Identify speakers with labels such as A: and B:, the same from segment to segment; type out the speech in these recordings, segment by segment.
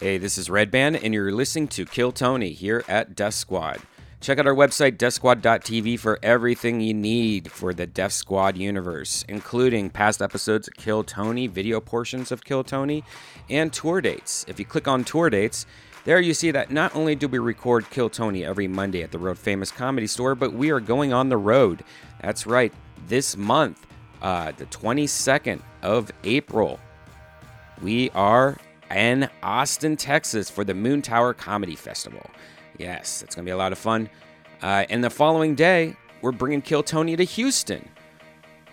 A: Hey, this is Red Band, and you're listening to Kill Tony here at Death Squad. Check out our website, deathsquad.tv, for everything you need for the Death Squad universe, including past episodes of Kill Tony, video portions of Kill Tony, and tour dates. If you click on tour dates, there you see that not only do we record Kill Tony every Monday at the Road Famous Comedy Store, but we are going on the road. That's right, this month, uh, the 22nd of April, we are in Austin, Texas for the Moon Tower Comedy Festival. Yes, it's going to be a lot of fun. Uh, and the following day, we're bringing Kill Tony to Houston.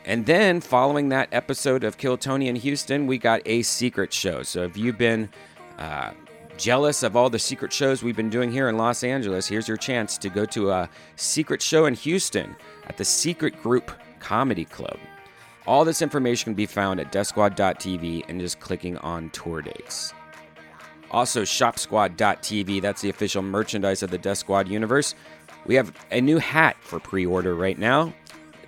A: And then, following that episode of Kill Tony in Houston, we got a secret show. So, if you've been uh, jealous of all the secret shows we've been doing here in Los Angeles, here's your chance to go to a secret show in Houston at the Secret Group Comedy Club. All this information can be found at deathsquad.tv and just clicking on tour dates. Also, shopsquad.tv, that's the official merchandise of the Death Squad universe. We have a new hat for pre order right now,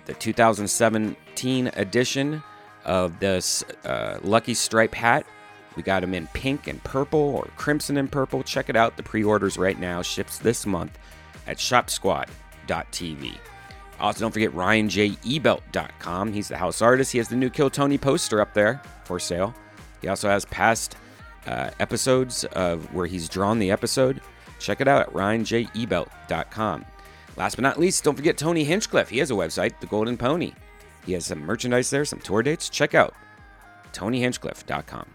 A: the 2017 edition of this uh, Lucky Stripe hat. We got them in pink and purple or crimson and purple. Check it out. The pre orders right now ships this month at shopsquad.tv. Also, don't forget RyanJEbelt.com. He's the house artist. He has the new Kill Tony poster up there for sale. He also has past uh, episodes of where he's drawn the episode. Check it out at RyanJEbelt.com. Last but not least, don't forget Tony Hinchcliffe. He has a website, The Golden Pony. He has some merchandise there, some tour dates. Check out TonyHinchcliffe.com.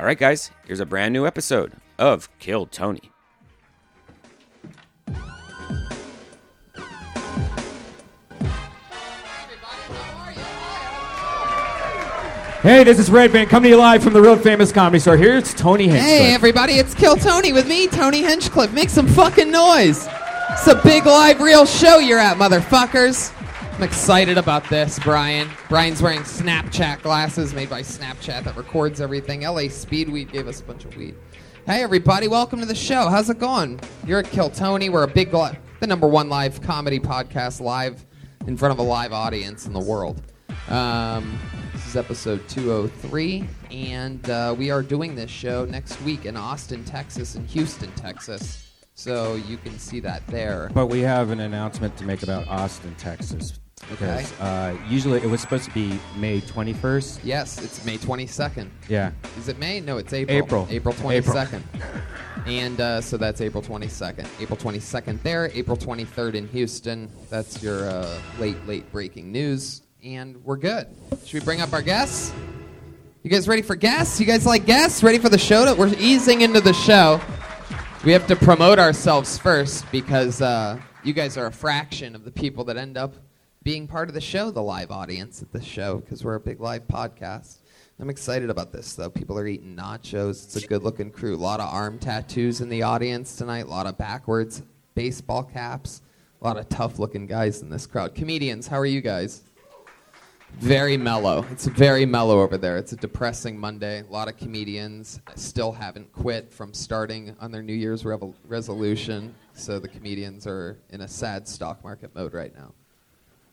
A: All right, guys, here's a brand new episode of Kill Tony.
B: Hey, this is Red Band coming to you live from the real famous comedy store. Here's Tony Hinchcliffe.
C: Hey, everybody, it's Kill Tony with me, Tony Hinchcliffe. Make some fucking noise. It's a big live real show you're at, motherfuckers. I'm excited about this, Brian. Brian's wearing Snapchat glasses made by Snapchat that records everything. LA Speedweed gave us a bunch of weed. Hey, everybody, welcome to the show. How's it going? You're at Kill Tony. We're a big, li- the number one live comedy podcast live in front of a live audience in the world. Um, this is episode 203, and uh, we are doing this show next week in Austin, Texas, and Houston, Texas. So you can see that there.
B: But we have an announcement to make about Austin, Texas. Because
C: Okay.
B: uh, usually it was supposed to be May 21st.
C: Yes, it's May 22nd.
B: Yeah.
C: Is it May? No, it's April.
B: April.
C: April 22nd. And uh, so that's April 22nd. April 22nd there, April 23rd in Houston. That's your uh, late, late breaking news. And we're good. Should we bring up our guests? You guys ready for guests? You guys like guests? Ready for the show? To- we're easing into the show. We have to promote ourselves first because uh, you guys are a fraction of the people that end up being part of the show, the live audience at the show, because we're a big live podcast. I'm excited about this, though. People are eating nachos. It's a good looking crew. A lot of arm tattoos in the audience tonight, a lot of backwards baseball caps, a lot of tough looking guys in this crowd. Comedians, how are you guys? very mellow. It's very mellow over there. It's a depressing Monday. A lot of comedians still haven't quit from starting on their New Year's revel- resolution. So the comedians are in a sad stock market mode right now.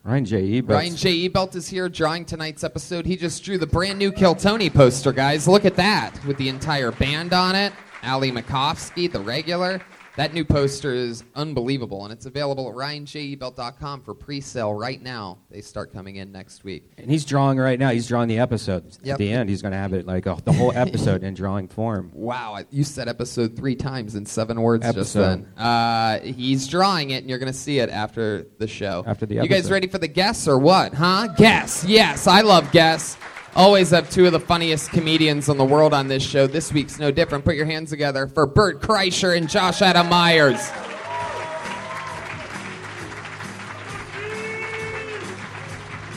B: Ryan J. E. but-
C: Ryan J. Ebelt is here drawing tonight's episode. He just drew the brand new Kill Tony poster, guys. Look at that with the entire band on it. Ali Makovsky, the regular. That new poster is unbelievable, and it's available at ryanjebelt.com for pre sale right now. They start coming in next week.
B: And he's drawing right now. He's drawing the episode.
C: E. Yep.
B: At the end, he's going to have it like a, the whole episode in drawing form.
C: Wow, I- you said episode three times in seven words just
B: Episode.
C: then. Uh, he's drawing it, and you're going to see it after the show.
B: After the
C: You guys
B: episode.
C: ready for the guess or what, huh? Guess. Yes, I love guess. Always have two of the funniest comedians in the world on this show. This week's no different. Put your hands together for Bert Kreischer and Josh Adam Myers.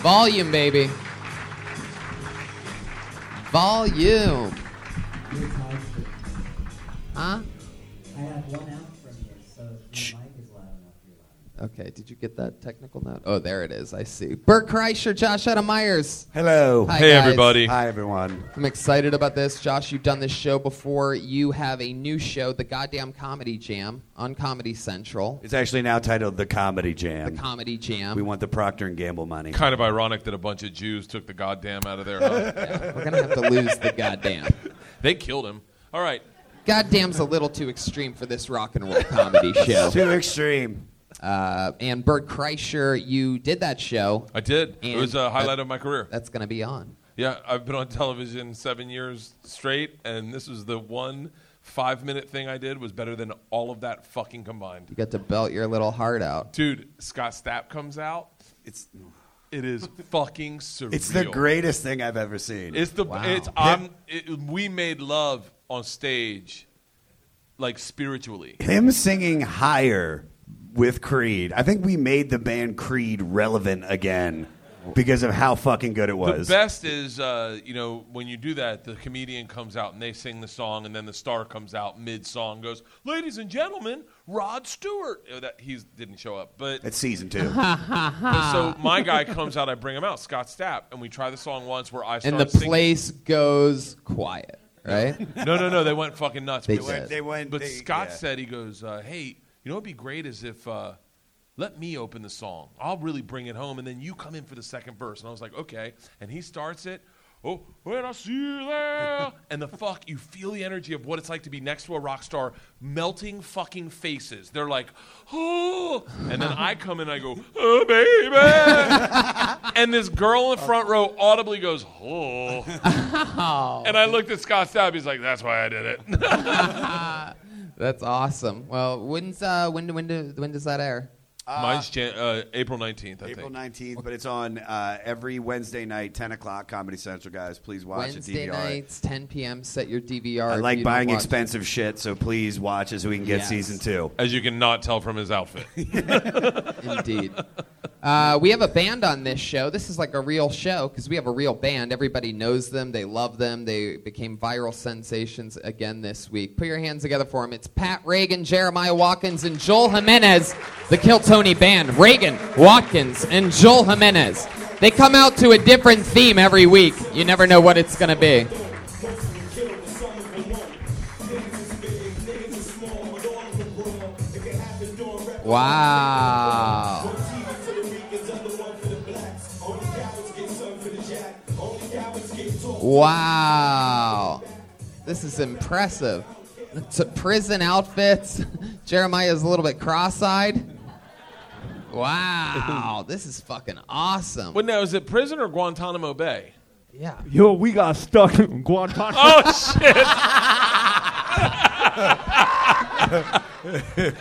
C: Volume, baby. Volume. Huh?
D: I have one out from you, so if my mic is loud enough, you're loud.
C: Okay, did you get that technical note? Oh, there it is. I see. Bert Kreischer, Josh Adam Myers.
E: Hello.
C: Hi, Hey, guys. everybody.
E: Hi, everyone.
C: I'm excited about this. Josh, you've done this show before. You have a new show, The Goddamn Comedy Jam, on Comedy Central.
E: It's actually now titled The Comedy Jam.
C: The Comedy Jam.
E: we want the Procter and Gamble money.
F: Kind of ironic that a bunch of Jews took the goddamn out of there. Huh?
C: We're going to have to lose the goddamn.
F: they killed him. All right.
C: goddamn's a little too extreme for this rock and roll comedy show.
E: Too extreme.
C: Uh, and Bert Kreischer, you did that show.
F: I did. it
C: And
F: was a highlight
C: that-
F: of my career.
C: That's going to be on.
F: Yeah, I've been on television seven years straight, and this was the one five-minute thing I did was better than all of that fucking combined.
C: You got to belt your little heart out.
F: Dude, Scott Stapp comes out.
E: It's
F: It is fucking surreal.
E: it's the greatest thing I've ever seen.
F: It's the
C: Wow.
F: it's I'm it, we made love on stage, like spiritually.
E: Him singing higher with Creed. I think we made the band Creed relevant again because of how fucking good
F: The
E: it was.
F: best is, uh, you know, when you do that, the comedian comes out and they sing the song, and then the star comes out mid song, goes, "Ladies and gentlemen, Rod Stewart." Uh, That he didn't show up, but
E: It's season two.
F: so my guy comes out. I bring him out, Scott Stapp, and we try the song once where I start
C: And the
F: singing.
C: place goes quiet, right?
F: No, no, no, they went fucking nuts.
C: They
F: But-
C: did.
E: They went-
F: But
E: they-
F: Scott
E: yeah.
F: said he goes, uh, "Hey, you know what'd be great is if uh, let me open the song. I'll really bring it home, and then you come in for the second verse." And I was like, "Okay." And he starts it. Oh, when I see you there, and the fuck, you feel the energy of what it's like to be next to a rock star, melting fucking faces. They're like, oh, and then I come in, I go, oh baby, and this girl in the front row audibly goes, oh,
G: Oh,
F: and I looked at Scott Stapp. He's like, "That's why I did it."
C: That's awesome. Well, when's uh, when when do, when does that air?
F: Mine's Jan- uh, April nineteenth, I
E: April
F: think.
E: 19th, but it's on uh, every Wednesday night, 10 o'clock, Comedy Central, guys. Please watch
C: Wednesday
E: it, DVR. it.
C: nights, 10 p.m. Set your DVR.
E: I
C: if
E: like
C: you don't
E: buying
C: watch-
E: expensive shit, so please watch as we can get
C: Yes.
E: season two.
F: As you can not tell from his outfit.
C: Indeed. Uh, we have a band on this show. This is like a real show because we have a real band. Everybody knows them. They love them. They became viral sensations again this week. Put your hands together for them. It's Pat Reagan, Jeremiah Watkins, and Joel Jimenez, the Kill Tony Band. Reagan, Watkins, and Joel Jimenez. They come out to a different theme every week. You never know what it's going to be. Wow. Wow. This is impressive. It's a prison outfits. Jeremiah's a little bit cross eyed. Wow. This is fucking awesome.
F: But now, is it prison or Guantanamo Bay?
C: Yeah.
B: Yo, we got stuck in Guantanamo.
F: Oh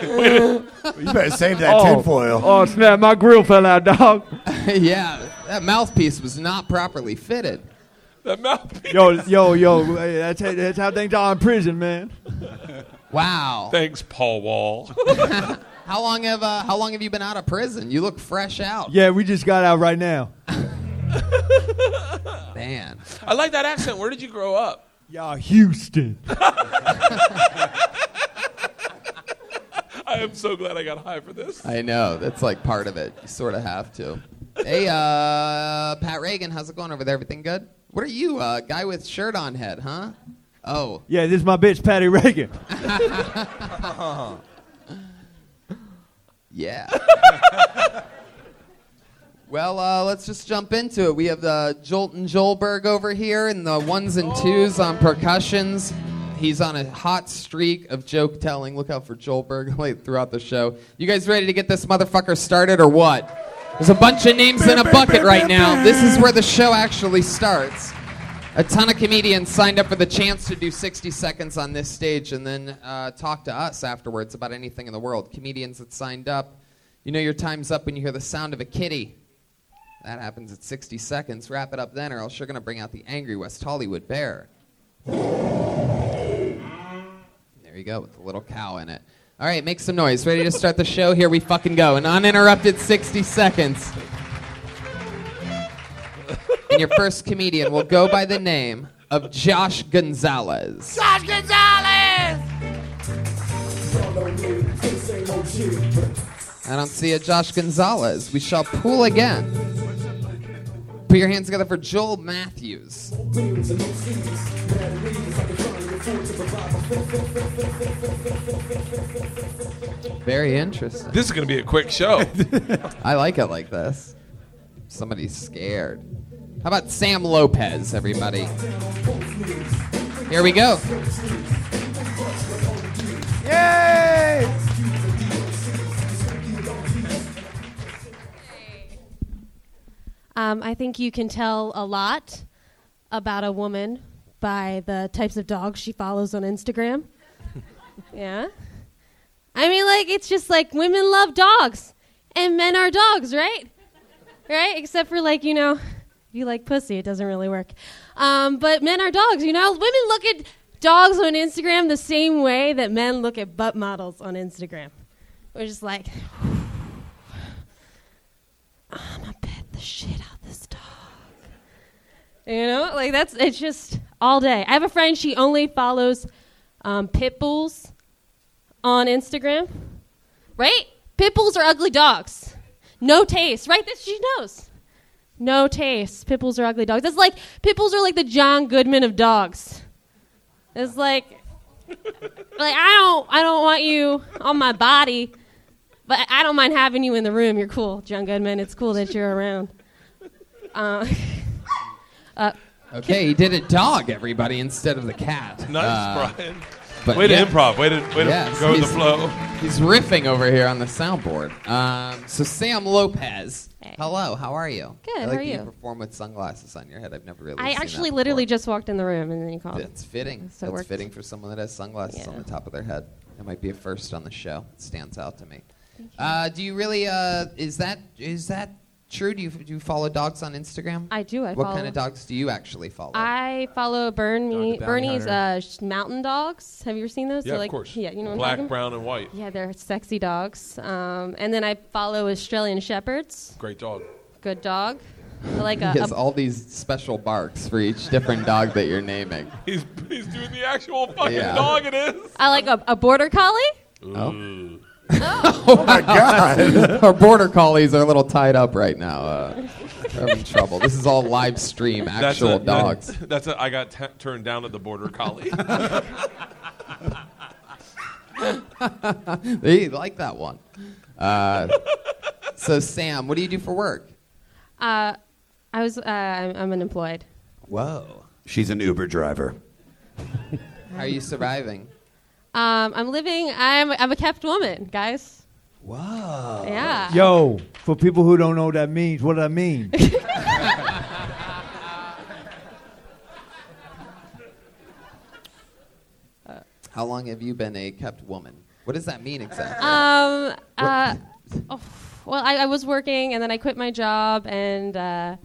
F: shit!
E: You better save that tinfoil.
B: Oh snap! My grill fell out, dog.
C: yeah. That mouthpiece was not properly fitted.
F: That mouthpiece.
B: Yo, yo, yo. hey, That's how, that's how things are in prison, man.
C: Wow.
F: Thanks, Paul Wall.
C: How long have uh, how long have you been out of prison? You look fresh out.
B: Yeah, we just got out right now.
C: Man.
F: I like that accent. Where did you grow up?
B: Y'all, Houston.
F: I am so glad I got high for this.
C: I know. That's like part of it. You sort of have to. Hey, uh, Pat Reagan, how's it going over there? Everything good? What are you, uh, guy with shirt on head, huh? Oh,
B: Yeah, this is my bitch, Patty Reagan.
C: yeah. well, uh, let's just jump into it. We have the Jolton Joelberg over here and the ones and twos on percussions. He's on a hot streak of joke telling. Look out for Joelberg late throughout the show. You guys ready to get this motherfucker started or what? There's a bunch of names in a bucket right now. This is where the show actually starts. A ton of comedians signed up for the chance to do 60 seconds on this stage and then uh, talk to us afterwards about anything in the world. Comedians that signed up, you know your time's up when you hear the sound of a kitty. That happens at 60 seconds. Wrap it up then, or else you're going to bring out the angry West Hollywood bear. There you go, with the little cow in it. All right, make some noise. Ready to start the show? Here we fucking go. An uninterrupted 60 seconds. And your first comedian will go by the name of Josh Gonzalez. I don't see a Josh Gonzalez. We shall pull again. Put your hands together for Joel Matthews. Very interesting.
F: This is going to be a quick show.
C: I like it like this. Somebody's scared. How about Sam Lopez, everybody? Here we go.
E: Yay!
H: Um, I think you can tell a lot about a woman by the types of dogs she follows on Instagram. yeah. I mean, like, it's just like women love dogs and men are dogs, right? Right? Except for, like, you know, if you like pussy, it doesn't really work. Um, but men are dogs, you know? Women look at dogs on Instagram the same way that men look at butt models on Instagram. We're just like, I'm gonna pet the shit out this dog. You know, like that's it's just all day. I have a friend she only follows um, pit bulls on Instagram, right? Pit bulls are ugly dogs, no taste, right? That she knows, no taste. Pit bulls are ugly dogs. That's like pit bulls are like the John Goodman of dogs. It's like, like I don't, I don't want you on my body. But I don't mind having you in the room. You're cool, John Goodman. It's cool that you're around. Uh,
C: Okay, he did a dog, everybody, instead of the cat.
F: Nice,
C: Uh,
F: Brian.
C: but
F: Way
C: yeah.
F: to improv. Way to, way
C: Yes,
F: to go with the
C: he's-
F: flow.
C: He's riffing over here on the soundboard. Um, so Sam Lopez,
H: Hey.
C: hello, how are you?
H: Good,
C: I
H: how
C: like
H: are
C: that
H: you?
C: perform with sunglasses on your head. I've never really.
H: I
C: seen that
H: actually
C: before.
H: literally just walked in the room and then you called.
C: That's fitting.
H: So it
C: That's
H: worked.
C: fitting for someone that has sunglasses on
H: Yeah.
C: the top of their head. That might be a first on the show. It stands out to me. Uh, do you really? Uh, is that is that true? Do you do you follow dogs on Instagram?
H: I do. I
C: what
H: follow.
C: kind of dogs do you actually follow?
H: I follow Bernie,
I: Dog the Bounty
H: Bernie's
I: Hunter.
H: uh, sh- mountain dogs. Have you ever seen those?
F: Yeah,
H: They're
F: of
H: like,
F: course.
H: Yeah, you know what
F: Black,
H: I'm talking about?
F: brown, and white.
H: Yeah, they're sexy dogs. Um, and then I follow Australian Shepherds.
F: Great dog.
H: Good dog. They're like
C: he
H: a,
C: has
H: a-
C: all these special barks for each different dog that you're naming.
F: He's, he's doing the actual fucking
C: Yeah.
F: dog it is.
H: I like a, a border collie. Oh
C: Our border collies are a little tied up right now. Uh, they're having trouble. This is all live stream, actual
F: a, that-
C: dogs.
F: that's a, I got t- turned down at the border collie.
C: They like that one. Uh, so, Sam, what do you do for work?
H: Uh, I was uh, I'm, I'm unemployed.
C: Whoa.
E: She's an Uber driver.
C: How are you surviving?
H: Um, I'm living. I'm I'm a kept woman, guys.
G: oh.
E: Ah.
C: Whoa.
H: Yeah.
I: Yo, for people who don't know what that means, what I mean.
C: How long have you been a kept woman? What does that mean exactly?
H: Um. Uh, oh, well, I, I was working, and then I quit my job, and uh,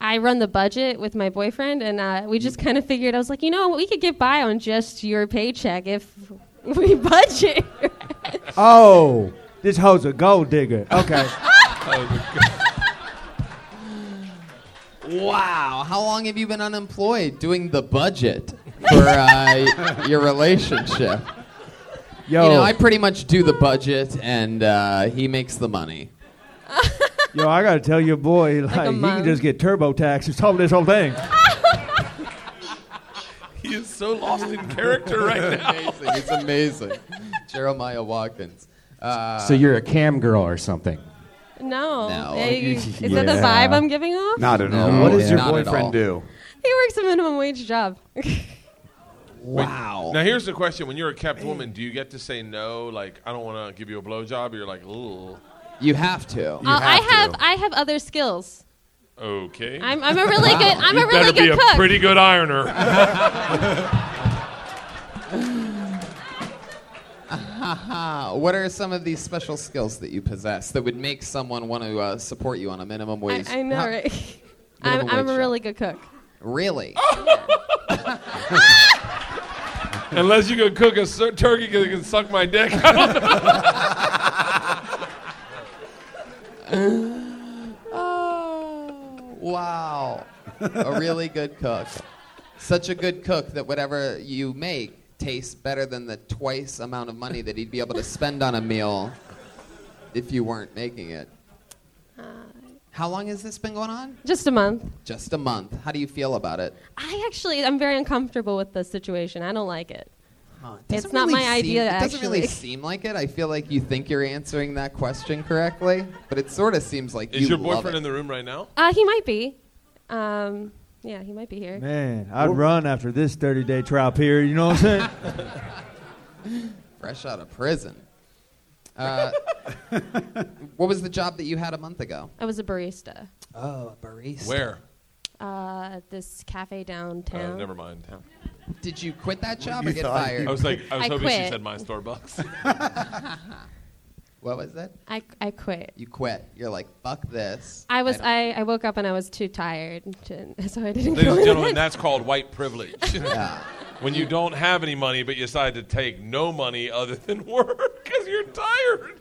H: I run the budget with my boyfriend, and uh, we just kind of figured. I was like, you know, we could get by on just your paycheck if we budget.
I: Oh, this hoe's a gold digger. Okay.
C: wow. How long have you been unemployed doing the budget for uh, your relationship?
I: Yo,
C: You know, I pretty much do the budget, and uh, he makes the money.
I: yo, I gotta tell your boy, like, he
H: mom.
I: can just get TurboTax. It's all this whole thing.
F: he is so lost in character right now.
C: amazing. It's amazing. Jeremiah Watkins. Uh,
B: so you're a cam girl or something.
H: no.
C: No.
H: Yeah, you- Is that the
B: Yeah.
H: vibe I'm giving off?
E: Not at all.
C: No,
E: what does your
C: not at all.
E: boyfriend do?
H: He works a minimum wage job.
C: wow.
F: Now here's the question: When you're a kept woman, do you get to say no? Like, I don't want to give you a blowjob. You're like, ooh,
C: You have to.
H: Uh, I have
E: have to.
H: I have other skills.
F: okay.
H: I'm, I'm a really good I'm
F: you
H: a really
F: better
H: good
F: be
H: cook.
F: a pretty good ironer.
C: Uh, what are some of these special skills that you possess that would make someone want to uh, support you on a minimum
H: I,
C: wage?
H: I know,
C: How-
H: right? I'm,
C: Minimum
H: I'm
C: wage
H: a
C: job.
H: really good cook.
C: Really?
F: Unless you can cook a sur- turkey that can suck my dick. I
C: Oh, wow. a really good cook. Such a good cook that whatever you make tastes better than the twice amount of money that he'd be able to spend on a meal if you weren't making it. How long has this been going on?
H: Just a month.
C: Just a month. How do you feel about it?
H: I actually I'm very uncomfortable with the situation. I don't like it.
C: Huh, it
H: It's
C: doesn't
H: not my
C: seem-
H: idea,
C: It doesn't really
H: actually.
C: seem like it. I feel like you think you're answering that question correctly, but it sort of seems like
F: Is
C: you
F: your
C: love
F: boyfriend
C: it.
F: in the room right now?
H: Uh, he might be. Um, yeah, he might be here.
I: Man, I'd run after this 30 day trial period. You know what I'm saying?
C: Fresh out of prison. Uh, what was the job that you had a month ago?
H: I was a barista.
C: Oh, a barista.
F: Where?
H: Uh, this cafe
F: Oh,
H: downtown.
F: never mind.
C: Did you quit that job
E: You
C: or get
E: thought you-
C: fired?
F: I was like, I was
H: I
F: hoping she
H: quit.
F: said my Starbucks.
C: what was that?
H: I, I quit.
C: You quit. You're like, fuck this.
H: I was
C: don't-
H: I, I woke up and I was too tired, to, so I didn't
F: Ladies
H: go.
F: and gentlemen,
H: in.
F: that's called white privilege.
C: Yeah.
F: when you don't have any money, but you decide to take no money other than work because you're tired.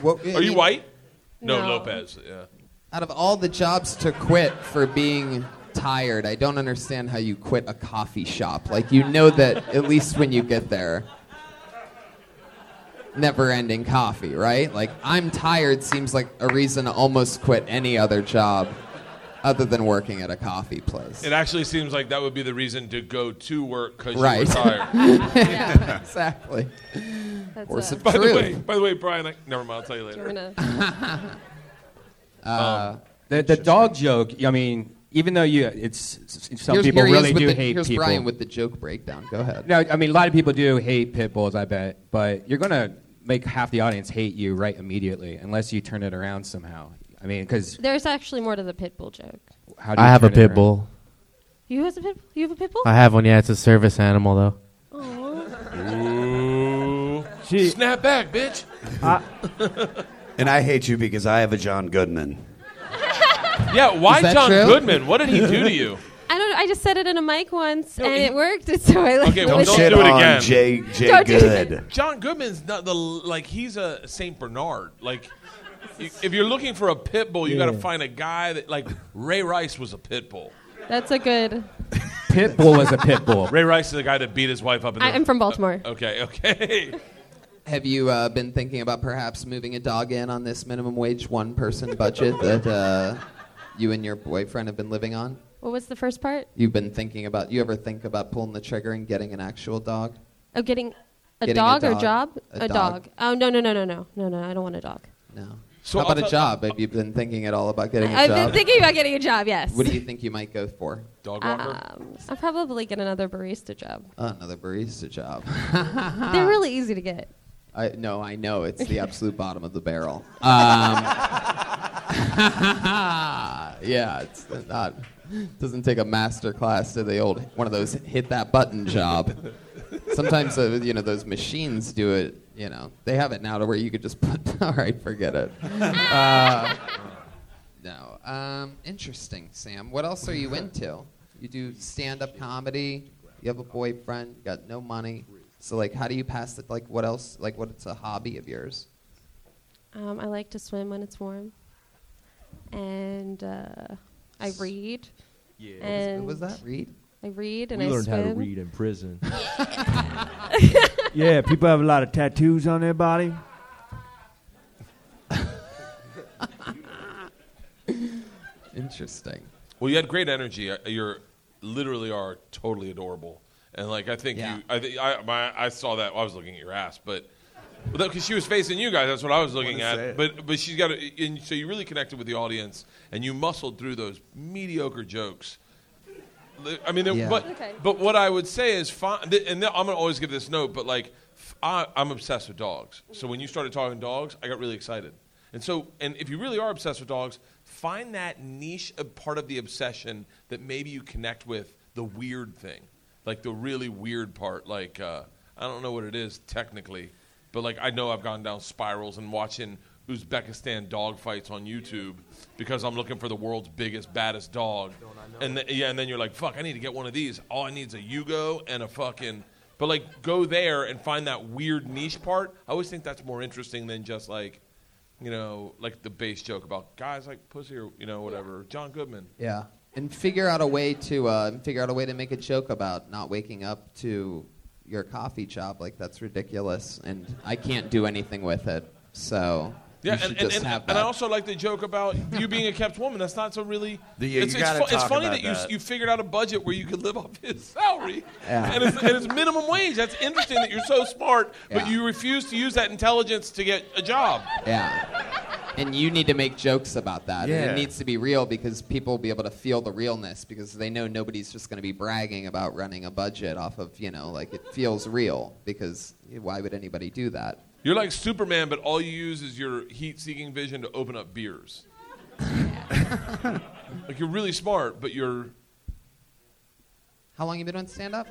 C: What-
F: Are you white? No,
H: No.
F: Lopez. Yeah.
C: Out of all the jobs to quit for being tired, I don't understand how you quit a coffee shop. Like, you know that at least when you get there, never ending coffee, right? Like, I'm tired seems like a reason to almost quit any other job other than working at a coffee place.
F: It actually seems like that would be the reason to go to work because
C: Right.
F: you were tired.
C: exactly.
H: That's
C: Force
H: a-
C: of
F: by the
C: truth.
F: way, by the way, Brian, I, never mind. I'll tell you
H: I'm
F: later.
H: gonna-
C: Uh,
B: The, the dog joke. I mean, even though you, it's some
C: Here's-
B: people
C: here he is
B: really
C: with
B: do
C: the-
B: hate
C: here's
B: people.
C: Brian with the joke breakdown. Go ahead.
B: No, I mean a lot of people do hate pit bulls. I bet, but you're gonna make half the audience hate you right immediately unless you turn it around somehow. I mean, because
H: There's actually more to the pit bull joke.
B: how do you
J: I have a
B: turn it
J: pit
B: around?
J: bull.
H: You have a pit. You have a pit bull.
J: I have one. Yeah, it's a service animal though.
F: Ooh.
I: She,
F: Snap back, bitch.
E: And I hate you because I have a John Goodman.
F: Yeah, why
C: Is that
F: John
C: true?
F: Goodman? What did he do to you?
H: I don't. know, I just said it in a mic once
F: No,
H: and
F: he-
H: it worked. and So I like.
F: Okay, well,
E: Don't
H: listened-
E: shit
F: do it
E: on
F: again.
E: Jay, Jay
H: Don't do
E: Good.
F: John Goodman's not the like he's a Saint Bernard. Like you- if you're looking for a pit bull, you got to find a guy that like Ray Rice was a pit bull.
H: That's a good.
B: Pit bull is a pit bull.
F: Ray Rice is the guy that beat his wife up. In the,
H: I, I'm from Baltimore.
F: Okay, okay.
C: Have you uh, been thinking about perhaps moving a dog in on this minimum wage one person budget that uh, you and your boyfriend have been living on?
H: What was the first part?
C: You've been thinking about, you ever think about pulling the trigger and getting an actual dog?
H: Of Oh, getting a
C: Getting a
H: dog or
C: dog.
H: job?
C: A
H: A,
C: dog.
H: dog. Oh no no no no no no no! I don't want a dog.
C: No.
F: So
C: How about
F: I'll
C: a
F: t-
C: job? Have you been thinking at all about getting a
H: I've
C: job?
H: been thinking about getting a job. Yes.
C: what do you think you might go for?
F: Dog walker.
H: Um, I'll probably get another barista job.
C: Oh, another barista job.
H: They're really easy to get.
C: I, no, I know it's the absolute bottom of the barrel. Um, yeah, it's not. Doesn't take a master class to the old one of those hit that button job. Sometimes uh, you know those machines do it. You know they have it now to where you could just put. All right, forget it. Uh, no, um, interesting, Sam. What else are you into? You do stand-up comedy. You have a boyfriend. You got no money. So like, how do you pass it? Like, what else? Like, what's a hobby of yours?
H: Um, I like to swim when it's warm, and uh, I read. Yeah. And
C: What was that? Read.
H: I read and
J: We
H: I
J: learned
H: swim.
J: how to read in prison.
I: yeah, people have a lot of tattoos on their body.
C: Interesting.
F: Well, you had great energy. Uh, You're literally are totally adorable, and like I think
C: Yeah.
F: you, I, thi- I, my, I saw that. I was looking at your ass, but because she was facing you guys, that's what I was looking
E: Wanna
F: at.
E: say it.
F: But but she's got, a, and so you really connected with the audience, and you muscled through those mediocre jokes. Li- I mean, there-
C: Yeah.
F: but
H: Okay.
F: but what I would say is fine, and th- I'm gonna always give this note, but like f- I, am obsessed with dogs. So when you started talking dogs, I got really excited. And so, and if you really are obsessed with dogs, find that niche of part of the obsession that maybe you connect with the weird thing, like the really weird part. Like uh, I don't know what it is technically, but like I know I've gone down spirals and watching Uzbekistan dog fights on YouTube because I'm looking for the world's biggest, baddest dog. And th- yeah, and then you're like, fuck, I need to get one of these. All I need is a Yugo and a fucking. But like, go there and find that weird niche part. I always think that's more interesting than just like, you know, like the base joke about guys like pussy or you know whatever. John Goodman.
C: Yeah. And figure out a way to uh, and figure out a way to make a joke about not waking up to your coffee job. Like that's ridiculous, and I can't do anything with it. So
F: Yeah,
C: you should
F: and, and,
C: just
F: and,
C: have
F: and I
C: that.
F: also like the joke about you being a kept woman. That's not so really.
E: The- yeah,
F: it's,
E: you
F: it's,
E: gotta
F: it's
E: talk
F: funny
E: about
F: you,
E: that.
F: you figured out a budget where you could live off his salary,
C: Yeah.
F: and, it's, and it's minimum wage. That's interesting that you're so smart, but
C: Yeah.
F: you refuse to use that intelligence to get a job.
C: yeah. and you need to make jokes about that. And
F: Yeah.
C: it needs to be real because people will be able to feel the realness because they know nobody's just going to be bragging about running a budget off of, you know, like it feels real because why would anybody do that?
F: You're like Superman, but all you use is your heat-seeking vision to open up beers. like you're really smart, but you're
C: How long you been on stand up?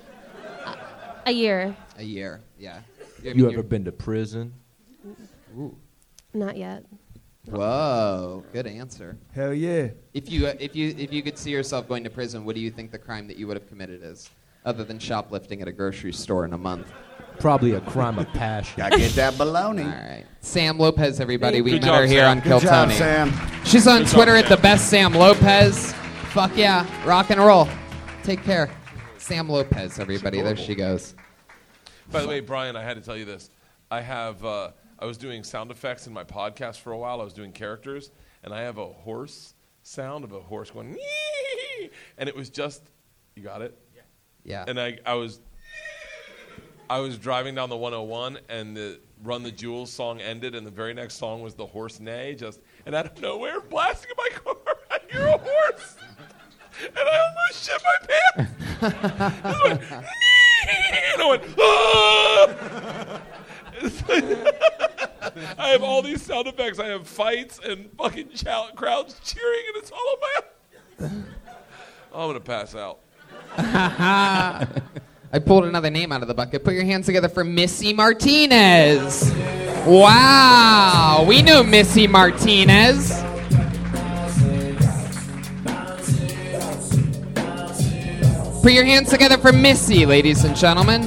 H: A year.
C: A year, yeah. I mean,
J: You
C: you're-
J: ever been to prison?
H: Not yet.
C: Whoa, good answer.
I: Hell yeah.
C: If you uh, if you if you could see yourself going to prison, what do you think the crime that you would have committed is, other than shoplifting at a grocery store in a month?
J: Probably a crime of passion.
E: Gotta get that
C: All
E: baloney.
C: right, Sam Lopez, everybody. We
F: Good
C: met
F: job,
C: her here
F: Sam.
C: on Kill
E: Good job,
C: Tony.
E: Sam.
C: She's on
F: Good job,
C: Twitter at
F: Sam.
C: the best Sam Lopez. Fuck yeah, rock and roll. Take care, Sam Lopez, everybody. There she goes.
F: By the way, Brian, I had to tell you this. I have uh, I was doing sound effects in my podcast for a while. I was doing characters, and I have a horse sound of a horse going, and it was just, you got it.
C: Yeah.
F: And I I was I was driving down the 101, and the Run the Jewels song ended, and the very next song was the horse neigh, just and out of nowhere, blasting in my car, I hear a horse, and I almost shit my pants. and I went, "Ah!" I have all these sound effects. I have fights and fucking chou- crowds cheering, and it's all on my. Oh, I'm gonna pass out.
C: I pulled another name out of the bucket. Put your hands together for Missy Martinez. Wow, we knew Missy Martinez. Put your hands together for Missy, ladies and gentlemen.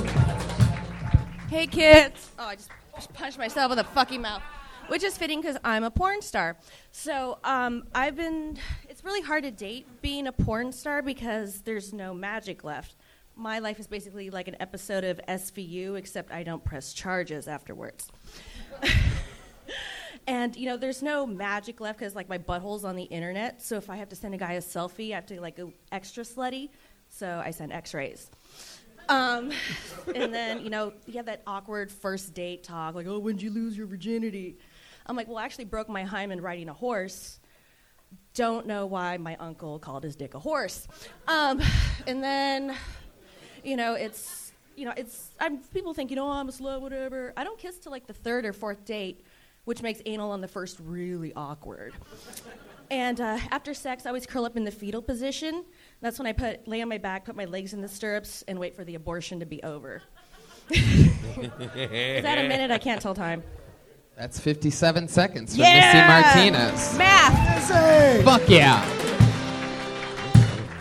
K: Hey kids! Oh, I just just punched myself with a fucking mouth, which is fitting because I'm a porn star. So um, I've been. It's really hard to date being a porn star because there's no magic left. My life is basically like an episode of SVU, except I don't press charges afterwards. And you know, there's no magic left because like my butthole's on the internet. So if I have to send a guy a selfie, I have to like go extra slutty. So I send X-rays. Um, and then you know, you have that awkward first date talk, like, "Oh, when did you lose your virginity?" I'm like, "Well, I actually broke my hymen riding a horse." Don't know why my uncle called his dick a horse. Um, and then, you know, it's you know, it's I'm people think you know I'm a slut, whatever. I don't kiss till like the third or fourth date, which makes anal on the first really awkward. And uh, after sex, I always curl up in the fetal position. That's when I put lay on my back, put my legs in the stirrups, and wait for the abortion to be over. Is that a minute? I can't tell time.
C: That's 57 seconds for Missy Martinez.
K: Math.
C: Fuck yeah.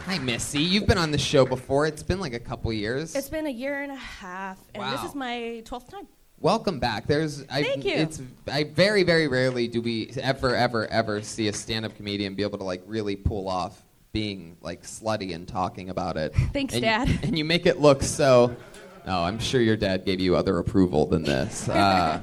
C: Hi, Missy. You've been on the show before. It's been like a couple years.
K: It's been a year and a half, and
C: Wow.
K: this is my twelfth time.
C: Welcome back. There's I,
K: Thank you.
C: It's I very very rarely do we ever ever ever see a stand-up comedian be able to like really pull off being like slutty and talking about it.
K: Thanks,
C: And-
K: Dad.
C: And you make it look so. Oh, I'm sure your dad gave you other approval than this. Uh,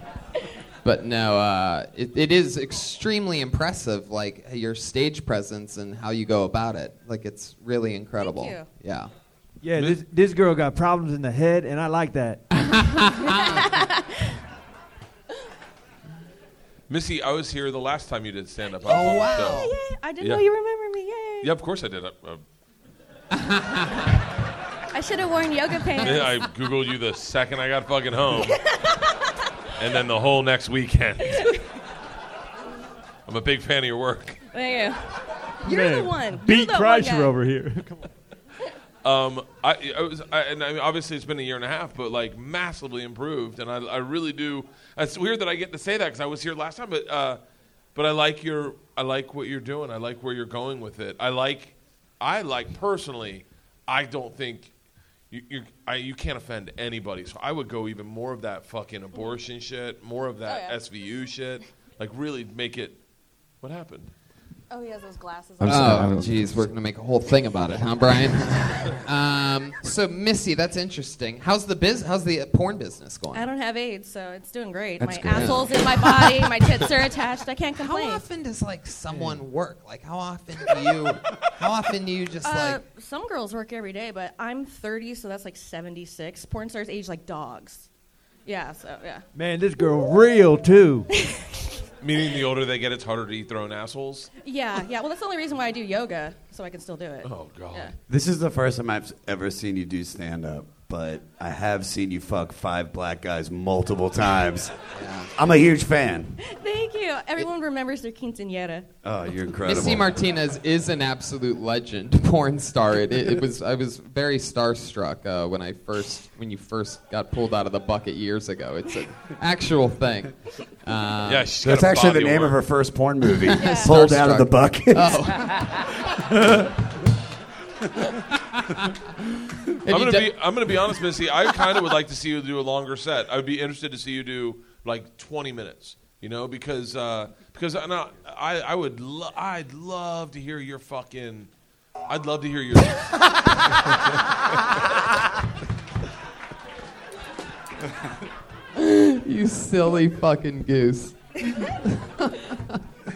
C: but no, uh, it, it is extremely impressive, like your stage presence and how you go about it. Like it's really incredible.
K: you.
C: Yeah.
I: Yeah, this, this girl got problems in the head, and I like that.
F: Missy, I was here the last time you did stand up.
C: Oh, wow.
K: Yay! I didn't
F: Yeah.
K: know you remember me. Yay!
F: Yeah, of course I did. I, uh,
K: I should have worn yoga pants.
F: yeah, I googled you the second I got fucking home, and then the whole next weekend. I'm a big fan of your work.
K: Thank you. You're the
J: Man,
K: one.
J: Beat
K: You're the one
J: Kreischer
K: guy.
J: over here.
F: Um, I, I was, I, and I mean, obviously it's been a year and a half, but like massively improved, and I, I really do. It's weird that I get to say that because I was here last time, but, uh, but I like your, I like what you're doing. I like where you're going with it. I like, I like personally. I don't think you, you, I, you can't offend anybody, so I would go even more of that fucking abortion shit, more of that
K: Oh, yeah.
F: SVU shit, like really make it. What happened?
K: Oh, he has those glasses.
J: I'm
K: on.
J: sorry, I
C: Oh,
J: don't-
C: jeez, we're gonna make a whole thing about it, huh, Brian? um, so, Missy, that's interesting. How's the biz? How's the uh, porn business going?
K: I don't have AIDS, so it's doing great.
C: That's
K: my
C: good.
K: asshole's in my body. My tits are attached. I can't
C: how
K: complain.
C: often does like
F: Hmm.
C: someone work? Like, how often do you? how often do you just
K: Uh,
C: like?
K: some girls work every day, but I'm 30, so that's like 76. Porn stars age like dogs. Yeah, so yeah.
I: Man, this girl real too.
F: Meaning the older they get, it's harder to eat their own assholes.
K: Yeah, yeah. Well, that's the only reason why I do yoga, so I can still do it.
F: Oh, God.
K: Yeah.
E: This is the first time I've ever seen you do stand up, but I have seen you fuck five black guys multiple times. I'm a huge fan.
K: Thank you. Everyone remembers their quinceanera.
E: Oh, you're incredible.
C: Missy Martinez is an absolute legend, porn star. It, it, it was I was very starstruck uh, when I first when you first got pulled out of the bucket years ago. It's an actual thing. Uh,
F: yeah, she's
E: That's actually the name of her first porn movie. Pulled out of the bucket.
C: Oh,
F: I'm gonna be I'm gonna be honest, Missy. I kind of would like to see you do a longer set. I'd be interested to see you do like 20 minutes. You know, because uh, because I, no, I I would lo- I'd love to hear your fucking. I'd love to hear your.
C: you silly fucking goose.
E: you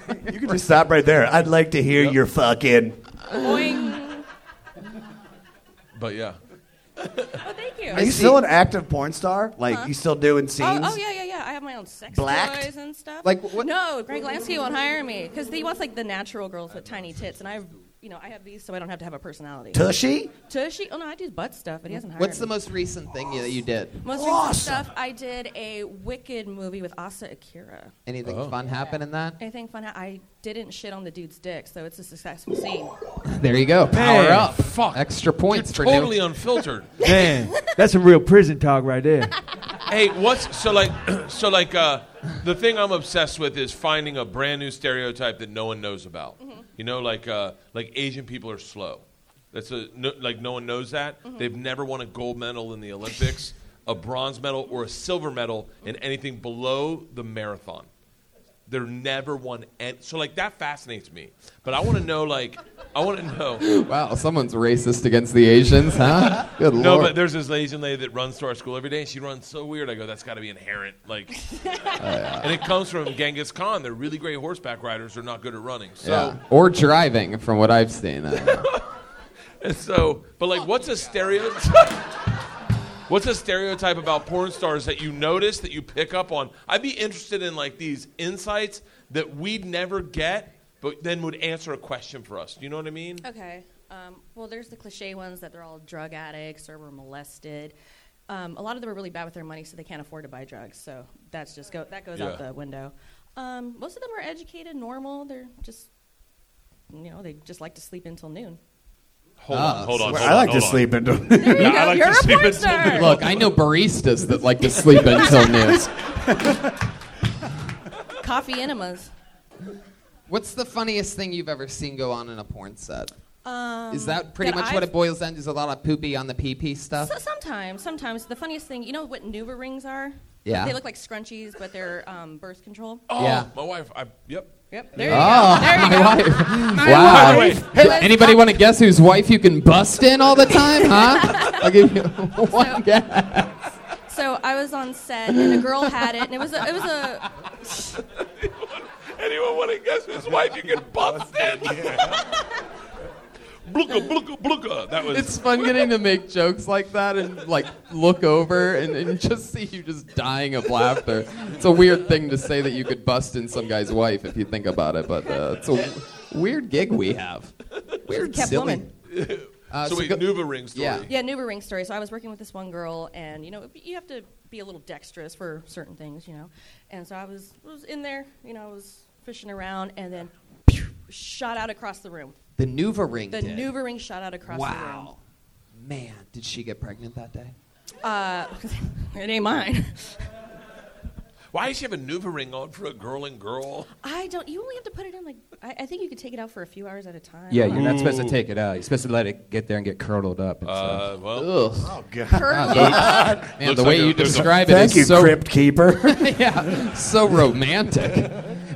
E: can just stop right there. I'd like to hear your fucking.
F: but yeah,
K: Oh, thank you.
E: Are you still an active porn star? Like, you still doing scenes?
K: Oh, oh yeah, yeah, yeah. I have my own sex
E: Blacked?
K: toys and stuff.
E: Like, what-
K: No, Greg Lansky won't hire me because he wants like the natural girls with tiny tits, and I, have you know, I have these, so I don't have to have a personality.
E: Tushy?
K: Tushy? Oh no, I do butt stuff, but he hasn't hired
C: What's the
K: me.
C: most recent thing you, that you did?
K: most recent stuff? I did a Wicked movie with Asa Akira.
C: Anything fun happen in that?
K: Anything fun? ha- I didn't shit on the dude's dick, so it's a successful scene.
C: There you go. Power
I: Man,
C: up.
F: fuck.
C: Extra points
F: you're
C: for
F: totally
C: new.
F: unfiltered.
I: Man, that's some real prison talk right there.
F: Hey, what's so like? So like, uh, the thing I'm obsessed with is finding a brand new stereotype that no one knows about. You know, like uh, like Asian people are slow. That's a no, like no one knows that. They've never won a gold medal in the Olympics, a bronze medal, or a silver medal in anything below the marathon. They're never won. Any, so like that fascinates me. But I want to know like I want to know.
C: Wow, someone's racist against the Asians, huh? Good
F: No,
C: lord.
F: but there's this Asian lady that runs to our school every day, and she runs so weird. I go, that's got to be inherent. Like, and it comes from Genghis Khan. They're really great horseback riders. They're not good at running. So,
C: yeah. Or driving, from what I've seen. Uh,
F: and so, but like, what's a stereotype? what's a stereotype about porn stars that you notice that you pick up on? I'd be interested in like these insights that we'd never get, but then would answer a question for us. Do you know what I mean?
K: Okay. Um, well, there's the cliche ones that they're all drug addicts or were molested. Um, a lot of them are really bad with their money, so they can't afford to buy drugs. So that's just go that goes out
F: Yeah.
K: the window. Um, most of them are educated, normal. They're just, you know, they just like to sleep until noon.
F: Hold
C: Ah,
F: on, hold on.
E: Well,
F: Hold
E: I
F: on,
E: like to
F: hold on.
E: sleep into.
K: There you
F: I
K: go.
F: like
K: You're
F: to
K: a
F: sleep
K: porn
F: until noon.
K: star.
C: Look, I know baristas that like to sleep until noon.
K: Coffee enemas.
C: What's the funniest thing you've ever seen go on in a porn set?
K: Um,
C: Is that pretty much what
K: I've-
C: it boils down to? Is a lot of poopy on the pee pee stuff?
K: So, sometimes, sometimes the funniest thing, you know what Nuba rings are?
C: Yeah.
K: They look like scrunchies, but they're um, birth control.
F: Oh,
C: Yeah.
F: my wife. I, yep.
K: Yep. There you
C: Oh,
K: go. There you go.
C: my wife. wow.
F: wife.
C: Hey, Anybody want to guess whose wife you can bust in all the time, huh? I'll give you one guess.
K: So I was on set, and a girl had it, and it was a, it was a
F: Anyone want to guess his wife? You can bust in. Bluka, bluka, bluka. That was.
C: It's fun getting to make jokes like that and like look over and, and just see you just dying of laughter. It's a weird thing to say that you could bust in some guy's wife if you think about it, but uh, it's a w- weird gig we have. Weird,
K: kept
C: silly.
K: woman.
C: Uh,
F: so,
C: so
F: wait,
C: go-
F: Nuva Ring story.
C: Yeah.
K: yeah Nuba ring story. So I was working with this one girl, and you know you have to be a little dexterous for certain things, you know. And so I was was in there, you know, I was fishing around, and then pew, shot out across the room.
C: the Nuva ring.
K: The
C: did.
K: Nuba ring shot out across
C: Wow. Man, did she get pregnant that day?
K: the room. Uh, It ain't mine.
F: Why does she have a Nuva Ring on for a girl and girl?
K: I don't. You only have to put it in like I, I think you could take it out for a few hours at a time.
B: Yeah, you're not supposed
E: Mm.
B: to take it out. You're supposed to let it get there and get curdled up. And stuff.
F: Uh, well,
C: Ugh. Man,
F: Looks
C: the
F: like
C: way
F: a-
C: you
F: there's a-
C: describe it
E: Thank
C: is
E: you,
C: so
E: Crypt Keeper.
C: yeah, so romantic.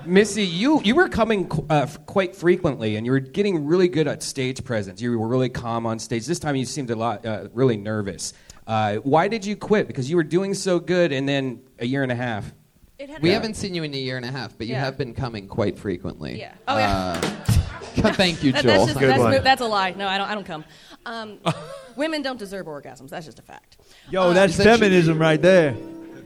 B: Missy, you, you were coming qu- uh, f- quite frequently, and you were getting really good at stage presence. You were really calm on stage. This time, you seemed a lot uh, really nervous. Uh, why did you quit? Because you were doing so good, and then a year and a half.
K: It had
C: We
K: a-
C: haven't seen you in a year and a half, but you
K: Yeah.
C: have been coming quite frequently.
K: Yeah. Oh, yeah.
C: Uh, thank you,
K: That-
C: Joel.
K: That's, just,
E: Good
K: that's,
E: one.
K: mo- that's a lie. No, I don't. I don't come. Um, women don't deserve orgasms. That's just a fact.
I: Yo,
C: Uh,
I: that's
C: Is that you?
I: feminism right there.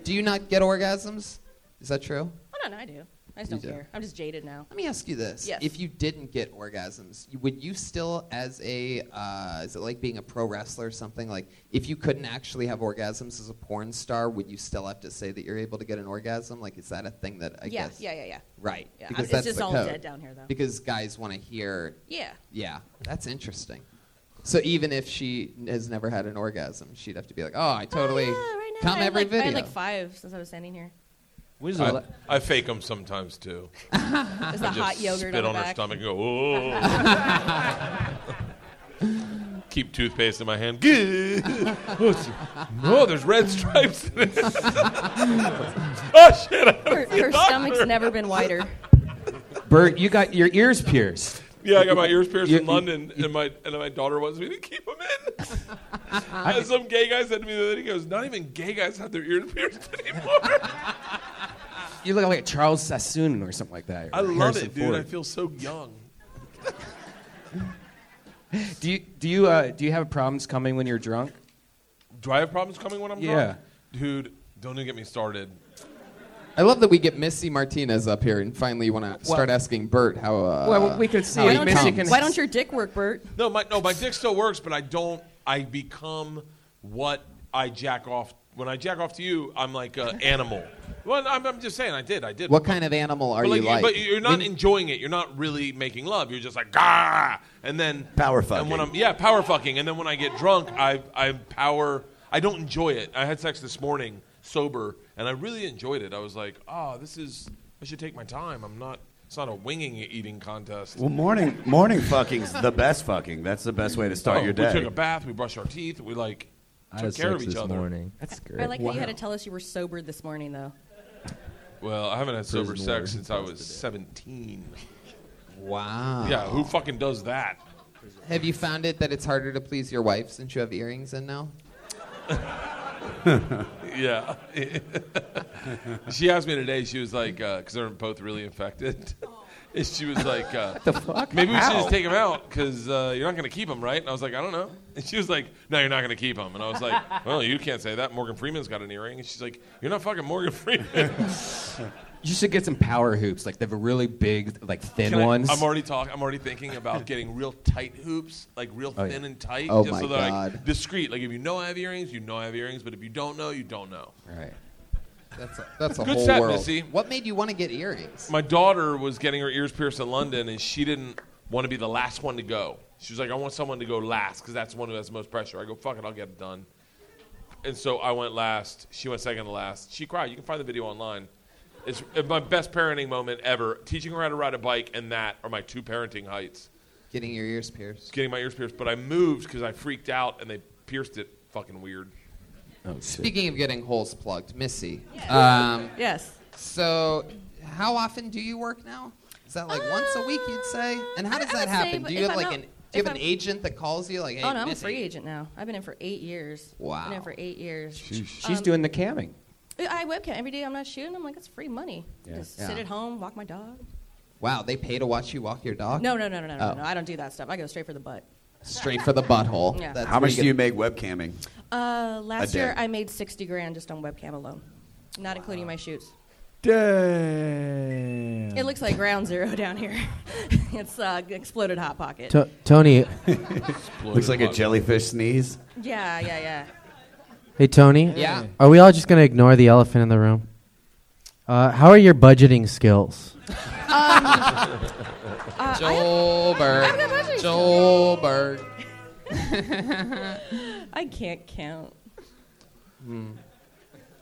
C: Do you not get orgasms? Is that true?
K: Oh no, no, I do. I just
C: You
K: don't
C: do.
K: care. I'm just jaded now.
C: Let me ask you this:
K: Yes.
C: If you didn't get orgasms, you- would you still, as a, uh, is it like being a pro wrestler or something? Like, if you couldn't actually have orgasms as a porn star, would you still have to say that you're able to get an orgasm? Like, is that a thing that I
K: yeah,
C: guess?
K: yeah, yeah, yeah.
C: Right.
K: Yeah.
C: Because
K: it's
C: that's
K: just
C: the
K: all
C: code.
K: dead down here, though.
C: Because guys want to hear.
K: Yeah.
C: Yeah, that's interesting. So even if she n- has never had an orgasm, she'd have to be like, "Oh, I totally
K: I
C: come
K: had
C: every
K: like, I
C: video."
K: had like five since I was standing here.
F: I, I fake them sometimes too. I
K: Is the
F: just
K: hot yogurt on
F: spit on,
K: the
F: her
K: back?
F: stomach and go, oh. Keep toothpaste in my hand. no, there's red stripes in it. oh, shit. I gotta
K: Her,
F: see a
K: her
F: doctor.
K: stomach's never been whiter.
B: Bert, you got your ears pierced.
F: Yeah, I got my ears pierced
B: You-
F: in London, and my and my daughter wants me to keep them in. And some gay guy said to me the other day, he goes, "Not even gay guys have their ears pierced anymore."
B: You look like a Charles Sassoon or something like that.
F: I
B: or
F: love
B: Harrison
F: it, dude.
B: Ford.
F: I feel so young.
B: Do you do you uh, do you have problems coming when you're drunk?
F: Do I have problems coming when I'm
B: Yeah.
F: drunk? Dude, don't even get me started.
C: I love that we get Missy Martinez up here, and finally you want to start asking Bert how. Uh,
B: Well, we could see
C: how
B: if
C: he
B: Missy
C: comes.
B: can-
K: Why don't your dick work, Bert?
F: No, my no, my dick still works, but I don't. I become what I jack off. When I jack off to you, I'm like an animal. Well, I'm, I'm just saying, I did. I did.
C: What kind of animal are
F: but
C: you like?
F: But you're not enjoying it. You're not really making love. You're just like gah, and then
E: Power
F: And when
E: fucking.
F: I'm yeah, power fucking. And then when I get drunk, I I power. I don't enjoy it. I had sex this morning sober, and I really enjoyed it. I was like, oh, this is. I should take my time. I'm not. It's not a winging it eating contest.
E: Well, morning morning fucking's the best fucking. That's the best way to start
F: Oh,
E: your day.
F: We took a bath. We brushed our teeth. We like
J: I
F: took
J: had
F: care of
J: sex
F: each
J: this
F: other.
J: morning. That's great.
K: I like how you had to tell us you were sober this morning, though.
F: Well, I haven't had sober
J: Prison warden.
F: sex since I was 17.
C: wow.
F: Yeah, who fucking does that?
C: Have you found it that it's harder to please your wife since you have earrings in now?
F: Yeah. she asked me today. She was like, because they're both really infected. And she was like, uh, the fuck? Maybe we should just take them out because uh, you're not going to keep them, right? And I was like, I don't know. And she was like, No, you're not going to keep them. And I was like, Well, you can't say that. Morgan Freeman's got an earring. And she's like, You're not fucking Morgan Freeman.
B: You should get some power hoops, like the really big, like thin
F: Can I-
B: ones.
F: I'm already talking. I'm already thinking about getting real tight hoops, like real
B: Oh, yeah.
F: thin and tight,
C: Oh,
F: just
C: my
F: so they're
C: God.
F: like discreet. Like if you know I have earrings, you know I have earrings. But if you don't know, you don't know.
B: right.
C: That's a, that's a
F: Good
C: whole
F: set,
C: world.
F: Missy.
C: What made you want to get earrings?
F: My daughter was getting her ears pierced in London, and she didn't want to be the last one to go. She was like, I want someone to go last because that's the one who has the most pressure. I go, fuck it, I'll get it done. And so I went last. She went second to last. She cried. You can find the video online. It's uh, my best parenting moment ever. Teaching her how to ride a bike and that are my two parenting heights.
C: Getting your ears pierced.
F: getting my ears pierced, but I moved because I freaked out and they pierced it fucking weird.
C: Speaking of getting holes plugged, Missy. Um,
K: Yes.
C: so, how often do you work now? Is that like once a week? You'd say. And how
K: I-
C: does
K: I
C: that
K: would say,
C: happen?
K: but
C: do you
K: if
C: have
K: I'm
C: like
K: not-
C: an?
K: if
C: Do you have an
K: I'm-
C: agent that calls you like, hey,
K: oh no, I'm a
C: Missy.
K: free agent now. I've been in for eight years. Been
C: Wow.
K: in for eight years. Um,
B: She's doing the camming.
K: I I webcam every day. I'm not shooting. I'm like, that's free money.
B: Yeah.
K: Just
C: Yeah.
K: sit at home, walk my dog.
C: Wow, they pay to watch you walk your dog.
K: No, no, no, no, no, no,
C: Oh.
K: no. I don't do that stuff. I go straight for the butt.
C: Straight for the butthole.
K: Yeah.
E: How much do you make webcamming?
K: Uh, last
E: day.
K: year I made sixty grand just on webcam alone, not including my shoots.
J: Damn.
K: It looks like ground zero down here. it's uh, exploded hot pocket.
J: To- Tony,
E: Looks like a jellyfish sneeze.
K: yeah, yeah, yeah.
G: Hey, Tony.
C: Yeah.
G: Are we all just going to ignore the elephant in the room? Uh, how are your budgeting skills?
K: Uh, Um, I,
C: Joel
K: I've got budgeting
C: Berg. Joel Berg.
K: I can't count.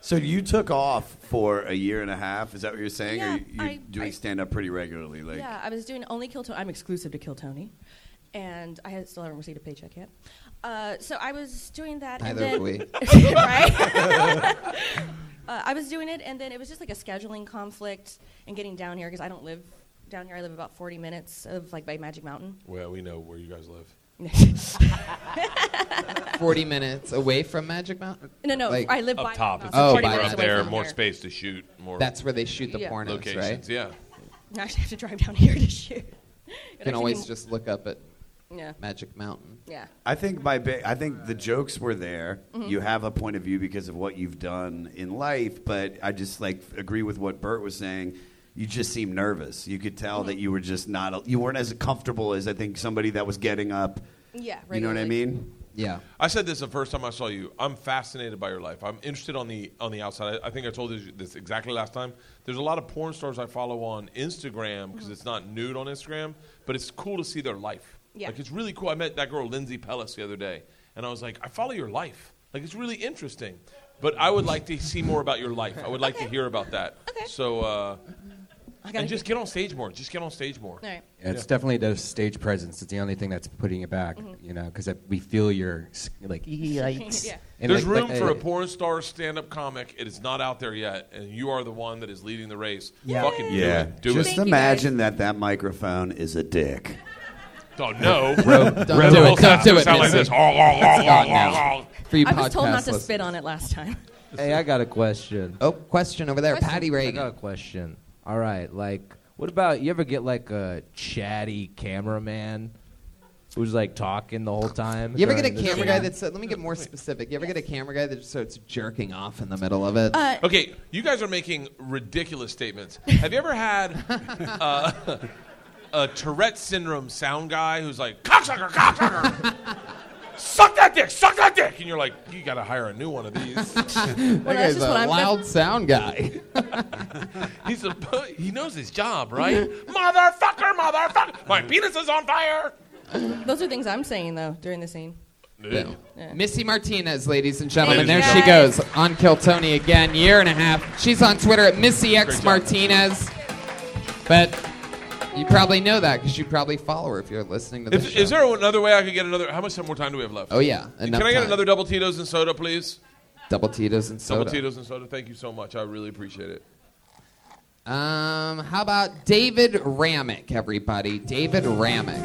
E: So you took off for a year and a half. Is that what you're saying?
K: Yeah,
E: or you- you're
K: I-
E: doing
K: I-
E: stand up pretty regularly? Like,
K: Yeah, I was doing only Kill Tony. I'm exclusive to Kill Tony, and I had, still haven't received a paycheck yet. Uh, so I was doing that.
C: Neither have
K: and
C: we.
K: then, we. right? uh, I was doing it, and then it was just like a scheduling conflict and getting down here because I don't live down here. I live about 40 minutes of like by Magic Mountain.
F: Well, we know where you guys live.
C: Forty minutes away from Magic Mountain.
K: No, no,
C: Like,
K: I live
F: Up
K: by
F: top, it's
K: Mountain,
C: Oh,
F: oh,
K: 40
C: by
F: cheaper
K: minutes
F: up
C: Mountain.
K: away
F: there,
K: from
F: more
K: here.
F: space to shoot, more
C: That's where they shoot the
K: Yeah.
C: pornos,
F: locations.
C: right?
F: Yeah.
K: I actually have to drive down here to shoot.
C: You can always just look up at
K: yeah,
C: Magic Mountain.
K: yeah. Mm-hmm.
E: I think my ba- I think the jokes were there. You have a point of view because of what you've done in life, but I just like agree with what Bert was saying. you just seemed nervous. You could
K: Mm-hmm.
E: tell that you were just not you weren't as comfortable as I think somebody that was getting up.
K: Yeah,
E: You know what
K: regularly.
E: I mean?
C: Yeah.
F: I said this the first time I saw you. I'm fascinated by your life. I'm interested on the on the outside. I, I think I told you this exactly last time. There's a lot of porn stars I follow on Instagram
K: Mm-hmm.
F: because it's not nude on Instagram, but it's cool to see their life.
K: Yeah.
F: Like it's really cool. I met that girl Lindsay Pellis the other day, and I was like, I follow your life. Like it's really interesting. But I would like to see more about your life. I would like to hear about that. Okay. So, uh, and just get on stage more. Just get on stage more.
K: All right.
B: Yeah, it's definitely the stage presence. It's the only thing that's putting it back,
C: Mm-hmm.
B: you know, because we feel your s- like yikes.
K: Yeah.
F: There's
B: like-
F: room
B: like,
F: for
B: uh,
F: a porn star stand-up comic. It is not out there yet, and you are the one that is leading the race.
K: Yeah.
F: Fucking
E: yeah.
F: do it. Do
E: just
F: it.
E: imagine that that microphone is a dick.
F: Oh no!
E: Don't
F: Rebel
E: do it,
F: sound-
E: don't do it,
F: Sound like
E: Missy.
F: this. I
K: I was told not to spit on it last time.
J: Hey, I got a question.
C: Oh, question over there,
K: Question. Patty
C: Reagan.
J: I got a question. All right, like, what about you ever get like a chatty cameraman who's like talking the whole time?
C: You ever get a
J: during the
C: camera
J: scene?
C: guy that said, let me get more specific. You ever get a camera guy that just starts jerking off in the middle of it?
K: Uh,
F: okay, you guys are making ridiculous statements. Have you ever had uh, a Tourette syndrome sound guy who's like cocksucker, cocksucker, suck that dick, suck that dick, and you're like, you got to hire a new one of these.
C: that guy's a loud sound guy.
F: He's a he knows his job, right?
K: Mm-hmm.
F: motherfucker, motherfucker, my penis is on fire.
K: Those are things I'm saying though during the scene.
C: Yeah. Missy Martinez, ladies and gentlemen.
K: Thank
C: there
K: you,
C: she
K: guys.
C: goes on Kill Tony again, year and a half. She's on Twitter at Missy X Martinez. But you probably know that because you probably follow her if you're listening to this.
F: If, is there another way I could get another? How much more time do we have left?
C: Oh, yeah,
F: Can
C: enough
F: I get
C: time.
F: another double Tito's and soda, please?
C: Double Tito's and soda.
F: Double Tito's and soda. Thank you so much. I really appreciate it.
C: Um, how about David Ramick, everybody? David Ramick.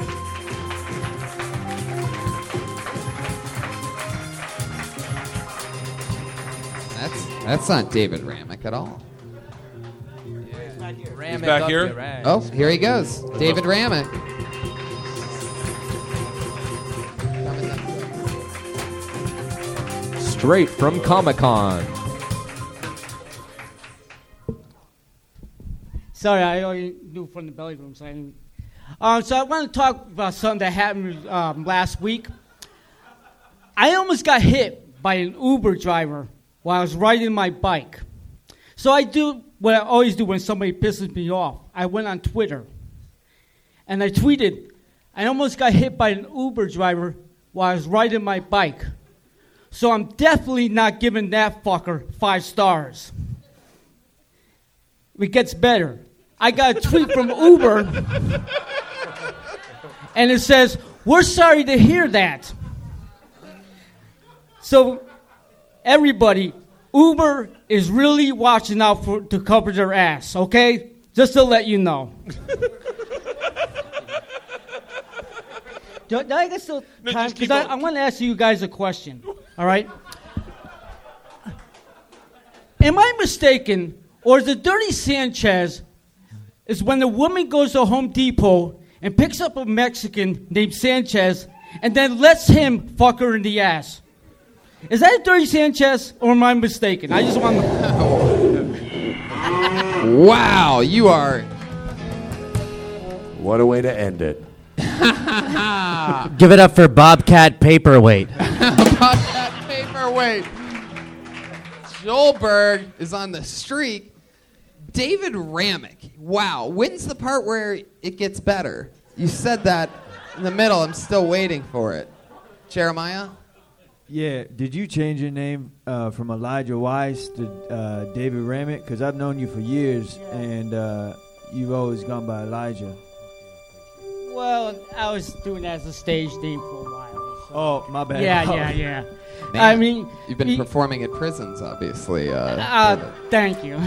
C: That's that's not David Ramick at all.
F: He's back here.
C: Oh, here he goes, David Ramick.
J: Straight from Comic Con.
L: Sorry, I only knew from the belly room, so I didn't. Um, so I want to talk about something that happened um, last week. I almost got hit by an Uber driver while I was riding my bike. So I do what I always do when somebody pisses me off. I went on Twitter and I tweeted, I almost got hit by an Uber driver while I was riding my bike. So I'm definitely not giving that fucker five stars. It gets better. I got a tweet from Uber, and it says, "We're sorry to hear that." So, everybody, Uber is really watching out for to cover their ass. Okay, just to let you know. Do, do I get still time? Because I, I want to ask you guys a question. All right. Am I mistaken, or is it Dirty Sanchez is when the woman goes to Home Depot and picks up a Mexican named Sanchez and then lets him fuck her in the ass? Is that Dirty Sanchez, or am I mistaken? I just want to.
C: Wow, you are.
E: What a way to end it.
G: Give it up for Bobcat Paperweight.
C: About that paperweight. Joelberg is on the streak. David Ramick. Wow. When's the part where it gets better? You said that in the middle. I'm still waiting for it. Jeremiah?
I: Yeah, did you change your name uh, from Elijah Weiss to uh, David Ramick? Because I've known you for years, and uh, you've always gone by Elijah.
L: Well, I was doing that as a stage name for a while. so-
I: Oh, my bad.
L: Yeah,
I: Oh.
L: yeah, yeah.
C: Man,
L: I mean,
C: you've been performing at prisons, obviously. Uh,
L: uh, thank you.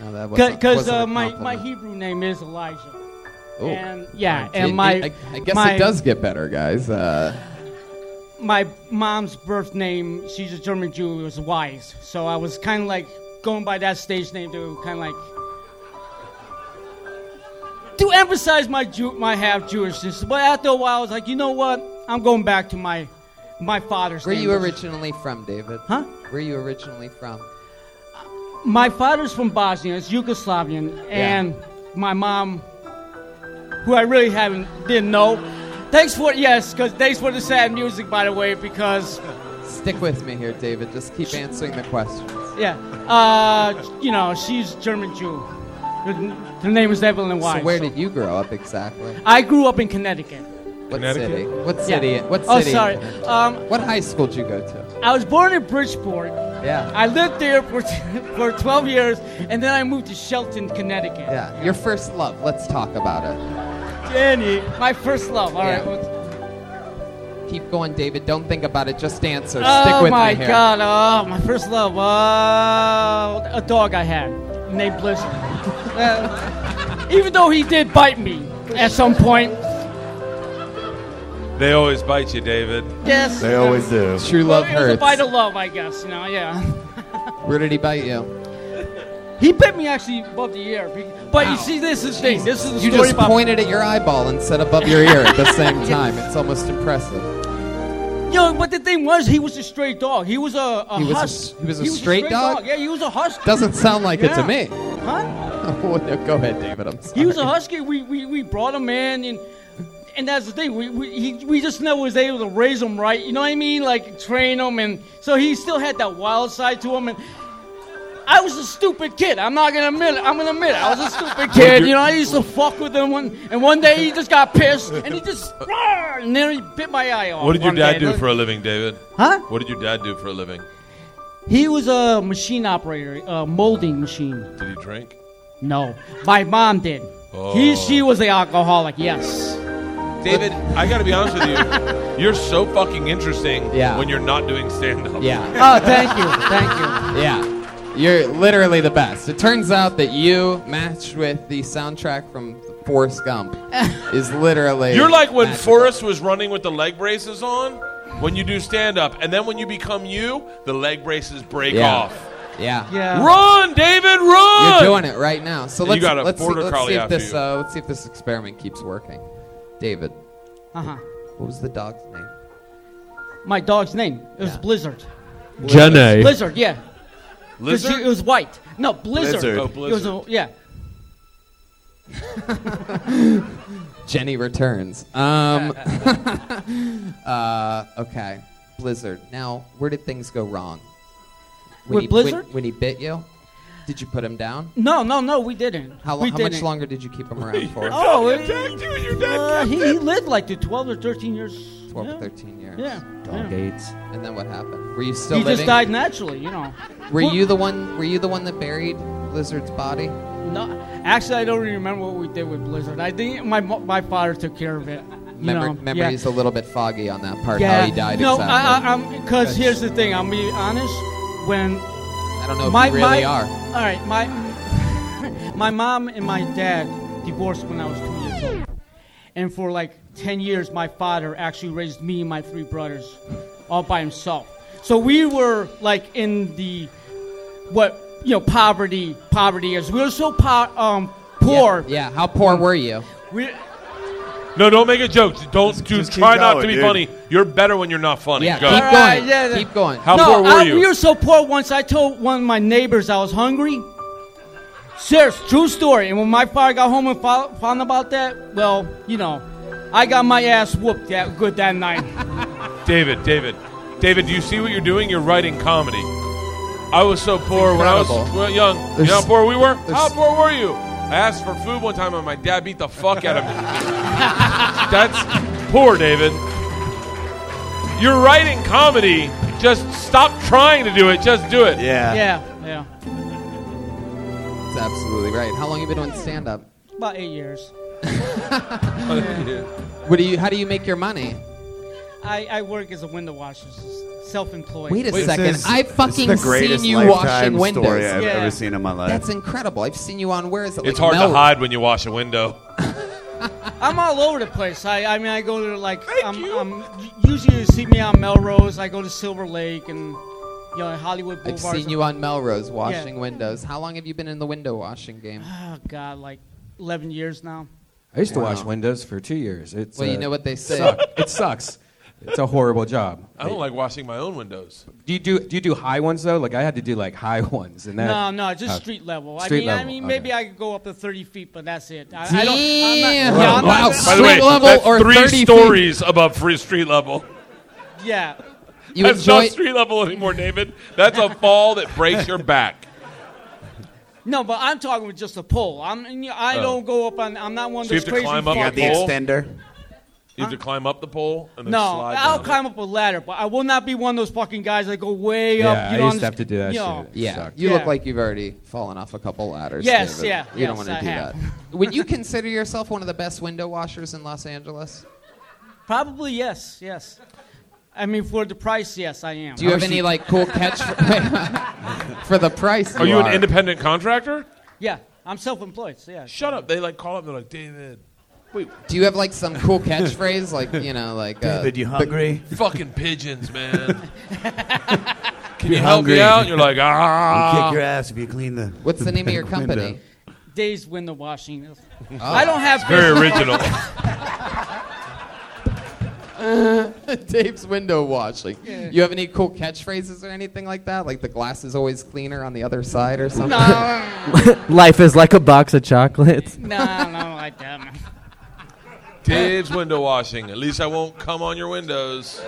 C: no, that wasn't-
L: Because
C: wasn't a
L: uh, my, my
C: compliment.
L: Hebrew name is Elijah.
C: Oh.
L: And yeah,
C: Alright,
L: and
C: Jin-
L: my
C: I, I guess
L: my,
C: it does get better, guys. Uh,
L: my mom's birth name, she's a German Jew, was Wise. So I was kind of like going by that stage name to kind of like to emphasize my Jew, my half Jewishness. But after a while, I was like, you know what? I'm going back to my my father's
C: where
L: name.
C: you
L: which-
C: originally from, David?
L: Huh?
C: Where you originally from?
L: my father's from Bosnia, it's Yugoslavian, and my mom, who I really haven't didn't know. Thanks for yes, because thanks for the sad music, by the way, because
C: Stick with me here, David. Just keep answering the questions.
L: yeah, uh, you know she's German Jew. Her, her name is Evelyn Weiss.
C: So where did you grow up exactly?
L: I grew up in Connecticut.
C: What city? What
L: Uh, Yeah.
C: city? What
L: Oh,
C: city?
L: sorry. Um,
C: what high school did you go to?
L: I was born in Bridgeport.
C: Yeah.
L: I lived there for, for 12 years, and then I moved to Shelton, Connecticut.
C: Yeah. Your first love. Let's talk about it.
L: Jenny, my first love. All right.
C: Yeah. Keep going, David. Don't think about it. Just answer.
L: oh
C: Stick with
L: my
C: me here.
L: God! Oh, my first love. Uh, a dog I had named Blizzard. Uh, even though he did bite me at some point.
F: They always bite you, David.
L: Yes.
C: They always do. True
L: Well,
C: love
L: it was a
C: hurts.
L: bite of love, I guess. You know, yeah.
C: Where did he bite you?
L: He bit me actually above the ear. be- But you see, this is the thing. This is the
C: You
L: story
C: just
L: about-
C: pointed at your eyeball and said above your ear at the same time. It's almost impressive.
L: Yo, but the thing was, he was a straight dog. He was a, a
C: He was a s-
L: husk.
C: he was a straight dog?
L: Yeah, he was a husky.
C: Doesn't sound like it to
L: Yeah.
C: me.
L: Huh?
C: Oh, no, go ahead, David. I'm sorry.
L: He was a husky. We, we, we brought him in, and and that's the thing. We we, he, we just never was able to raise him right. You know what I mean? Like train him, and so he still had that wild side to him. And I was a stupid kid. I'm not gonna admit it. I'm gonna admit it. I was a stupid kid. You know, I used to fuck with him, one, and one day he just got pissed, and he just roar, and then he bit my eye off.
F: What did your
L: one
F: dad
L: day.
F: do for a living, David?
L: Huh?
F: What did your dad do for a living?
L: He was a machine operator, a molding machine.
F: Did he drink? Oh.
L: No, my mom did. He, she was an alcoholic. Yes.
F: David, I gotta be honest with you. You're so fucking interesting
C: Yeah.
F: when you're not doing stand up.
C: Yeah.
L: Oh, thank you, thank you.
C: Yeah. You're literally the best. It turns out that you matched with the soundtrack from Forrest Gump is literally
F: You're like when Forrest was running with the leg braces on when you do stand up, and then when you become you, the leg braces break
C: Yeah.
F: off.
C: Yeah.
F: Run, David,
C: You're
F: run!
C: doing it right now. So
F: You
C: let's
F: got a
C: let's, see,
F: border
C: let's
F: collie
C: see if
F: after
C: this
F: you.
C: uh, let's see if this experiment keeps working. David,
L: Uh huh.
C: what was the dog's name?
L: My dog's name it was Blizzard.
J: Jenny.
L: Blizzard, yeah. 'Cause
J: Lizard?
L: she- It was white. No, Blizzard.
C: Blizzard. Oh,
L: It was a- yeah.
C: Jenny returns. Um, uh, okay, Blizzard. Now, where did things go wrong?
L: With
C: he,
L: Blizzard?
C: When, when he bit you, did you put him down?
L: No, no, no. We didn't.
C: How, lo-
L: we
C: how
L: didn't.
C: much longer did you keep him around for?
L: Oh, it, uh, he, he lived like the 12 or 13 years.
C: 12
L: yeah.
C: or 13 years.
L: Yeah. yeah.
C: And then what happened? Were you still
L: He
C: living?
L: just died naturally, you know.
C: Were
L: Well-
C: you the one? Were you the one that buried Blizzard's body?
L: No, actually, I don't really remember what we did with Blizzard. I think my mo- my father took care of it. You
C: Memor-
L: know,
C: memory's a little bit foggy on that part.
L: yeah.
C: How he died
L: No,
C: exactly.
L: I, I, I'm because here's the thing. I'm being honest. When
C: I don't know if
L: my,
C: you really
L: my,
C: are.
L: All right, my my mom and my dad divorced when I was two years old, and for like ten years, my father actually raised me and my three brothers all by himself. So we were like in the what you know poverty poverty is. We were so po- um, poor.
C: Yeah, how poor were you?
L: We,
F: No, don't make a joke. Don't do,
C: just keep
F: try not to
C: going,
F: be
C: dude.
F: funny. You're better when you're not funny.
C: Yeah,
F: Go.
C: keep
L: All right, Uh, yeah, that-
C: Keep going.
F: How
L: no,
F: poor were
L: I,
F: you?
L: We were so poor once I told one of my neighbors I was hungry. Serious, true story. And when my father got home and found, found about that, well, you know, I got my ass whooped that good that night.
F: David, David, David, do you see what you're doing? You're writing comedy. I was so poor when I was
C: incredible.
F: well, young.
C: There's-
F: you know how poor we were?
C: there's-
F: How poor were you? I asked for food one time and my dad beat the fuck out of me. That's poor, David. You're writing comedy. Just stop trying to do it. Just do it.
E: Yeah.
L: yeah, yeah.
C: That's absolutely right. How long have you been doing stand up?
L: About eight years.
C: What do you? How do you make your money?
L: I, I work as a window washer, s- self-employed.
C: Wait a second. I've fucking
E: the greatest
C: seen you washing
E: lifetime
C: windows.
E: story I've ever seen in my life.
C: That's incredible. I've seen you on where is it? like
F: It's hard to
C: Melrose.
F: hide when you wash a window.
L: I'm all over the place. I, I mean, I go to like I'm, I'm usually you see me on Melrose. I go to Silver Lake and you know Hollywood
C: I've
L: Boulevard.
C: seen you on Melrose washing
L: Yeah.
C: windows. How long have you been in the window washing game?
L: Oh God, like 11 years now.
B: I used to
C: Wow.
B: wash windows for two years. It's
C: Well, you
B: uh,
C: know what they say.
B: suck. it sucks. It's a horrible job.
F: I don't like washing my own windows.
B: Do you do do you do high ones though? Like I had to do like high ones and that.
L: no, no, just
B: Oh.
L: street level. I
B: Street
L: mean, I
B: level,
L: mean,
B: okay.
L: maybe I could go up to 30 feet, but that's it. I, I don't. I'm not,
F: Damn.
L: yeah, I'm
F: Wow,
L: not-
F: by the way, that's three stories above free street level.
L: Yeah.
F: that's not street level anymore, David. That's a fall that breaks your back.
L: No, but I'm talking with just a pole. I'm. I
F: Oh.
L: don't go up on. I'm not one of
F: So you
L: those
F: have to
L: crazy.
F: climb up
L: fuck-
F: the pole. You have to climb up the pole and then
L: No, Oh,
F: slide
L: I'll
F: down.
L: climb up a ladder, but I will not be one of those fucking guys that go way up.
F: Yeah,
L: you
F: I
L: know,
F: used
L: on
F: to
L: this-
F: have to do that
L: you know.
F: shit.
C: Yeah,
F: Sucked.
C: you
L: Yeah.
C: look like you've already fallen off a couple ladders.
L: Yes,
C: David.
L: yeah,
C: You don't
L: yes,
C: want to
L: I
C: do
L: have.
C: that. Would you consider yourself one of the best window washers in Los Angeles?
L: Probably yes, yes. I mean, for the price, yes, I am.
C: Do you have any like cool catch for, for the price?
F: Are you an independent contractor?
L: Yeah, I'm self-employed. So yeah.
F: Shut up. They like call up. They're like David. Wait.
C: Do you have like some cool catchphrase, like you know, like uh,
F: David, you
C: the-
F: hungry? Fucking pigeons, man. Can
E: You're
F: you help me
E: hungry.
F: out? And you're like,
E: I'll
F: ah.
E: kick your ass if you clean the.
C: What's the name of your
E: window.
C: company?
L: Days window washing.
C: Oh.
L: I don't have
C: It's very
F: original.
C: Dave's window washing.
L: Yeah.
C: You have any cool catchphrases or anything like that? Like the glass is always cleaner on the other side or something?
G: Life is like a box of chocolates.
L: no, no, like that. Man.
F: Dave's window washing. At least I won't come on your windows.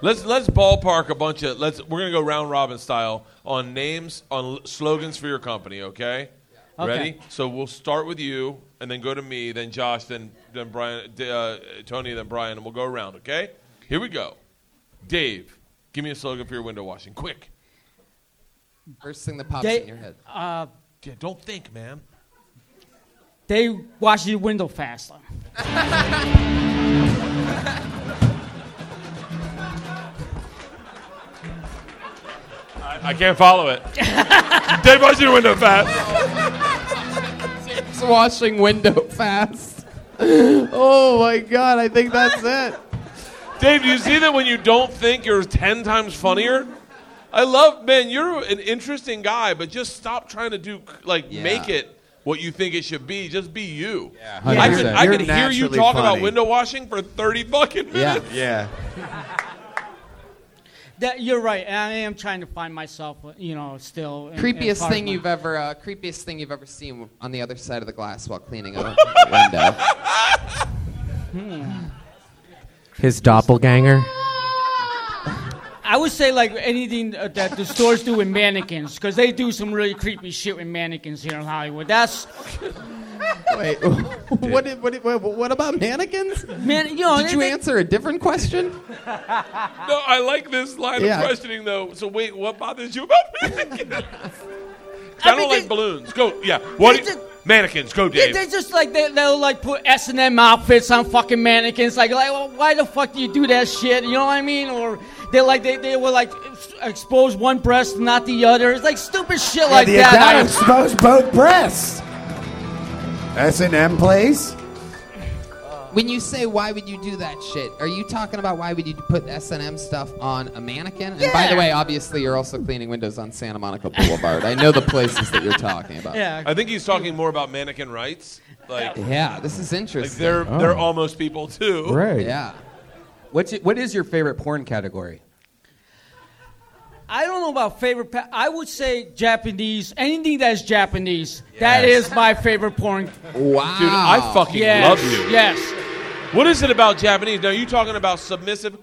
F: let's let's ballpark a bunch of let's. We're gonna go round robin style on names on l- slogans for your company. Okay.
L: Okay.
F: Ready? So we'll start with you, and then go to me, then Josh, then then Brian, D- uh, Tony, then Brian, and we'll go around. Okay. Here we go. Dave, give me a slogan for your window washing, quick.
C: First thing that pops
L: They-
C: in your head.
L: Uh,
F: yeah, don't think, man.
L: They wash your window fast.
F: I, I can't follow it. Dave, wash your window fast.
C: It's washing window fast. oh my god, I think that's it.
F: Dave, do you see that when you don't think you're 10 times funnier? I love, man, you're an interesting guy, but just stop trying to do, like, make it what you think it should be. Just be you. Yeah, I could,
E: 100%.
F: I could
E: You're
F: hear you
E: naturally
F: talk about
E: funny.
F: window washing for 30 fucking minutes.
E: Yeah.
L: That you're right. and I am trying to find myself, you know, still. in- in
C: Creepiest
L: part of
C: thing
L: my-
C: you've ever, uh, creepiest thing you've ever seen on the other side of the glass while cleaning a window.
L: Hmm.
G: His doppelganger.
L: I would say like anything uh, that the stores do with mannequins, because they do some really creepy shit with mannequins here in Hollywood. That's
C: Wait, what, did, what, did, what, what about mannequins?
L: Man, you know,
C: did you
L: they-
C: answer a different question?
F: No, I like this line
C: Yeah.
F: of questioning, though. So, wait, what bothers you about mannequins? I, don't like balloons. Go, yeah. What? do you- mannequins, go,
L: they,
F: Dave.
L: they just like they, they'll like put S and M outfits on fucking mannequins. Like, like well, why the fuck do you do that shit? You know what I mean? Or they like they, they will like ex- expose one breast, and not the other. It's like stupid shit like
E: you
L: that.
E: gotta
L: I-
E: expose both breasts. S and M plays.
C: When you say why would you do that shit, are you talking about why would you put S and M stuff on a mannequin? And by the
L: Yeah.
C: way, obviously you're also cleaning windows on Santa Monica Boulevard. I know the places that you're talking about.
F: I think he's talking more about mannequin rights. Like,
C: Yeah, this is
F: like
C: interesting.
F: they're they're almost people too.
C: Yeah.
B: What's it, what is your favorite porn category?
L: I don't know about favorite. Pa- I would say Japanese. Anything that's Japanese, that is my favorite porn.
C: Wow.
F: Dude, I fucking
L: Yes,
F: love you.
L: Yes.
F: What is it about Japanese? Now, are you talking about submissive?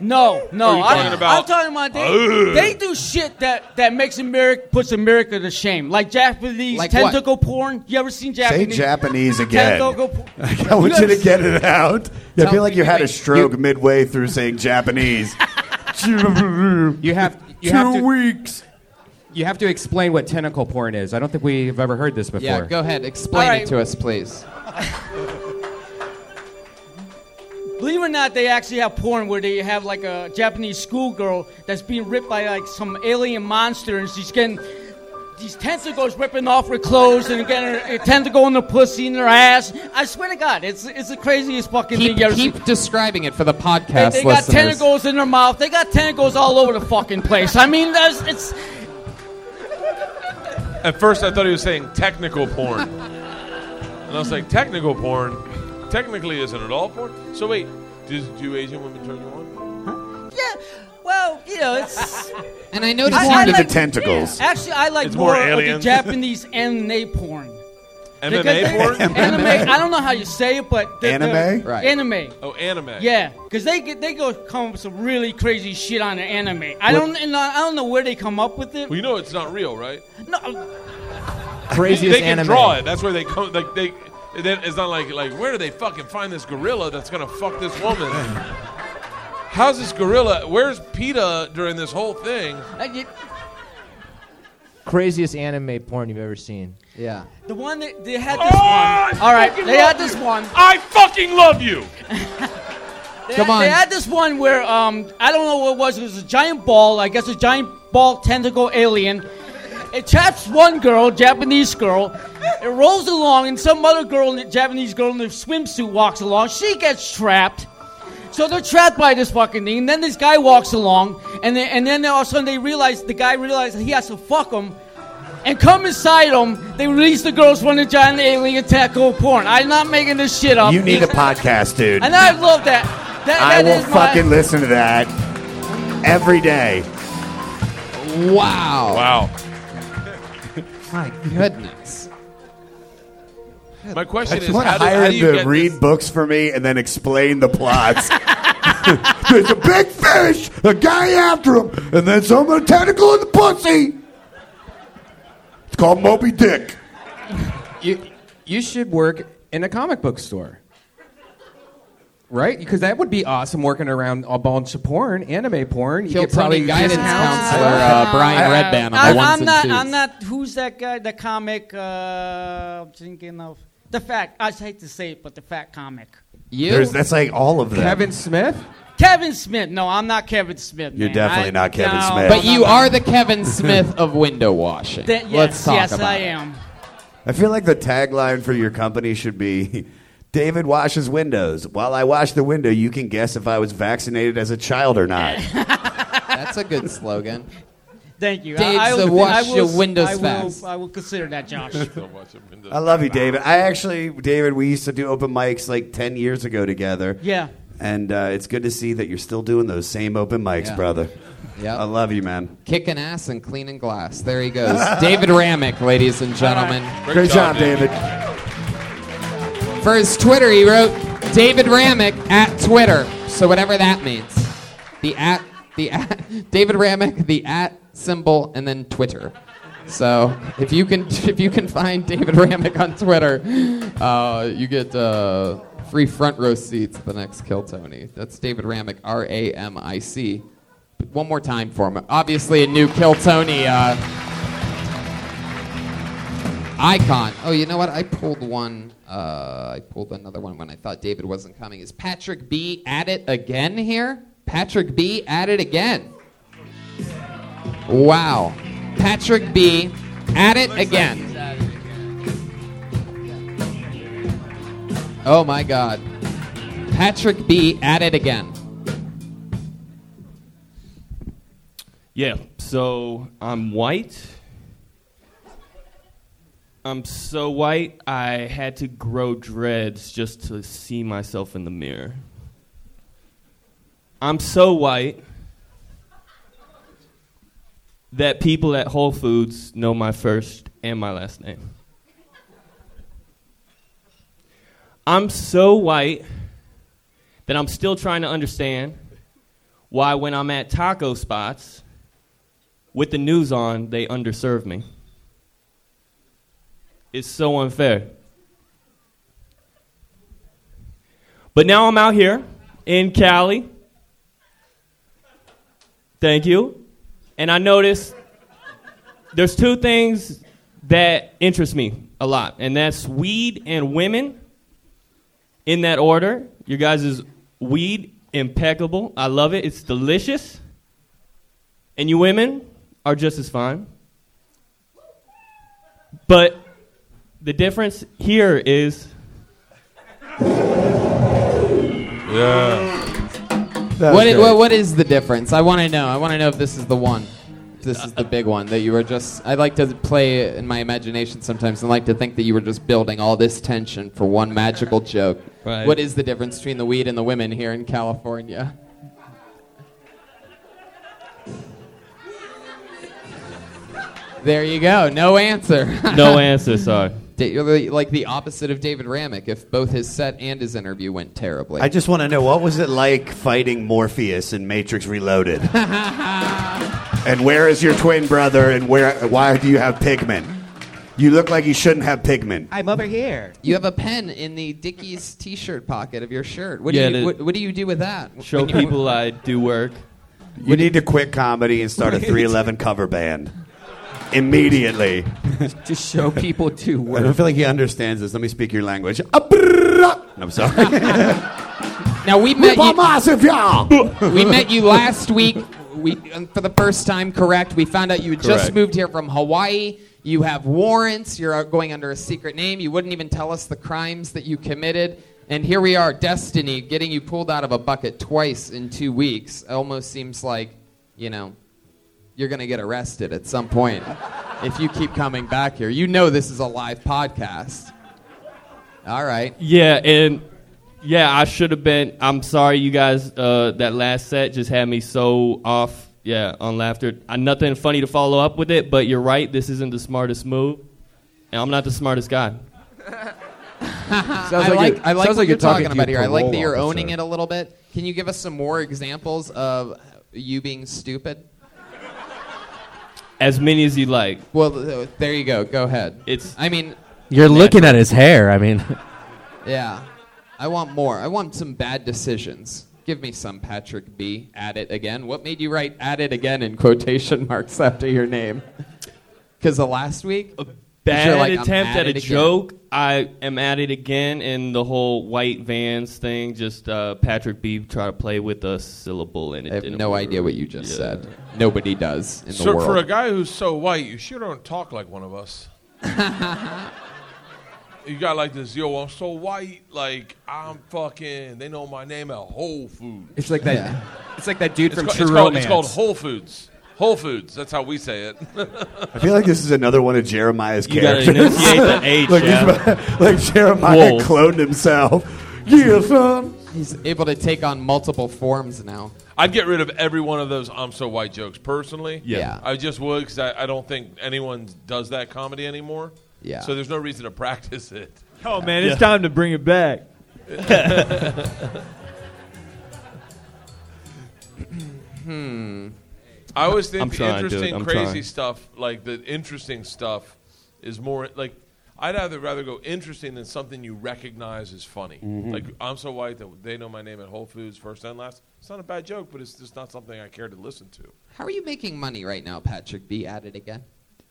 L: No, no.
F: Are you
L: I,
F: talking about-
L: I'm talking about they,
F: Ugh.
L: they do shit that, that makes America puts America to shame. Like Japanese
E: Like what?
L: tentacle porn. You ever seen
E: Say
L: Japanese?
E: Japanese again.
L: Tentacle porn.
E: I want you to get it out. I feel like you had a stroke midway through saying Japanese.
B: You have you
E: Two
B: have to,
E: weeks.
B: You have to explain what tentacle porn is. I don't think we've ever heard this before.
C: Yeah, go ahead. Explain
L: All right.
C: it to us, please.
L: Believe it or not, they actually have porn where they have like a Japanese schoolgirl that's being ripped by like some alien monster, and she's getting these tentacles ripping off her clothes and getting her, a tentacle in her pussy and her ass. I swear to God, it's it's the craziest fucking thing
C: Keep,
L: you ever seen.
C: keep describing it for the
L: They,
C: podcast
L: they got
C: listeners.
L: tentacles in their mouth. They got tentacles all over the fucking place. I mean, that's it's.
F: At first, I thought he was saying technical porn, and I was like, technical porn. technically is an adult porn. So wait, does do Asian women turn you on?
L: Well, you know, it's.
C: And I noticed
L: I,
C: one of the
L: like-
E: tentacles.
L: yeah, actually, I like
F: It's more
L: more, of the
F: aliens.
L: Japanese anime porn.
F: MMA
L: Because they-
F: porn?
L: anime. I don't know how you say it, but the- the-
F: Anime? Right.
L: Anime.
F: Oh, anime.
L: Yeah, because they get, they go come up with some really crazy shit on the anime. I
F: What-
L: don't and I I don't know where they come up with it.
F: Well, you know it's not real, right?
L: No,
F: they can draw it. That's where they come. Like they, then it's not like like where do they fucking find this gorilla that's gonna fuck this woman? How's this gorilla? Where's PETA during this whole thing?
L: I get-
J: Craziest anime porn you've ever seen.
C: Yeah.
L: the one that they had this one. All right,
F: Oh, fucking
L: they had
F: love
L: this
F: you.
L: one.
F: I fucking love you.
L: They
F: Come
L: had, They
F: on.
L: had this one where um I don't know what it was. It was a giant ball. I guess a giant ball tentacle alien. It traps one girl, Japanese girl. It rolls along, and some other girl, Japanese girl in a swimsuit, walks along. She gets trapped. So they're trapped by this fucking thing. And then this guy walks along, and then, and then all of a sudden they realize the guy realizes he has to fuck them. And come inside them, they release the girls from the giant alien tackle porn. I'm not making this shit up.
E: You need a podcast, dude.
L: And I love that. that
E: I
L: that
E: will
L: is my-
E: fucking listen to that every day.
C: Wow.
F: Wow.
C: My goodness.
F: My
E: I
F: question
E: just
F: is,
E: want to
F: how do,
E: hire
F: how do
E: him
F: you
E: to
F: get
E: read books for me and then explain the plots. There's a big fish, a guy after him, and then some with a tentacle in the pussy. It's called Moby Dick.
B: You, you should work in a comic book store. Right? Because that would be awesome working around a bunch of porn, anime porn. You
C: Kill
B: could probably
C: Tony guidance
B: discounts.
C: counselor, uh, Brian
B: I- I-
C: Redband on the
B: I-
C: ones
L: I'm
C: and
L: not.
C: twos.
L: I'm not. Who's that guy? The comic. Uh, I'm thinking of the fact. I hate to say it, but the fat comic.
C: You?
E: There's, that's like all of them.
B: Kevin Smith?
L: Kevin Smith. No, I'm not Kevin Smith.
E: You're
L: man.
E: definitely
L: I-
E: not Kevin
L: no,
E: Smith.
L: no,
C: But you
L: no.
C: are the Kevin Smith of window washing.
L: That- yes,
C: Let's talk
L: yes,
C: about
L: I
C: it.
L: am.
E: I feel like the tagline for your company should be David washes windows. While I wash the window, you can guess if I was vaccinated as a child or not.
C: That's a good slogan.
L: Thank you.
C: Dave's
L: I, I
C: the
L: will, I
C: wash
L: will,
C: your windows
L: I
C: fast.
L: Will, I will consider that, Josh.
E: I love you, David. I actually, David, we used to do open mics like 10 years ago together.
L: Yeah.
E: And uh, it's good to see that you're still doing those same open mics,
C: Yeah.
E: brother.
C: Yep.
E: I love you, man.
C: Kicking ass and cleaning glass. There he goes. David Ramick, ladies and gentlemen.
E: Great, job, David.
C: For his Twitter, he wrote David Ramick at Twitter. So whatever that means. The at the at David Ramick, the at symbol, and then Twitter. So if you can if you can find David Ramick on Twitter, uh, you get uh, free front row seats at the next Kill Tony. That's David Ramick, R A M I C. One more time for him. Obviously, a new Kill Tony. Uh, Icon. Oh, you know what? I pulled one. Uh, I pulled another one when I thought David wasn't coming. Is Patrick B at it again here? Patrick B at it again. Wow. Patrick B at it again. Oh my God. Patrick B at it again.
M: Yeah. So I'm white. I'm so white. I had to grow dreads just to see myself in the mirror. I'm so white that people at Whole Foods know my first and my last name. I'm so white that I'm still trying to understand why, when I'm at taco spots with the news on, they underserve me. It's so unfair. But now I'm out here in Cali. Thank you. And I noticed there's two things that interest me a lot, and that's weed and women in that order. Your guys' weed, impeccable. I love it. It's delicious. And you women are just as fine. But the difference here is.
F: Yeah.
C: What, i- what, what is the difference? I want to know. I want to know if this is the one. This is the big one that you were just. I like to play in my imagination sometimes and like to think that you were just building all this tension for one magical joke.
J: Right.
C: What is the difference between the weed and the women here in California? There you go. No answer.
M: No answer, sorry.
C: Da- you're the- like the opposite of David Ramick if both his set and his interview went terribly.
N: I just want to know what was it like fighting Morpheus in Matrix Reloaded?
E: And where is your twin brother? And where? Why do you have pigment? You look like you shouldn't have pigment.
C: I'm over here. You have a pen in the Dickies t-shirt pocket of your shirt. What
M: Yeah,
C: do
M: to
C: you, what, what do you do with that?
M: Show
C: When you-
M: people I do work.
N: You need to quit comedy and start a 311 cover band immediately.
C: Just show people to
N: I
C: work.
N: don't feel like he understands this. Let me speak your language. Abrrra. I'm sorry.
C: Now we met
N: Whip 'em ass if
C: you. we met you last week. We um, for the first time, correct? We found out you had just
N: Correct.
C: moved here from Hawaii. You have warrants. You're out going under a secret name. You wouldn't even tell us the crimes that you committed. And here we are, destiny, getting you pulled out of a bucket twice in two weeks. Almost seems like, you know, you're going to get arrested at some point if you keep coming back here. You know this is a live podcast. All right.
M: Yeah, and yeah, I should have been. I'm sorry, you guys. Uh, that last set just had me so off. Yeah, on laughter. I, nothing funny to follow up with it, but you're right. This isn't the smartest move, and I'm not the smartest guy.
C: I
M: like
C: like,
M: you're-
C: I like what
M: sounds like
C: you're
M: you're
C: talking
M: talking to
C: about
M: your
C: here. I like that
M: parole
C: you're
M: officer.
C: owning it a little bit. Can you give us some more examples of you being stupid?
M: As many as you like.
C: Well, th- there you go. Go ahead.
M: It's.
C: I mean,
G: You're looking at his hair. I mean,
C: yeah. I want more. I want some bad decisions. Give me some, Patrick B. At it again. What made you write "at it again" in quotation marks after your name? Because the last week, a
M: bad attempt at, a joke. I am at it again, and the whole white vans thing. Just uh, Patrick B. try to play with a syllable, and it I have
C: no idea what you just said. Nobody does in the
M: So for
C: world.
F: For a guy who's so white, you sure don't talk like one of us. you got like this, yo, I'm so white, like I'm fucking. They know my name at Whole Foods.
B: It's like that. It's like that dude
F: It's
B: from
F: called-
B: True
F: it's called,
B: Romance.
F: it's called Whole Foods. Whole Foods. That's how we say it.
N: I feel like this is another one of Jeremiah's
F: You gotta
N: characters.
F: enunciate the H,
N: like, he's
F: yeah.
N: about- like Jeremiah
C: Wolf.
N: cloned himself. Yeah, son.
C: He's able to take on multiple forms now.
F: I'd get rid of every one of those "I'm so white" jokes personally.
C: Yeah. Yeah.
F: I just would because I, I don't think anyone does that comedy anymore.
C: Yeah.
F: So there's no reason to practice it.
I: Oh man, it's time to bring it back.
C: Hmm.
F: I always think
M: I'm
F: the
M: trying, dude.
F: interesting,
M: I'm
F: crazy
M: trying.
F: stuff, like the interesting stuff, is more like I'd rather rather go interesting than something you recognize as funny.
M: Mm-hmm.
E: Mhm.
F: Like I'm so white that they know my name at Whole Foods first and last. It's not a bad joke, but it's just not something I care to listen to.
C: How are you making money right now, Patrick B? At it again.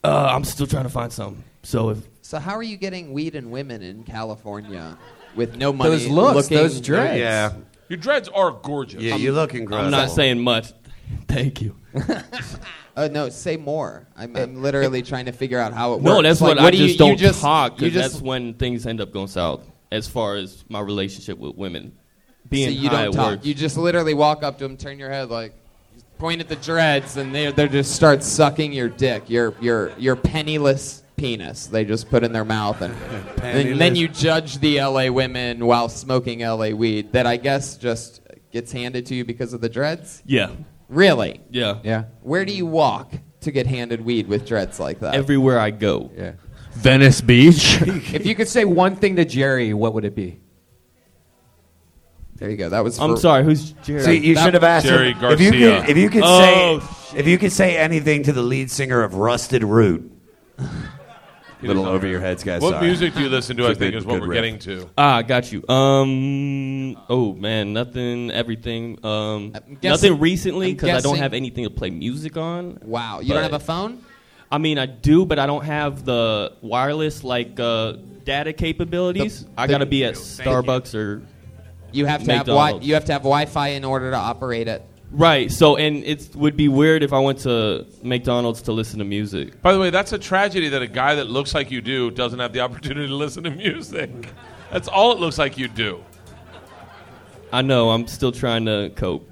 M: Uh, I'm still trying to find something. So if
C: So how are you getting weed and women in California with no money?
M: Those looks,
C: looking-
M: those dreads. Yeah.
F: Your dreads are gorgeous.
C: Yeah, you look incredible.
M: I'm not saying much. Thank you.
C: Uh, no, say more. I'm, I'm literally trying to figure out how it works.
M: No, that's
C: Like,
M: what, I
C: do
M: just
C: you,
M: don't
C: you just,
M: talk. 'cause
C: You just
M: that's when things end up going south. As far as my relationship with women,
C: so
M: being
C: you
M: high
C: don't talk.
M: works.
C: You just literally walk up to them, turn your head like, point at the dreads, and they they just start sucking your dick, your your your penniless penis. They just put in their mouth, and, and then
N: Penniless.
C: you judge the LA women while smoking LA weed that I guess just gets handed to you because of the dreads.
M: Yeah.
C: Really?
M: Yeah.
C: Yeah. Where do you walk to get handed weed with dreads like that?
M: Everywhere I go.
B: Yeah.
G: Venice Beach.
B: if you could say one thing to Jerry, what would it be?
C: There you go. That was.
M: I'm sorry. Who's Jerry?
N: See, you should have asked him. If you could, if you could
M: Oh,
N: say, if you could say anything to the lead singer of Rusted Root.
F: He
N: Little
F: doesn't-
N: over your heads, guys.
F: What
N: sorry.
F: music do you listen to?
N: It's
F: I
N: a
F: think
N: good-
F: is what
N: good
F: we're
N: riff.
F: getting to.
M: Ah, got you. Um. Oh man, nothing. Everything. Um.
C: guessing-
M: nothing recently
C: I'm
M: because I don't
C: guessing-
M: have anything to play music on.
C: Wow, you don't have a phone?
M: I mean, I do, but I don't have the wireless like uh, data capabilities. I
C: the-
M: gotta be at
C: Thank you.
M: Starbucks or.
C: You have to have wi-
M: McDonald's.
C: you have to have Wi-Fi in order to operate it.
M: Right. So, and it would be weird if I went to McDonald's to listen to music.
F: By the way, that's a tragedy that a guy that looks like you do doesn't have the opportunity to listen to music. That's all it looks like you do.
M: I know. I'm still trying to cope.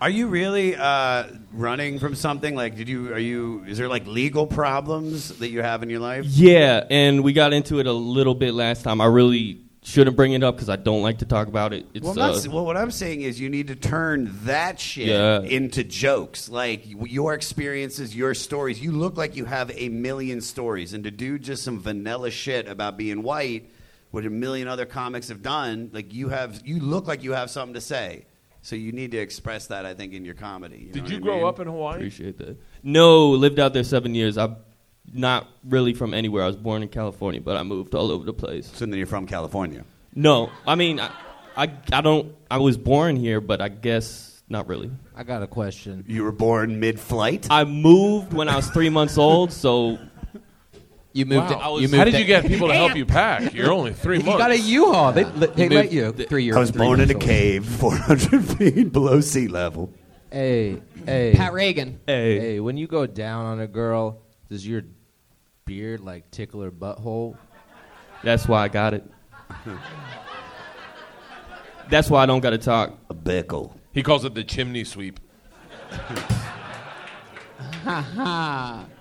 N: Are you really uh, running from something? Like, did you? Are you? Is there like legal problems that you have in your life?
M: Yeah, and we got into it a little bit last time. I really shouldn't bring it up because I don't like to talk about it. It's
N: well, I'm
M: uh,
N: not s- well, what I'm saying is you need to turn that shit
M: Yeah.
N: into jokes. Like y- your experiences, your stories. You look like you have a million stories, and to do just some vanilla shit about being white, what a million other comics have done, like you have, you look like you have something to say. So you need to express that, I think, in your comedy. know
F: Did
N: what
F: you
N: I
F: grow
N: mean?
F: up in Hawaii?
M: Appreciate that. No, lived out there seven years. I'm not really from anywhere. I was born in California, but I moved all over the place.
N: So then you're from California?
M: No, I mean, I, I, I don't. I was born here, but I guess not really.
J: I got a question.
N: You were born mid-flight.
M: I moved when I was three months old, so.
C: You
F: moved Wow. it- I was- you moved How did it- you get people to help you pack? You're only three You months. got a U-Haul. They- they let you three years-
N: I was
F: three
N: born in a
F: months old.
N: cave, 400 feet below sea level.
J: Hey, hey.
C: Pat Reagan.
J: Hey. Hey, when you go down on a girl, does your beard like tickle her butthole?
M: That's why I got it. That's why I don't got to talk.
N: A bickle.
F: He calls it the chimney sweep.
C: Ha ha. Uh,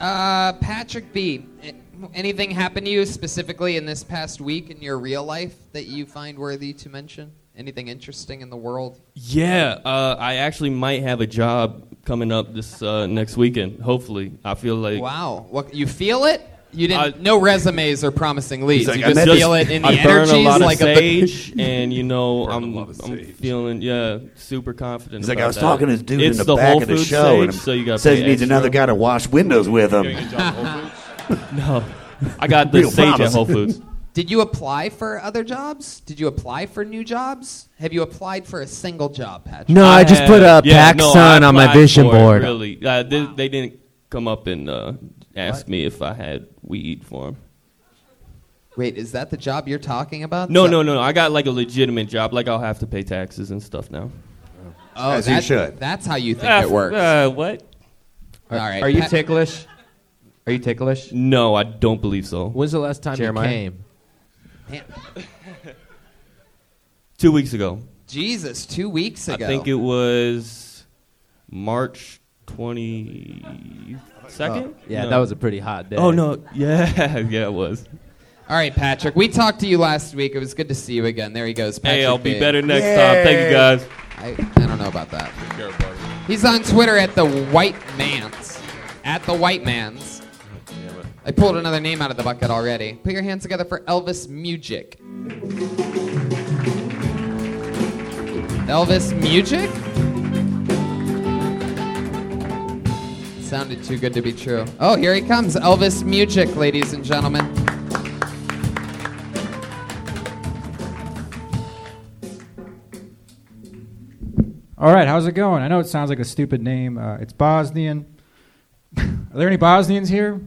C: Uh, Patrick B. a- Anything happened to you specifically in this past week in your real life that you find worthy to mention? Anything interesting in the world?
M: Yeah, uh, I actually might have a job coming up this uh, next weekend. Hopefully, I feel like
C: Wow, what you feel it? You didn't. no resumes are promising leads.
M: He's like,
C: you just
M: I met
C: feel
M: this-
C: it in
M: I
C: the
M: burn
C: energies
M: a lot of
C: like
M: sage,
C: a bu-
M: and you know I'm, I'm feeling yeah super confident.
N: He's like,
M: about
N: I was
M: that.
N: talking to this dude
M: it's
N: in the, back
M: Whole
N: of the
M: Foods
N: show,
M: sage,
N: and
M: so you got
N: says he needs another guy to wash windows with him.
M: no, I got the
N: Real
M: sage
N: promise.
M: at Whole Foods.
C: Did you apply for other jobs? Did you apply for new jobs? Have you applied for a single job, Patrick?
G: No, I just put a
M: Yeah, no,
G: Paxson
M: I
G: on my
M: applied
G: vision
M: for it,
G: board.
M: Really, uh, they, they didn't come up and uh, ask me if I had weed for them.
C: Wait, is that the job you're talking about?
M: No,
C: So-
M: no, no. I got like a legitimate job. Like I'll have to pay taxes and stuff now.
C: Oh, As you that- should. that's how you think it works.
M: Uh, what?
C: All right.
J: Are you
C: Pat-
J: ticklish? Are you ticklish?
M: No, I don't believe so.
J: When's the last time
M: Jeremiah?
J: you came?
M: Two weeks ago.
C: Jesus, two weeks ago.
M: I think it was March 22nd.
J: Oh, yeah,
M: No.
J: that was a pretty hot day.
M: Oh, no. Yeah, yeah, it was.
C: All right, Patrick. We talked to you last week. It was good to see you again. There he goes. Patrick
M: Hey, I'll be
C: B.
M: better next time. Thank you, guys.
C: I, I don't know about that. He's on Twitter at the White Mans. At the White Mans. I pulled another name out of the bucket already. Put your hands together for Elvis Mujic. Elvis Mujic? Sounded too good to be true. Oh, here he comes, Elvis Mujic, ladies and gentlemen.
O: All right, how's it going? I know it sounds like a stupid name. Uh, it's Bosnian. Are there any Bosnians here?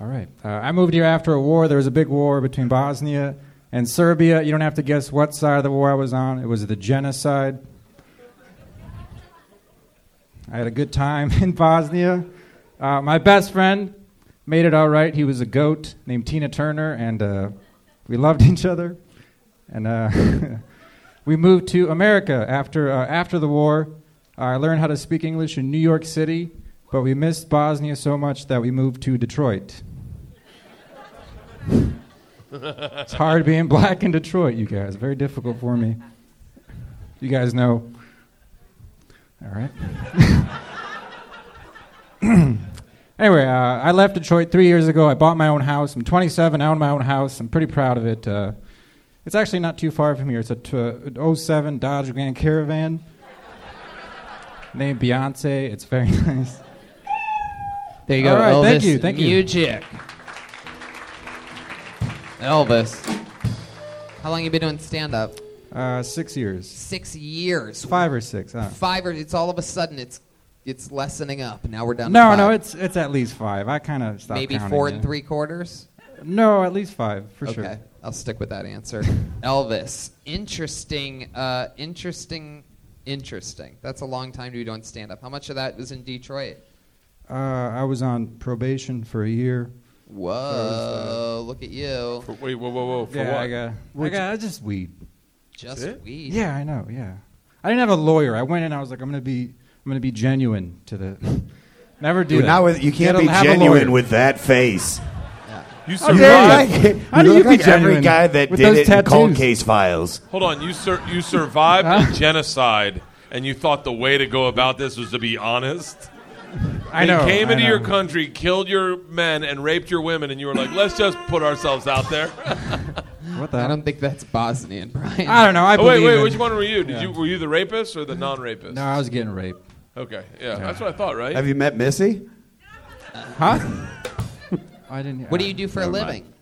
O: All right. Uh, I moved here after a war. There was a big war between Bosnia and Serbia. You don't have to guess what side of the war I was on. It was the genocide. I had a good time in Bosnia. Uh, my best friend made it all right. He was a goat named Tina Turner, and uh, we loved each other. And uh, we moved to America after uh, after the war. I learned how to speak English in New York City, but we missed Bosnia so much that we moved to Detroit. It's hard being black in Detroit, you guys. Very difficult for me. You guys know. All right. anyway, uh, I left Detroit three years ago. I bought my own house. I'm 27. I own my own house. I'm pretty proud of it. Uh, it's actually not too far from here. It's a t- uh, an 07 Dodge Grand Caravan named Beyonce. It's very nice.
C: There you go,
O: All right, thank
C: Elvis
O: you. Thank you.
C: Mujic. Elvis. How long you been doing stand up?
O: Uh, six years.
C: Six years.
O: Five or six. I don't know.
C: Five or it's all of a sudden it's it's lessening up. Now we're down
O: no,
C: to five.
O: no, it's it's at least five. I kind of stopped
C: maybe
O: counting,
C: four and
O: yeah.
C: three quarters.
O: No, at least five for sure.
C: Okay. I'll stick with that answer. Elvis. Interesting, uh, interesting, interesting. That's a long time to be doing stand up. How much of that was in Detroit?
O: Uh, I was on probation for a year.
C: Whoa, uh, look at you.
F: wait, whoa, whoa, whoa.
O: yeah, I got, I got, I just weed.
C: Just
O: That's it?
C: weed.
O: Yeah, I know. Yeah, I didn't have a lawyer. I went in. I was like, I'm gonna be, I'm gonna be genuine to the. Never do
E: Dude,
O: that.
E: not with- you
O: Get
E: can't
O: a-
E: be
O: have a
E: genuine
O: lawyer.
E: with that face.
F: You
O: How dare
F: survived.
O: you? How do
E: look
O: you be
E: like every
O: genuine
E: guy that
O: with
E: did
O: those
E: it in cold
O: tattoos?
E: case files.
F: Hold on, you sur- you survived a genocide, and you thought the way to go about this was to be honest.
O: I
F: they
O: know,
F: came
O: I
F: into your
O: know.
F: country, killed your men, and raped your women, and you were like, "Let's just put ourselves out there."
O: What the?
C: I don't think that's Bosnian, Brian.
O: I don't know. I
F: oh, wait,
O: believe
F: wait.
O: in-
F: Which one were you? Did
O: Yeah.
F: you were you the rapist or the non-rapist?
O: No, I was getting raped.
F: Okay, yeah, that's what I thought, right?
E: Have you met Missy?
O: Huh? I didn't.
C: What do you do for a
O: never
C: living?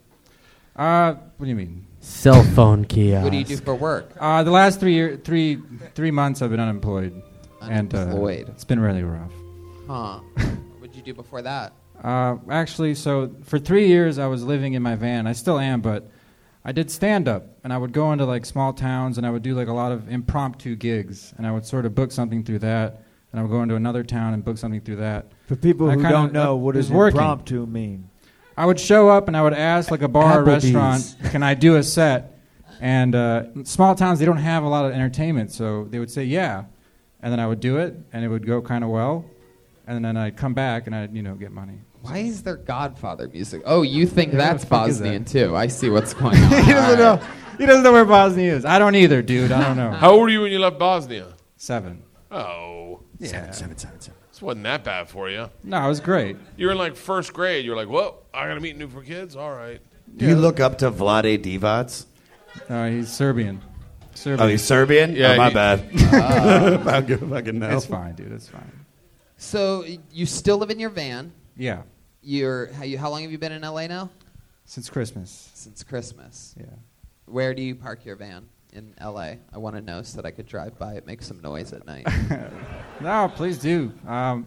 O: Uh, what do you mean?
G: Cell phone kiosk.
C: What do you do for work?
O: Uh, the last three year, three three months I've been unemployed.
C: Unemployed.
O: And, uh, it's been really rough.
C: Huh. What'd you do before that?
O: Uh, actually, so for three years I was living in my van. I still am, but I did stand up, and I would go into like small towns, and I would do like a lot of impromptu gigs, and I would sort of book something through that, and I would go into another town and book something through that.
I: For people
O: I
I: who
O: kinda-
I: don't know, what
O: it
I: does
O: was working.
I: impromptu mean?
O: I would show up and I would ask like a bar or restaurant, can I do a set? And uh, in small towns they don't have a lot of entertainment, so they would say yeah, and then I would do it, and it would go kind of well, and then I'd come back and I'd you know get money.
C: Why is there Godfather music? Oh, you think
O: Yeah,
C: that's
O: the fuck is that?
C: Bosnian too? I see what's going on.
O: he doesn't know. He doesn't know where Bosnia is. I don't either, dude. I don't know.
F: How old were you when you left Bosnia?
O: Seven.
F: Oh,
O: Yeah. Seven,
E: seven, seven, seven.
F: This wasn't that bad for you.
O: No, it was great.
F: You were in like first grade. You're like, "Whoa, I gotta meet new for kids." All right.
E: Do you look up to Vlade Divac?
O: Uh, he's Serbian. Serbian.
E: Oh, he's Serbian?
F: Yeah,
E: Oh, my
F: he-
E: bad.
F: Ah.
E: I don't give a fucking know.
O: It's fine, dude. It's fine.
C: So y- you still live in your van?
O: Yeah.
C: You're how, you, how long have you been in LA now?
O: Since Christmas.
C: Since Christmas.
O: Yeah.
C: Where do you park your van in LA? I want to know so that I could drive by it, make some noise at night.
O: No, please do. Um,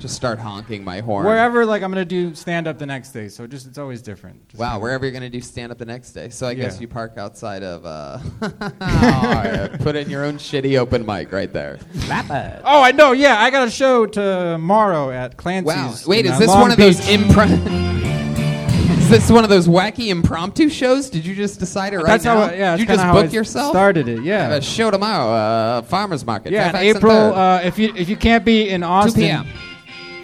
C: Just start honking my horn.
O: Wherever, like, I'm gonna do stand up the next day, so just it's always different. Just
C: Wow,
O: kinda-
C: wherever you're going to do stand up the next day. So I guess
O: Yeah.
C: you park outside of. Uh, Aw, put in your own shitty open mic right there.
O: Oh, I know. Yeah, I got a show tomorrow at Clancy's.
C: Wow. Wait,
O: in,
C: is
O: uh,
C: this
O: Long
C: one of those
O: Beach.
C: impro? is this one of those wacky impromptu shows? Did you just decide it right
O: That's
C: now?
O: how I- yeah,
C: Did
O: that's
C: you just
O: kinda how
C: book
O: I
C: yourself.
O: started it, yeah.
C: I have a show tomorrow, uh, farmers market.
O: Yeah, in
C: Fairfax and
O: April.
C: Third.
O: Uh, if you if you can't be in Austin
C: p.m..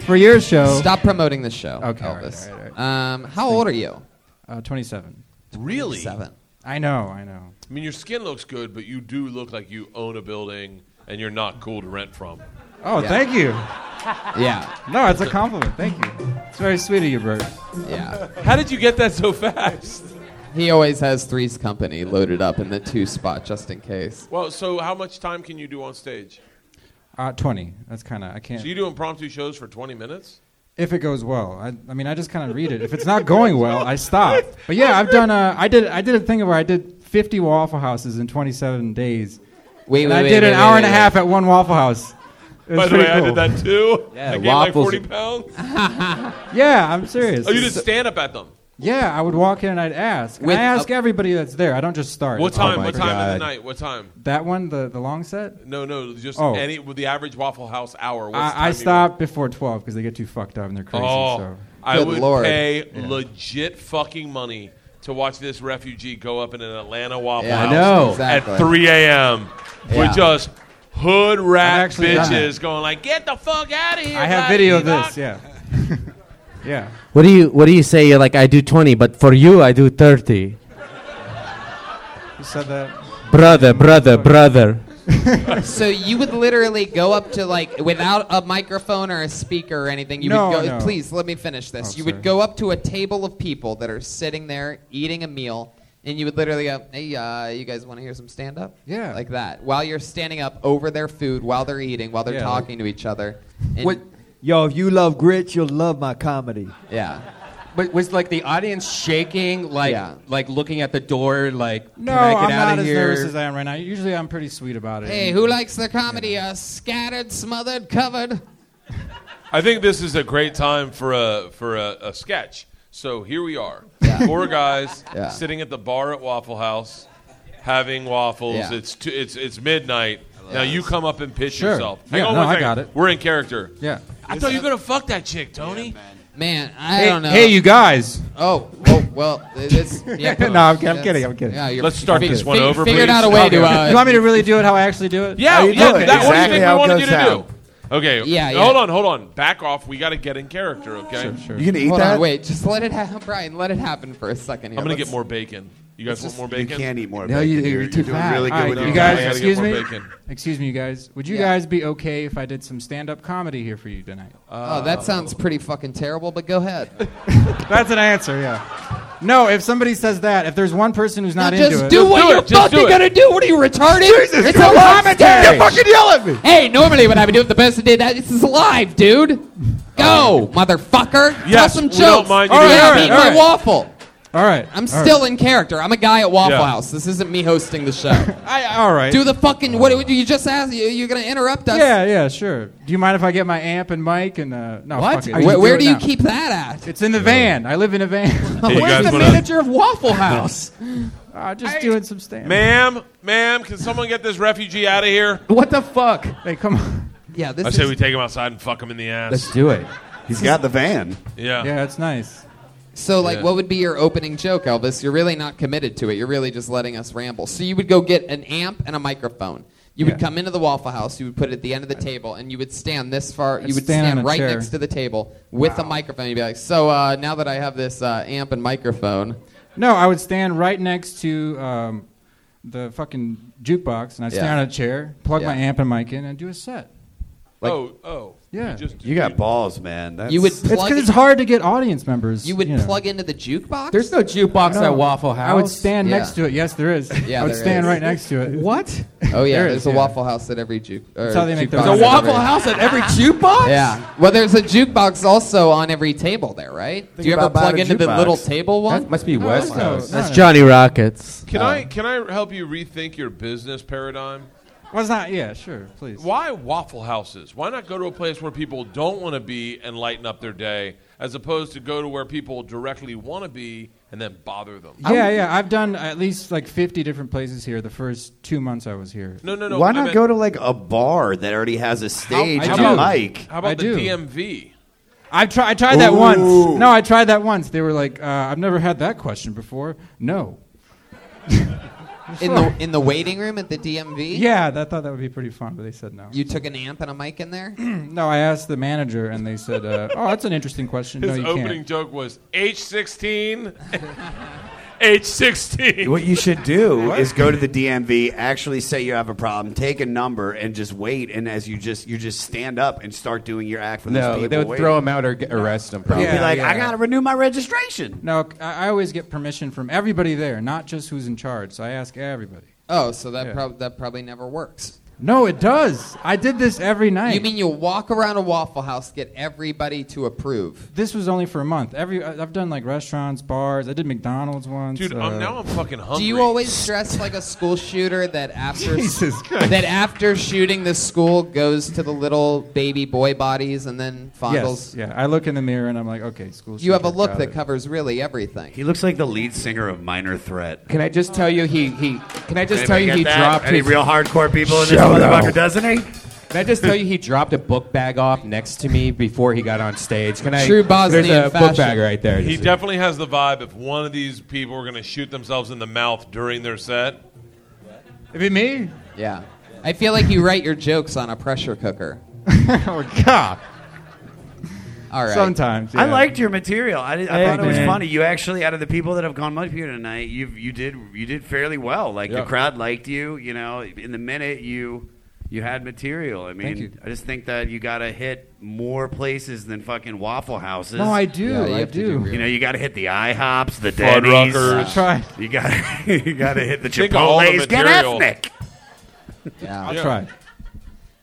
O: for your show,
C: Stop promoting this show.
O: Okay,
C: Elvis. Um, how old are you?
O: Uh, 27.
F: Really?
C: Seven.
O: I know, I know.
F: I mean, your skin looks good, but you do look like you own a building and you're not cool to rent from.
O: Oh,
F: Yeah.
O: thank you.
C: Yeah.
O: No, it's a compliment. Thank you. It's very sweet of you, Bert.
C: Yeah.
F: How did you get that so fast?
C: He always has Three's Company loaded up in the two spot just in case.
F: Well, so how much time can you do on stage?
O: Uh, 20. That's kind of I can't.
F: So you do impromptu shows for 20 minutes?
O: If it goes well, I, I mean, I just kind of read it. If it's not going well, I stop. But yeah, I've done. A, I did. I did a thing where I did 50 Waffle Houses in 27 days.
C: Wait,
O: and
C: wait,
O: I
C: wait,
O: did
C: wait,
O: an hour
C: wait,
O: and a
C: wait.
O: half at one Waffle House. It was
F: By the way,
O: pretty
F: I did
O: cool.
F: that too.
O: Yeah,
F: I gained like
O: waffles
F: 40
O: are-
F: pounds.
O: Yeah, I'm serious.
F: Oh, you did stand up at them.
O: Yeah, I would walk in and I'd ask. And
F: With
O: I ask everybody that's there. I don't just start.
F: What
O: It's all
F: time?
O: my
F: what time of
O: God.
F: the night? What time?
O: That one, the, the long set.
F: No, no, just
O: Oh.
F: any with the average Waffle House hour. What's the
O: I, I
F: time
O: stop before 12 because they get too fucked up and they're
F: You...
O: crazy.
F: Oh,
O: so.
F: I would pay legit fucking money to watch this refugee go up in an Atlanta Waffle
O: Yeah, I
F: House
O: know.
F: at
O: Exactly.
F: 3 a.m.
O: Yeah.
F: with just hood
O: I've
F: rat
O: actually done
F: bitches going like, "Get the fuck out of here!"
O: I have
F: buddy,
O: video of
F: you
O: this. Yeah. yeah.
G: What do you What do you say? You're like, I do 20, but for you, I do 30.
O: You said that.
G: Brother, brother, brother.
C: so you would literally go up to like without a microphone or a speaker or anything. You
O: No,
C: would go.
O: no.
C: Please let me finish
O: Oh,
C: this. you
O: sorry.
C: would go up to a table of people that are sitting there eating a meal, and you would literally go, "Hey, uh, you guys want to hear some stand up?"
O: Yeah.
C: like that. While you're standing up over their food, while they're eating, while they're
I: Yeah,
C: talking to each other. And
I: What? Yo, if you love grits, you'll love my comedy.
C: Yeah.
B: But was like the audience shaking, like
I: Yeah.
B: like looking at the door, like
O: No,
B: can I get
O: I'm
B: out
O: not
B: of
O: as
B: here?
O: nervous as I am right now. Usually, I'm pretty sweet about it.
C: Hey, who likes the comedy? Uh, scattered, smothered, covered.
F: I think this is a great time for a for a, a sketch. So here we are, four guys
C: Yeah.
F: sitting at the bar at Waffle House, having waffles.
O: Yeah.
F: It's two, it's it's midnight. Now you come up and pitch
O: Sure.
F: yourself.
O: Yeah, no,
F: one
O: I
F: second.
O: got it.
F: We're in character.
O: Yeah.
F: I thought you were gonna fuck that chick, Tony.
C: Man, I
O: Hey-
C: don't know.
O: hey, you guys.
C: Oh, oh well, this. Yeah,
O: No, I'm kidding, I'm
C: that's-
O: kidding, I'm kidding.
C: Yeah, you're
F: Let's start
C: fig-
F: this one
C: fig-
F: over,
C: Figured
F: please.
C: out a way
F: Okay.
C: to. Uh,
O: you want me to really do it how I actually do it?
F: Yeah, yeah, that what do you think we wanted you to do. Okay.
C: Yeah,
F: Hold
C: yeah.
F: on, hold on. Back off. We got to get in character, okay? Sure, sure.
C: Hold on, wait, just let it happen, Brian. Let it happen for a second
F: I'm
C: here.
F: gonna
C: Let's-
F: get more bacon. You guys want
C: Let's
F: more
C: just- you
F: bacon?
E: can't eat more
O: No, you- you're too fat. All right, you guys, excuse me. Excuse me, you guys. Would you
C: Yeah.
O: guys be okay if I did some stand-up comedy here for you tonight?
C: Oh,
F: Uh,
C: that sounds pretty fucking terrible, but go ahead.
O: That's an answer, yeah. No, if somebody says that, if there's one person who's not
C: Now
O: into
C: just
O: it,
C: do what you're fucking gonna do. What are you retarded?
O: Jesus,
C: it's
O: you're
C: a
O: live
C: live
O: stage.
C: stage.
O: You fucking yell at me.
C: Hey, normally what I would do if the person did that, this is live, dude. Go, motherfucker. Tell
O: Yes,
C: some
O: we
C: jokes.
O: don't mind you
C: All
O: doing
C: right,
O: that.
C: eat
O: All
C: my
O: right.
C: waffle.
O: All right.
C: I'm still in character. I'm a guy at Waffle
O: Yeah.
C: House. This isn't me hosting the show.
O: I, all right.
C: Do the fucking what? You just asked. You, you're gonna interrupt us.
O: Yeah, yeah, sure. Do you mind if I get my amp and mic and uh, no?
C: What?
O: fuck it.
C: Where-
O: I can
C: where
O: it
C: do you
O: now.
C: keep that at?
O: It's in the van. I live in a van.
F: Hey, you guys wanna-
C: of Waffle House?
O: uh, just doing some stand.
F: Ma'am, ma'am, can someone get this refugee out of here?
O: What the fuck? Hey, come on.
C: Yeah,
F: I say we take him outside and fuck him in the ass.
O: Let's do it.
E: He's got the van.
F: Yeah.
O: Yeah, it's nice.
C: So, like,
F: Yeah.
C: what would be your opening joke, Elvis? You're really not committed to it. You're really just letting us ramble. So, you would go get an amp and a microphone. You would come into the Waffle House. You would put it at the end of the table, and you would stand this far.
O: I'd
C: you would
O: stand
C: stand,
O: on a
C: right
O: chair.
C: next to the table with a microphone. You'd be like, "So uh, now that I have this uh, amp and microphone,
O: No, I would stand right next to um, the fucking jukebox, and I would stand
C: Yeah.
O: on a chair, plug my
C: Yeah.
O: amp and mic in, and do a set.
C: Like-
F: oh, oh.
O: Yeah.
E: you got balls, man. That's,
C: You would
O: It's because it's hard to get audience members.
C: you would
O: know.
C: plug into the jukebox."
B: There's no jukebox at Waffle House.
O: I would stand next
C: Yeah.
O: to it. Yes, there is.
C: Yeah,
O: I would
C: there
O: stand
C: is.
O: right next to it. What?
C: Oh yeah,
O: There
C: there's
O: is,
C: a
O: yeah.
C: Waffle House at every juke. or
O: That's how they make their
C: jukebox
O: There's a
C: at
O: Waffle
C: every-
O: House
B: at every jukebox?
C: Yeah. Well, there's a jukebox also on every table there, right?
B: Think
C: Do you ever
B: about
C: plug
B: buying a
C: into the
B: jukebox.
C: little table one?
B: That must be No, West that's no- Coast.
P: That's Johnny Rockets.
O: Uh,
F: Can I can I help you rethink your business paradigm?
O: Well, it's not. Yeah, sure, please.
F: Why waffle houses? Why not go to a place where people don't want to be and lighten up their day, as opposed to go to where people directly want to be and then bother them?
O: Yeah, yeah. I've done at least like 50 different places here the first two months I was here.
F: No, no, no. I
E: Why not
F: meant-
E: go to like a bar that already has a stage
O: I
E: and
O: do.
E: a mic?
F: How about
O: I
F: the
O: do.
F: DMV?
O: I've tri- I tried that once.
E: Ooh.
O: No, I tried that once. They were like, uh, I've never had that question before. No.
C: in the in the waiting room at the DMV?
O: Yeah, I thought that would be pretty fun, but they said no.
C: You took an amp and a mic in there?
O: No, I asked the manager, and they said, uh, "Oh, that's an interesting question. no,
F: His
O: you
F: opening
O: can't."
F: joke was H16. H16.
E: What you should do is go to the DMV, actually say you have a problem, take a number, and just wait. And as you just you just stand up and start doing your act for these
B: No,
E: people.
B: they would
E: waiting.
B: throw him out or get, arrest him. Probably.
E: You'd be like, I gotta renew my registration.
O: No, I I always get permission from everybody there, not just who's in charge. So I ask everybody.
C: Oh, so that
O: Yeah.
C: prob- that probably never works.
O: No, it does. I did this every night.
C: You mean you walk around a Waffle House, get everybody to approve?
O: this was only for a month. Every I- I've done like restaurants, bars. I did McDonald's once.
F: Dude,
O: uh,
F: I'm, now I'm fucking hungry.
C: Do you always dress like a school shooter that after
F: Jesus Christ.
C: that after shooting the school goes to the little baby boy bodies and then fondles?
O: Yes, yeah. I look in the mirror and I'm like, okay, school.
C: You have a
O: shooter,
C: look
O: got
C: that
O: it.
C: covers really everything.
E: He looks like the lead singer of Minor Threat.
B: Can I just tell you he he? Can I just
E: Anybody
B: tell you
E: get
B: he
E: that?
B: dropped
E: Any
B: his
E: real hardcore people in this
B: Shout
E: motherfucker,
B: out.
E: doesn't he?
B: Can I just tell you he dropped a book bag off next to me before he got on stage? Can I?
C: True Bosnian
B: There's a
C: fashion.
B: book bag right there.
F: He definitely has the vibe if one of these people were going to shoot themselves in the mouth during their set.
O: If it me?
C: Yeah. I feel like you write your jokes on a pressure cooker.
O: oh God.
C: All right.
O: Sometimes.
E: I
O: yeah.
E: liked your material. I, did, I
O: Hey,
E: thought it was
O: man.
E: funny. You actually, out of the people that have gone with you tonight, you you did you did fairly well. Like
O: Yeah.
E: the crowd liked you. You know, in the minute you you had material. I
O: Thank you.
E: mean, I just think that you got to hit more places than fucking Waffle Houses.
O: No, I do.
C: Yeah, you
O: I
C: have to
O: do.
C: do
E: You know, you got to hit the IHOPs, the
F: Fuddruckers.
E: Denny's.
F: I tried.
E: You got you got to hit the
F: Think of all the
E: Chipotle's. Get
F: material.
E: ethnic.
C: Yeah.
O: I'll try.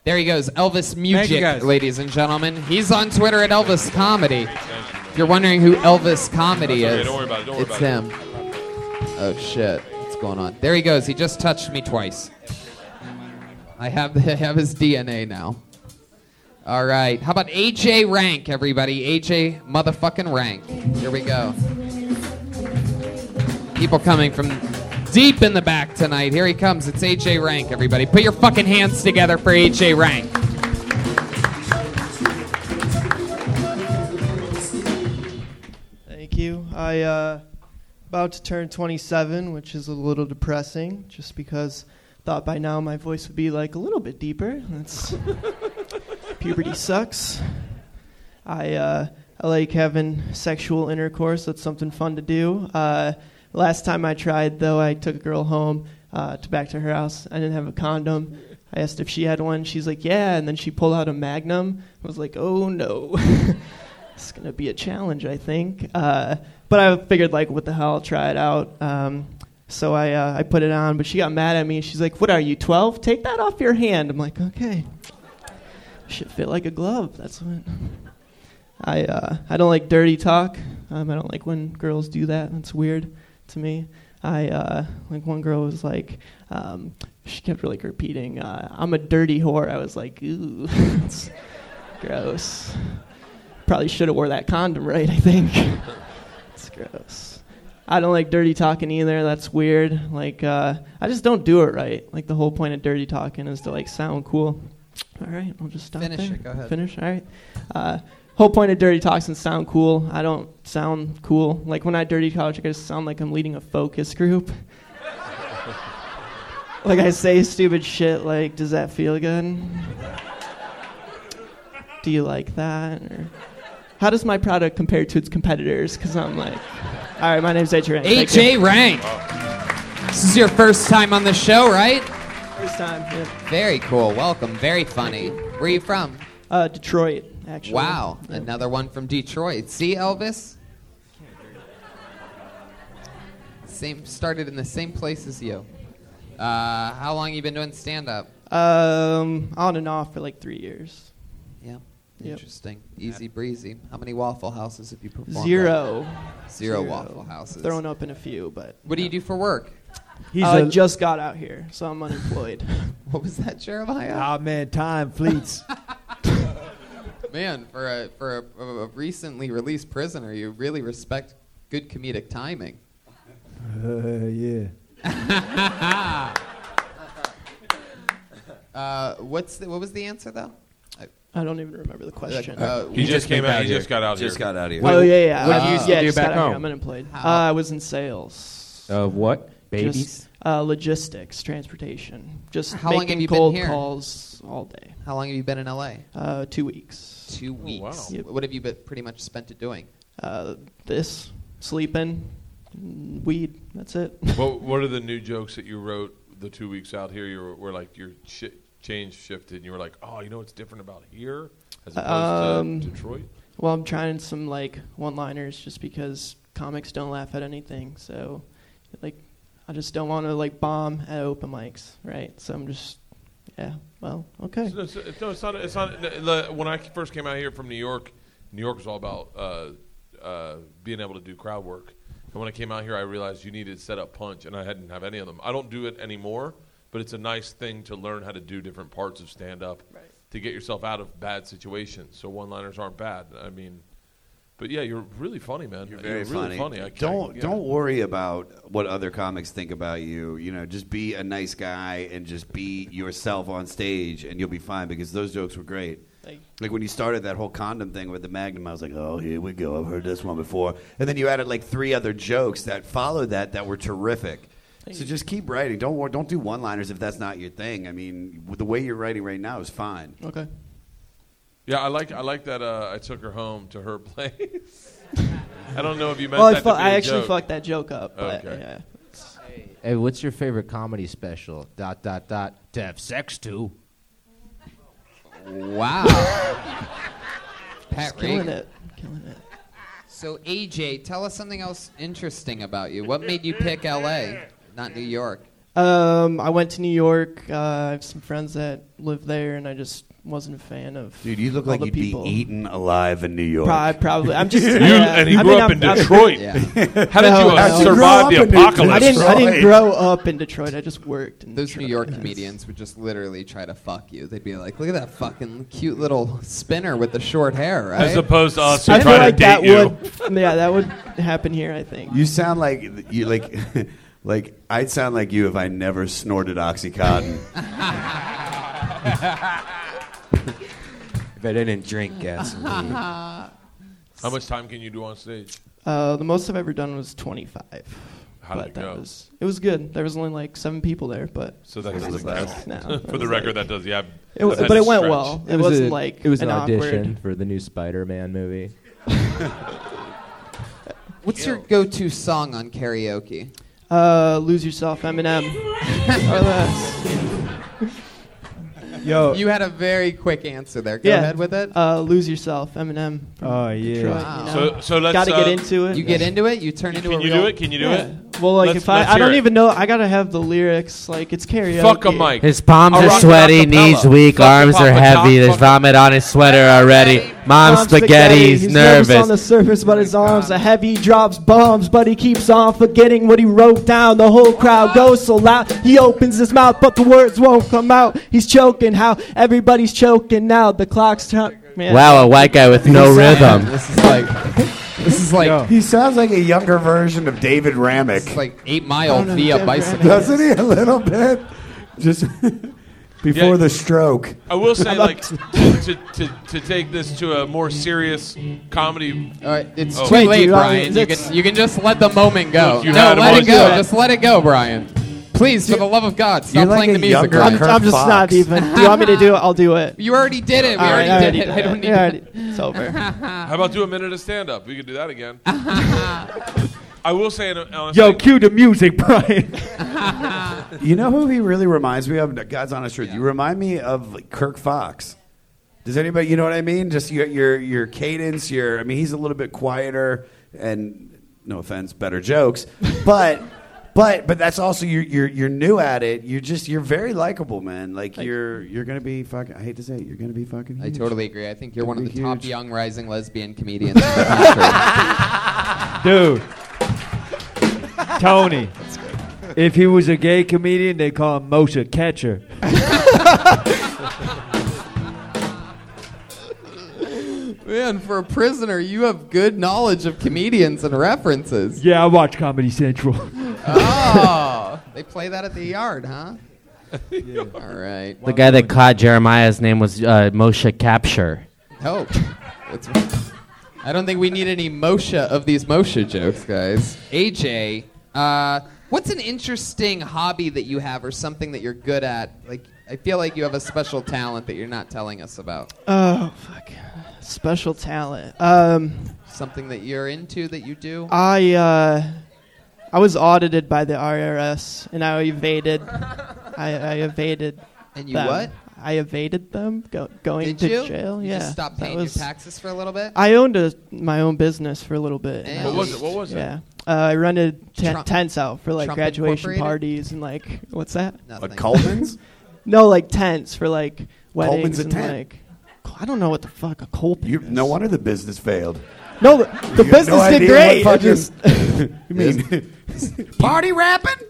C: There he goes, Elvis
O: Thank you,
C: Mujic,
O: guys.
C: ladies and gentlemen. He's on Twitter at Elvis Comedy. If you're wondering who Elvis Comedy
F: That's okay,
C: is,
F: don't worry about it, don't worry
C: it's
F: about it.
C: him. Oh shit, what's going on? There he goes. He just touched me twice. I have I have his DNA now. All right, how about AJ Rank, everybody? AJ motherfucking Rank. Here we go. People coming from deep in the back tonight. Here he comes. It's AJ Rank, everybody. Put your fucking hands together for AJ Rank.
Q: you. I uh, about to turn 27, which is a little depressing, just because thought by now my voice would be like a little bit deeper. That's puberty sucks. I uh, I like having sexual intercourse. That's something fun to do. Uh, last time I tried, though, I took a girl home uh, to back to her house. I didn't have a condom. I asked if she had one. She's like, yeah, and then she pulled out a Magnum. I was like, oh no, it's gonna be a challenge, I think. Uh, but I figured, like, what the hell, I'll try it out. Um, so I uh, I put it on, but she got mad at me. She's like, what are you, 12? Take that off your hand. I'm like, okay. Should fit like a glove. That's what. I uh, I don't like dirty talk. Um, I don't like when girls do that. That's weird to me. I uh, like one girl was like, um, she kept like repeating, uh, "I'm a dirty whore." I was like, ooh, that's gross. Probably should have wore that condom, right? I think it's gross. I don't like dirty talking either. That's weird. Like uh, I just don't do it right. Like the whole point of dirty talking is to like sound cool. All right, I'll just stop
C: Finish
Q: there.
C: it, go ahead.
Q: Finish. All right. Uh, whole point of dirty talks is sound cool. I don't sound cool. Like when I dirty talk, I just sound like I'm leading a focus group. like I say stupid shit. Like, does that feel good? Do you like that? Or how does my product compare to its competitors? Because I'm like, all right, my name's H.A. Rank. Thank you.
C: H.A. Rank. This is your first time on the show, right?
Q: First time.
C: Very cool. Welcome. Very funny. Where are you from?
Q: Uh, Detroit, actually.
C: Wow. Another one from Detroit. See, Elvis? Same. Started in the same place as you. Uh, how long you been doing stand up?
Q: Um, on and off for like three years.
C: Yeah.
Q: Yep.
C: Interesting. Easy breezy. How many Waffle Houses have you performed? at?
Q: Zero.
C: Zero Waffle Houses.
Q: Thrown up in a few, but.
C: What do you do for work?
Q: He's
C: He's
Q: I
C: a-
Q: just got out here, so I'm unemployed.
C: what was that, Jeremiah?
Q: Ah, man, time fleets.
C: Man, for a for a, a recently released prisoner, you really respect good comedic timing.
I: Uh, yeah.
C: Uh, what's the, what was the answer though?
Q: I don't even remember the question.
C: Uh,
F: He just came out- he just got out
N: Just
F: here.
N: got out here.
Q: oh, yeah, yeah.
N: What
Q: uh,
N: did you used to
Q: yeah,
N: do
Q: just
N: back
Q: got out here.
N: home?
Q: I'm unemployed. Uh, I was in sales.
J: Of what? Babies?
Q: Just, uh, logistics, transportation. Just
C: How long
Q: making
C: have you been
Q: cold
C: here?
Q: calls all day.
C: How long have you been in LA?
Q: Uh, two weeks.
C: Two weeks.
Q: wow. Yep.
C: What have you been, pretty much spent it doing?
Q: Uh, this, sleeping, mm, weed. That's it.
F: what, what are the new jokes that you wrote the two weeks out here? You were, were like your shi change shifted, and you were like, oh, you know what's different about here as opposed
Q: Um,
F: to Detroit?
Q: Well, I'm trying some like one-liners just because comics don't laugh at anything. So, like, I just don't want to like bomb at open mics, right? So I'm just, yeah. Well, okay.
F: No, it's, it's- no, it's not. It's not. the- When I first came out here from New York, New York was all about uh, uh, being able to do crowd work. And when I came out here, I realized you needed set up punch, and I hadn't have any of them. I don't do it anymore, but it's a nice thing to learn how to do different parts of stand up to get yourself out of bad situations. So one liners aren't bad. I mean, but yeah, you're really funny, man. You're
N: Very
F: really funny. I can't-
N: don't
F: yeah.
N: don't worry about what other comics think about you. You know, just be a nice guy and just be yourself on stage, and you'll be fine because those jokes were great.
Q: Thank you.
N: Like when you started that whole condom thing with the Magnum, I was like, "Oh, here we go. I've heard this one before." And then you added like three other jokes that followed that that were terrific. So just keep writing. Don't wor- don't do one-liners if that's not your thing. I mean, w- the way you're writing right now is fine.
Q: Okay.
F: Yeah, I like I like that. Uh, I took her home to her place. I don't know if you meant
Q: Well, I
F: that.
Q: fu-
F: to be
Q: I
F: a
Q: actually
F: joke.
Q: fucked that joke up, but,
F: okay.
Q: yeah.
J: Hey, what's your favorite comedy special? Dot dot dot. To have sex to.
C: Wow. Pat
J: He's killing
C: Reagan.
J: it.
Q: Killing it.
C: So AJ, tell us something else interesting about you. What made you pick LA, not New York?
Q: Um, I went to New York. Uh, I have some friends that live there, and I just wasn't a fan of.
N: Dude, you look
Q: all
N: like
Q: the
N: you'd
Q: people.
N: be eaten alive in New York.
Q: Prob- probably. I'm just.
N: You-
Q: yeah.
N: and he
Q: I
N: grew
Q: mean,
N: up
Q: I'm-
N: in
Q: I'm-
N: Detroit. Yeah. How did you, uh,
Q: I
N: survive
Q: didn't grow
N: the
Q: up in
N: apocalypse?
Q: I didn't, I didn't
N: Detroit.
Q: grow up in Detroit. I just worked. In
C: Those New York comedians would just literally try to fuck you. They'd be like, "Look at that fucking cute little spinner with the short hair," right?
F: As opposed to us who
Q: I
F: try
Q: feel
F: to
Q: like that
F: date you.
Q: would. Yeah, that would happen here. I think.
N: You sound like you like like I'd sound like you if I never snorted oxycontin.
A: If I didn't drink gasoline.
F: How much time can you do on stage?
Q: Uh, the most I've ever done was 25.
F: How
Q: but
F: did it
Q: that
F: go?
Q: Was, it was good. There was only like seven people there, but
F: So that
Q: it was
F: doesn't
Q: like-
F: count.
Q: no,
F: For
Q: it
F: the
Q: was
F: record,
Q: like-
F: that does- yeah,
Q: It was,
F: that's
Q: but
F: a
Q: it went
F: stretch.
Q: well. It,
F: It was
Q: was not
F: a-
Q: like
J: it was an,
Q: awkward-
J: audition for the new Spider-Man movie.
C: What's your go-to song on karaoke?
Q: Uh, lose yourself, Eminem. or less.
C: Yo, you had a very quick answer there. Go ahead with it.
Q: Uh, lose yourself, Eminem.
I: Oh
Q: yeah.
F: So- so let's,
Q: gotta get
F: uh,
Q: into it.
C: You get into it. You turn into
F: Can
C: a
F: you
C: real.
F: do it? Can you do it?
Q: Well, like
F: Let's-
Q: if I,
F: let's
Q: I
F: hear
Q: don't
F: it.
Q: even know. I gotta have the lyrics. Like it's karaoke.
F: Fuck a mic.
G: His palms
Q: I'll
G: are
Q: rock it
G: sweaty,
Q: acapella.
G: knees weak,
Q: Fuck
G: arms
Q: the
G: are
Q: papa top,
G: heavy. There's
Q: fuck-
G: vomit on his sweater already. Mom's spaghetti's
Q: He's
G: nervous.
Q: on the surface, but his arms are heavy. Drops bombs, but he keeps on forgetting what he wrote down. The whole crowd goes so loud. He opens his mouth, but the words won't come out. He's choking. How everybody's choking now. The clock's turn. Man.
G: Wow, a white guy with no rhythm.
C: This is like this is like
E: he sounds like a younger version of David Ramick.
C: like eight mile via bicycle.
E: Doesn't he a little bit? Just before the stroke.
F: I will say, like, to, to, to take this to a more serious comedy. Oh.
C: All right, it's too late, Brian. You can, you can just let the moment go.
F: You
C: no,
F: had him
C: let
F: on
C: it go.
F: set.
C: Just let it go, Brian. Please, for the love of God, stop
Q: You're like
C: playing
Q: a
C: the music.
Q: younger
C: Brian.
Q: Kurt I'm just Fox. not even- do you want me to do it? I'll do it.
C: You already did it. We
Q: All
C: already,
Q: right, I
C: did
Q: already
C: it.
Q: did
C: I
Q: it.
C: don't need
Q: I already-
C: to.
Q: it's over.
F: How about do a minute of stand up? We could do that again. I will say, in a- honestly,
E: Yo, cue the music, Brian. you know who he really reminds me of? God's honest truth. You remind me of Kirk Fox. Does anybody, you know what I mean? Just your your your cadence. Your, I mean, he's a little bit quieter and no offense, better jokes, but. But but that's also you're you're you're new at it. You're just you're very likable, man. Like you're you're gonna be fucking. I hate to say it, you're gonna be fucking.
C: I
E: huge.
C: totally agree. I think you're
E: Gonna
C: one of
E: be
C: the top
E: huge.
C: young rising lesbian comedians in the country.
I: Dude. Tony. If he was a gay comedian, they call him Moshe Catcher.
O: Oh.
C: Man, for a prisoner, you have good knowledge of comedians and references.
I: yeah, I watch Comedy Central.
C: Oh, they play that at the yard, huh? All right.
G: The guy that caught Jeremiah's name was uh, Moshe Capture.
C: Help. It's- I don't think we need any Moshe of these Moshe jokes, guys. AJ, uh, what's an interesting hobby that you have or something that you're good at? Like, I feel like you have a special talent that you're not telling us about.
Q: Oh fuck. Special talent. Um.
C: Something that you're into that you do?
Q: I uh, I was audited by the IRS, and I evaded. I, I evaded.
C: And you
Q: them.
C: what?
Q: I evaded them go, going
C: Did
Q: to
C: you?
Q: jail.
C: You
Q: yeah,
C: just stopped
Q: that
C: paying your taxes for a little bit?
Q: I owned a, my own business for a little bit. and
C: Damn.
Q: I
C: What was it? What was it?
Q: Yeah, uh, I rented te-
C: Trump-
Q: tents out for like
C: Trump
Q: graduation
C: Incorporated?
Q: parties and like what's that?
C: Nothing. Like
E: Colvin's?
Q: no, like tents for like weddings
E: Colvin's a
Q: and
E: tent.
Q: like. I don't know what the fuck a Colpin
E: You, no wonder the business failed.
Q: No, the, the
E: You have
Q: business
E: no
Q: did
E: idea
Q: great.
E: what
Q: I just-
E: fucking- You mean-
C: Party rapping?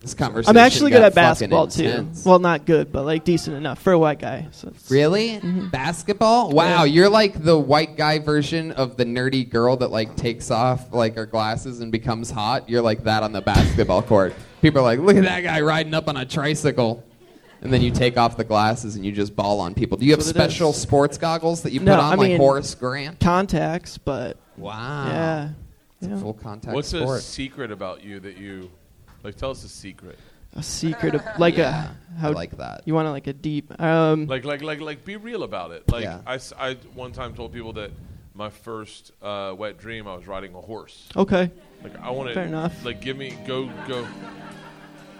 C: This conversation.
Q: I'm actually good
C: got
Q: at
C: fucking
Q: basketball too.
C: intense.
Q: Well, not good, but like decent enough for a white guy. So it's-
C: Really? Basketball? Wow,
Q: Mm-hmm. Yeah.
C: you're like the white guy version of the nerdy girl that like takes off like her glasses and becomes hot. You're like that on the basketball court. People are like, "Look at that guy riding up on a tricycle." And then you take off the glasses and you just ball on people. Do you have
Q: That's what it is.
C: special sports goggles that you put
Q: no,
C: on
Q: I mean,
C: like Horace Grant?
Q: contacts, but
C: Wow.
Q: yeah,
C: It's
Q: Yeah.
C: a full contact
F: what's a
C: sport.
F: secret about you that you like? Tell us a secret.
Q: a secret of like
F: Yeah,
Q: a
F: I
Q: how
F: like that.
Q: You want to like a deep um
F: like, like, like, like, be real about it. Like,
Q: Yeah.
F: I, s- I one time told people that my first uh, wet dream, I was riding a horse.
Q: Okay.
F: Like, I want to.
Q: Fair enough.
F: Like, give me go go.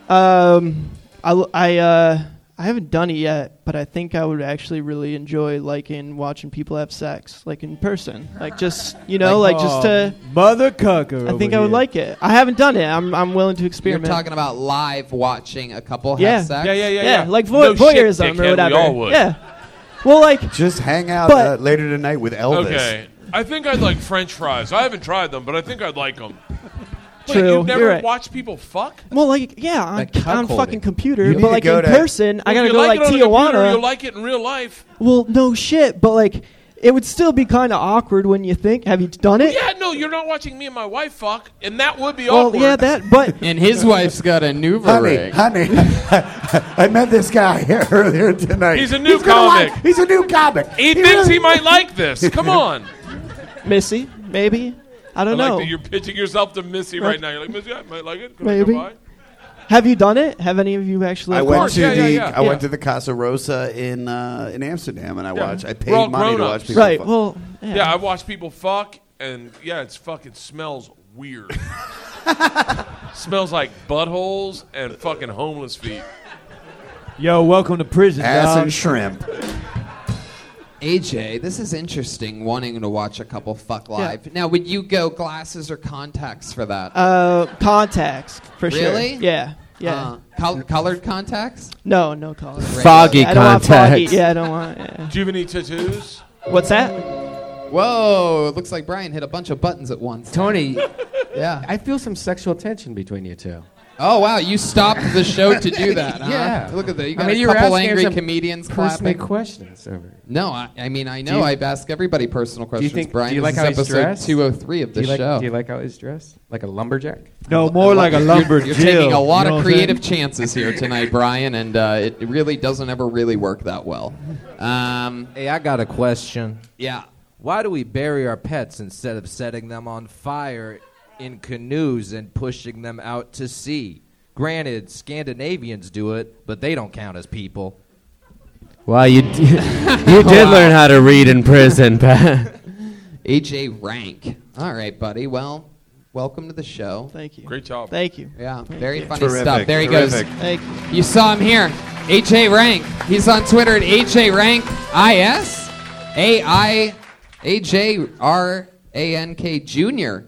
Q: um I l- I uh I haven't done it yet, but I think I would actually really enjoy liking watching people have sex like in person, like just you know like,
F: Oh,
Q: just to.
I: mother cucker.
Q: I think
I: over
Q: I
I: here.
Q: would like it. I haven't done it. I'm I'm willing to
C: You're
Q: experiment.
C: talking about live watching a couple
Q: yeah.
C: have sex?
Q: Like voy- voyeurism or whatever. Yeah. Well, like
E: just hang out
Q: but-
E: uh, later tonight with Elvis.
F: Okay, I think I'd like French fries. I haven't tried them, but I think I'd like them. Wait,
Q: True,
F: you never
Q: you're right.
F: watch people fuck?
Q: Well, like yeah, on,
F: Like
Q: on
F: cuckolding.
Q: fucking computer,
F: You need
Q: but
F: to
Q: like
F: go
Q: in
F: to-
Q: person, I
F: Well,
Q: gotta
F: if
Q: go
F: you like
Q: to like
F: it on the computer,
Q: Tijuana.
F: you'll like it in real life.
Q: well, no shit, but like it would still be kind of awkward when you think. Have you done it?
F: Yeah, no, you're not watching me and my wife fuck, and that would be
Q: well,
F: awkward.
Q: yeah, that. But
C: and his wife's got a new
E: Honey, honey, I met this guy earlier tonight.
F: He's a new
E: gonna
F: comic.
E: like- he's a new comic.
F: He thinks he might like this. Come on.
Q: Missy, maybe. I don't
F: like
Q: know.
F: That you're pitching yourself to Missy
Q: Like-
F: right now. You're like, Missy, I might like it. Can I
Q: Maybe.
F: come by?"
Q: Have you done it? Have any of you actually?
N: I
Q: done
N: went
Q: it?
N: to the I went to the Casa Rosa in uh, in Amsterdam, and I
F: Yeah.
N: watched. I
F: We're
N: paid
F: all
N: money to
F: grown-ups.
N: watch people. fuck.
F: yeah. I've watched people fuck, and yeah, it's fucking smells weird. smells like buttholes and fucking homeless feet.
I: Yo, welcome to prison.
N: Ass
I: dog.
N: and shrimp.
C: AJ, this is interesting. Wanting to watch a couple fuck
Q: Yeah.
C: live. Now, would you go glasses or contacts for that?
Q: Uh, contacts for sure.
C: Really?
Q: Yeah. Yeah.
C: Uh, col- colored contacts.
Q: No, no color.
C: Foggy
Q: I don't want foggy.
C: contacts.
Q: Yeah, I don't want. Yeah.
F: Do you have any tattoos?
Q: What's that?
C: Whoa! It looks like Brian hit a bunch of buttons at once.
R: Tony.
C: yeah.
R: I feel some sexual tension between you two.
C: Oh wow! You stopped the show to do that. Huh?
R: Yeah.
C: Look at that. You
R: I
C: got
R: mean, you
C: a
R: were
C: couple
R: asking
C: angry
R: some
C: comedians
R: personal
C: clapping.
R: questions over-
C: No, I, I mean I
R: Do
C: know
R: you-
C: I've asked everybody personal
R: Do you
C: questions.
R: think?
C: Brian,
R: do you like
C: this
R: how
C: is
R: he's
C: episode
R: dressed?
C: two hundred three of
R: Do
C: the
R: you like-
C: show.
R: Do you like how he's dressed? Like a lumberjack?
I: No, Oh, more like a lumberjill.
C: You're taking a lot of creative chances here tonight, Brian, and uh, it really doesn't ever really work that well. Um,
J: hey, I got a question.
C: Yeah.
J: Why do we bury our pets instead of setting them on fire in canoes and pushing them out to sea? Granted, Scandinavians do it, but they don't count as people.
G: Wow, you d- you did
C: Wow.
G: learn how to read in prison, Pat.
C: AJ Rank. All right, buddy. Well, welcome to the show.
Q: Thank you.
F: Great job.
Q: Thank you.
C: Yeah,
Q: Thank
C: very
Q: you.
C: funny
Q: Terrific,
C: stuff. There he
Q: terrific.
C: goes.
Q: Thank
C: you. saw him here. AJ Rank. He's on Twitter at AJ Rank IS. A I A J R A N K Jr.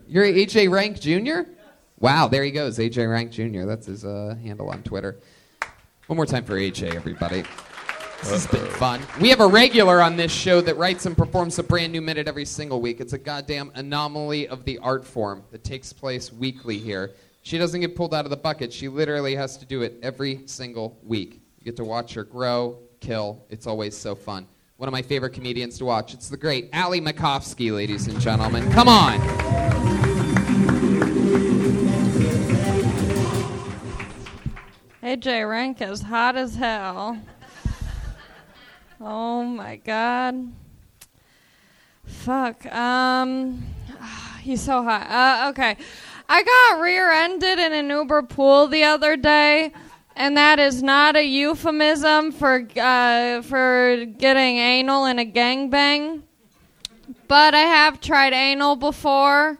C: You're AJ Rank Jr.? Wow, there he goes. AJ Rank Jr. That's his uh, handle on Twitter. One more time for AJ, everybody. This has been fun. We have a regular on this show that writes and performs a brand new minute every single week. It's a goddamn anomaly of the art form that takes place weekly here. She doesn't get pulled out of the bucket. She literally has to do it every single week. You get to watch her grow, kill. It's always so fun. One of my favorite comedians to watch. It's the great Ali Makovsky, ladies and gentlemen. Come on.
S: AJ Rank is hot as hell. oh my god. Fuck. Um, he's so hot. Uh, okay, I got rear-ended in an Uber pool the other day, and that is not a euphemism for uh, for getting anal in a gangbang. But I have tried anal before,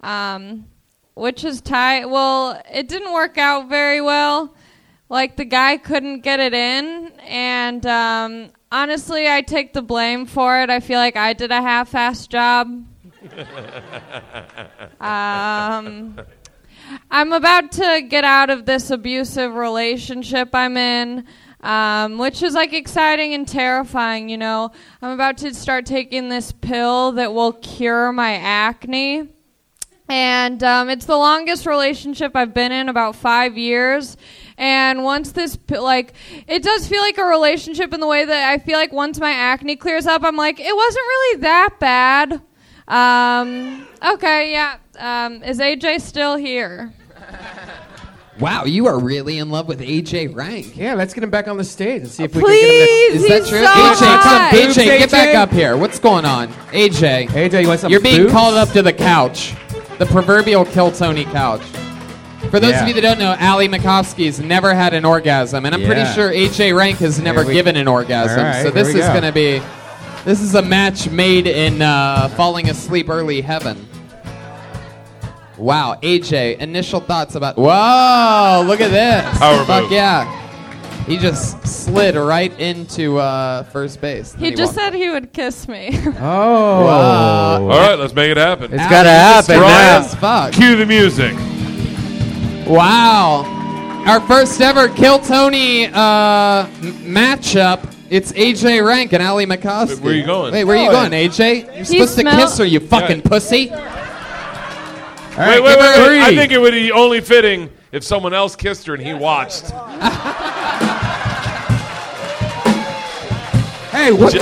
S: um, which is tight. Well, it didn't work out very well. Like the guy couldn't get it in, and um, honestly, I take the blame for it. I feel like I did a half-assed job. Um, I'm about to get out of this abusive relationship I'm in, um, which is like exciting and terrifying, you know. I'm about to start taking this pill that will cure my acne. And um, it's the longest relationship I've been in, about five years. And once this, p- like, it does feel like a relationship in the way that I feel like once my acne clears up, I'm like, it wasn't really that bad. Um, okay, yeah. Um, is AJ still here?
C: Wow, you are really in love with AJ Rank.
R: Yeah, let's get him back on the stage and see if we can
C: Is
R: get him.
C: that true? AJ, come, AJ, get back up here. What's going on? AJ. AJ, you want
R: some
C: You're being
R: boobs?
C: called up to the couch. The proverbial kill Tony couch. For those
R: Yeah.
C: of you that don't know, Ali Makovsky's never had an orgasm, and I'm
R: Yeah.
C: pretty sure AJ Rank has never
R: we-
C: given an orgasm.
R: All right,
C: so
R: here
C: this
R: we
C: is
R: go.
C: going to be this is a match made in uh, falling asleep early heaven. Wow, AJ, initial thoughts about Whoa, look at this.
R: Power
C: Fuck
R: move.
C: yeah. He just slid right into uh, first base.
S: He
C: Then
S: just
C: walked-
S: said he would kiss me.
C: Oh.
F: All right, let's make it happen.
C: It's gotta happen
F: Brian,
C: now. As fuck.
F: Cue the music.
C: Wow. Our first ever Kill Tony uh, m- matchup. It's AJ Rank and Ali Makovsky.
F: Where you going?
C: Wait, where you
F: Oh,
C: going,
F: yeah.
C: AJ? You're
F: He
C: supposed
F: smell-
C: to kiss her, you fucking pussy.
F: wait, wait, wait, wait. I think it would be only fitting if someone else kissed her and he watched.
R: Hey, what?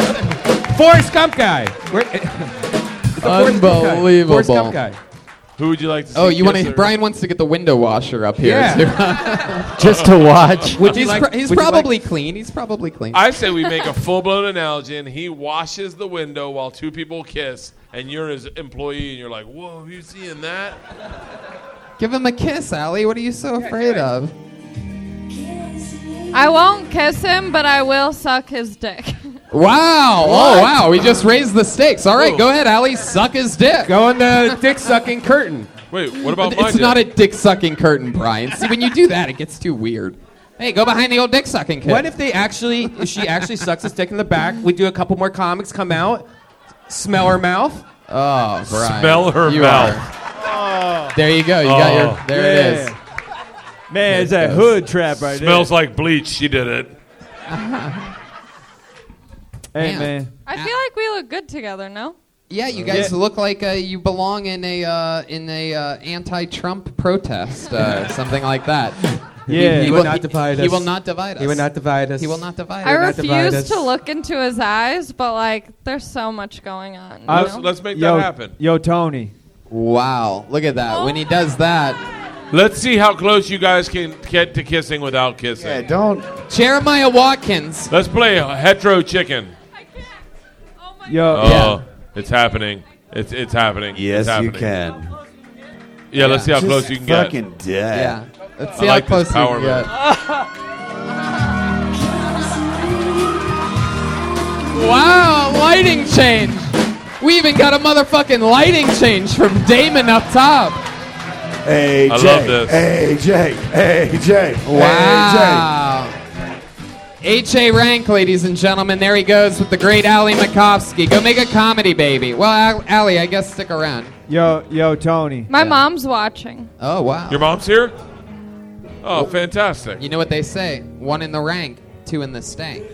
R: Forrest Gump guy. Where- the Forrest Gump guy. Forrest
C: Unbelievable.
R: Gump guy.
F: Who would you like to see?
C: Oh, you want
F: kiss
C: to?
F: her?
C: Brian wants to get the window washer up here.
F: Yeah.
C: too.
F: Just to watch. Would you
C: he's
F: like-
C: pro- he's
F: would you like-
C: probably clean. He's probably clean.
F: I say we make a full blown analogy and he washes the window while two people kiss and you're his employee and you're like, whoa, you seeing that?
C: Give him a kiss, Allie. What are you so afraid of?
S: I won't kiss him, but I will suck his dick.
C: Wow!
S: What?
C: Oh, wow! We just raised the stakes. All right,
S: Ooh.
C: go ahead, Allie. Suck his dick. Go on the dick sucking curtain.
F: Wait, what about
C: it's
F: my dick?
C: not a dick sucking curtain, Brian. See, when you do that, it gets too weird. Hey, go behind the old dick sucking kid.
R: What if they actually, if she actually sucks his dick in the back, we do a couple more comics, come out, smell her mouth.
C: Oh, Brian.
R: Smell her
C: you
R: mouth.
C: are- There you go. You got
F: Oh.
C: your. There it is.
F: Yeah.
I: Man, it's that
F: goes.
I: hood trap right there.
F: Smells like bleach. She did it.
I: Hey,
C: Man.
I: man.
S: I feel like we look good together, no?
C: Yeah, you guys look like uh, you belong in a uh, in a uh, anti-Trump protest, uh, something like that.
R: Yeah. He will not
C: he-
R: divide
C: He
R: us.
C: will not divide us.
R: He will not divide us.
C: He will not divide
S: I
C: us.
S: refuse to look into his eyes, but like, there's so much going on. you know?
I: yo, Yo, Tony.
C: Wow! Look at that. When he does that,
F: Let's see how close you guys can get to kissing without kissing. Yeah,
C: don't. Jeremiah Watkins.
F: Let's play a hetero chicken.
I: Yo.
F: Oh, it's happening. It's it's happening.
N: Yes,
F: it's
N: you
F: happening.
N: can.
F: Yeah, let's see how
N: Just
F: close you can
N: Fucking
F: get.
N: dead.
C: Yeah. Let's
F: I
C: see
F: like
C: how
F: this
C: close you can
F: power
C: get.
F: move.
C: Wow! Lighting change. We even got a motherfucking lighting change from Damon up top.
E: Hey,
C: I
E: Jay.
C: love this.
E: Hey, Jay. Hey, Jay.
C: Wow. H.A. Rank, ladies and gentlemen. There he goes with the great Ali Makovsky. Go make a comedy, baby. Well, Al- Ali, I guess stick around.
I: Yo, yo, Tony.
S: My mom's watching.
C: Oh, wow.
F: Your mom's here? Oh, fantastic.
C: You know what they say one in the rank, two in the stank.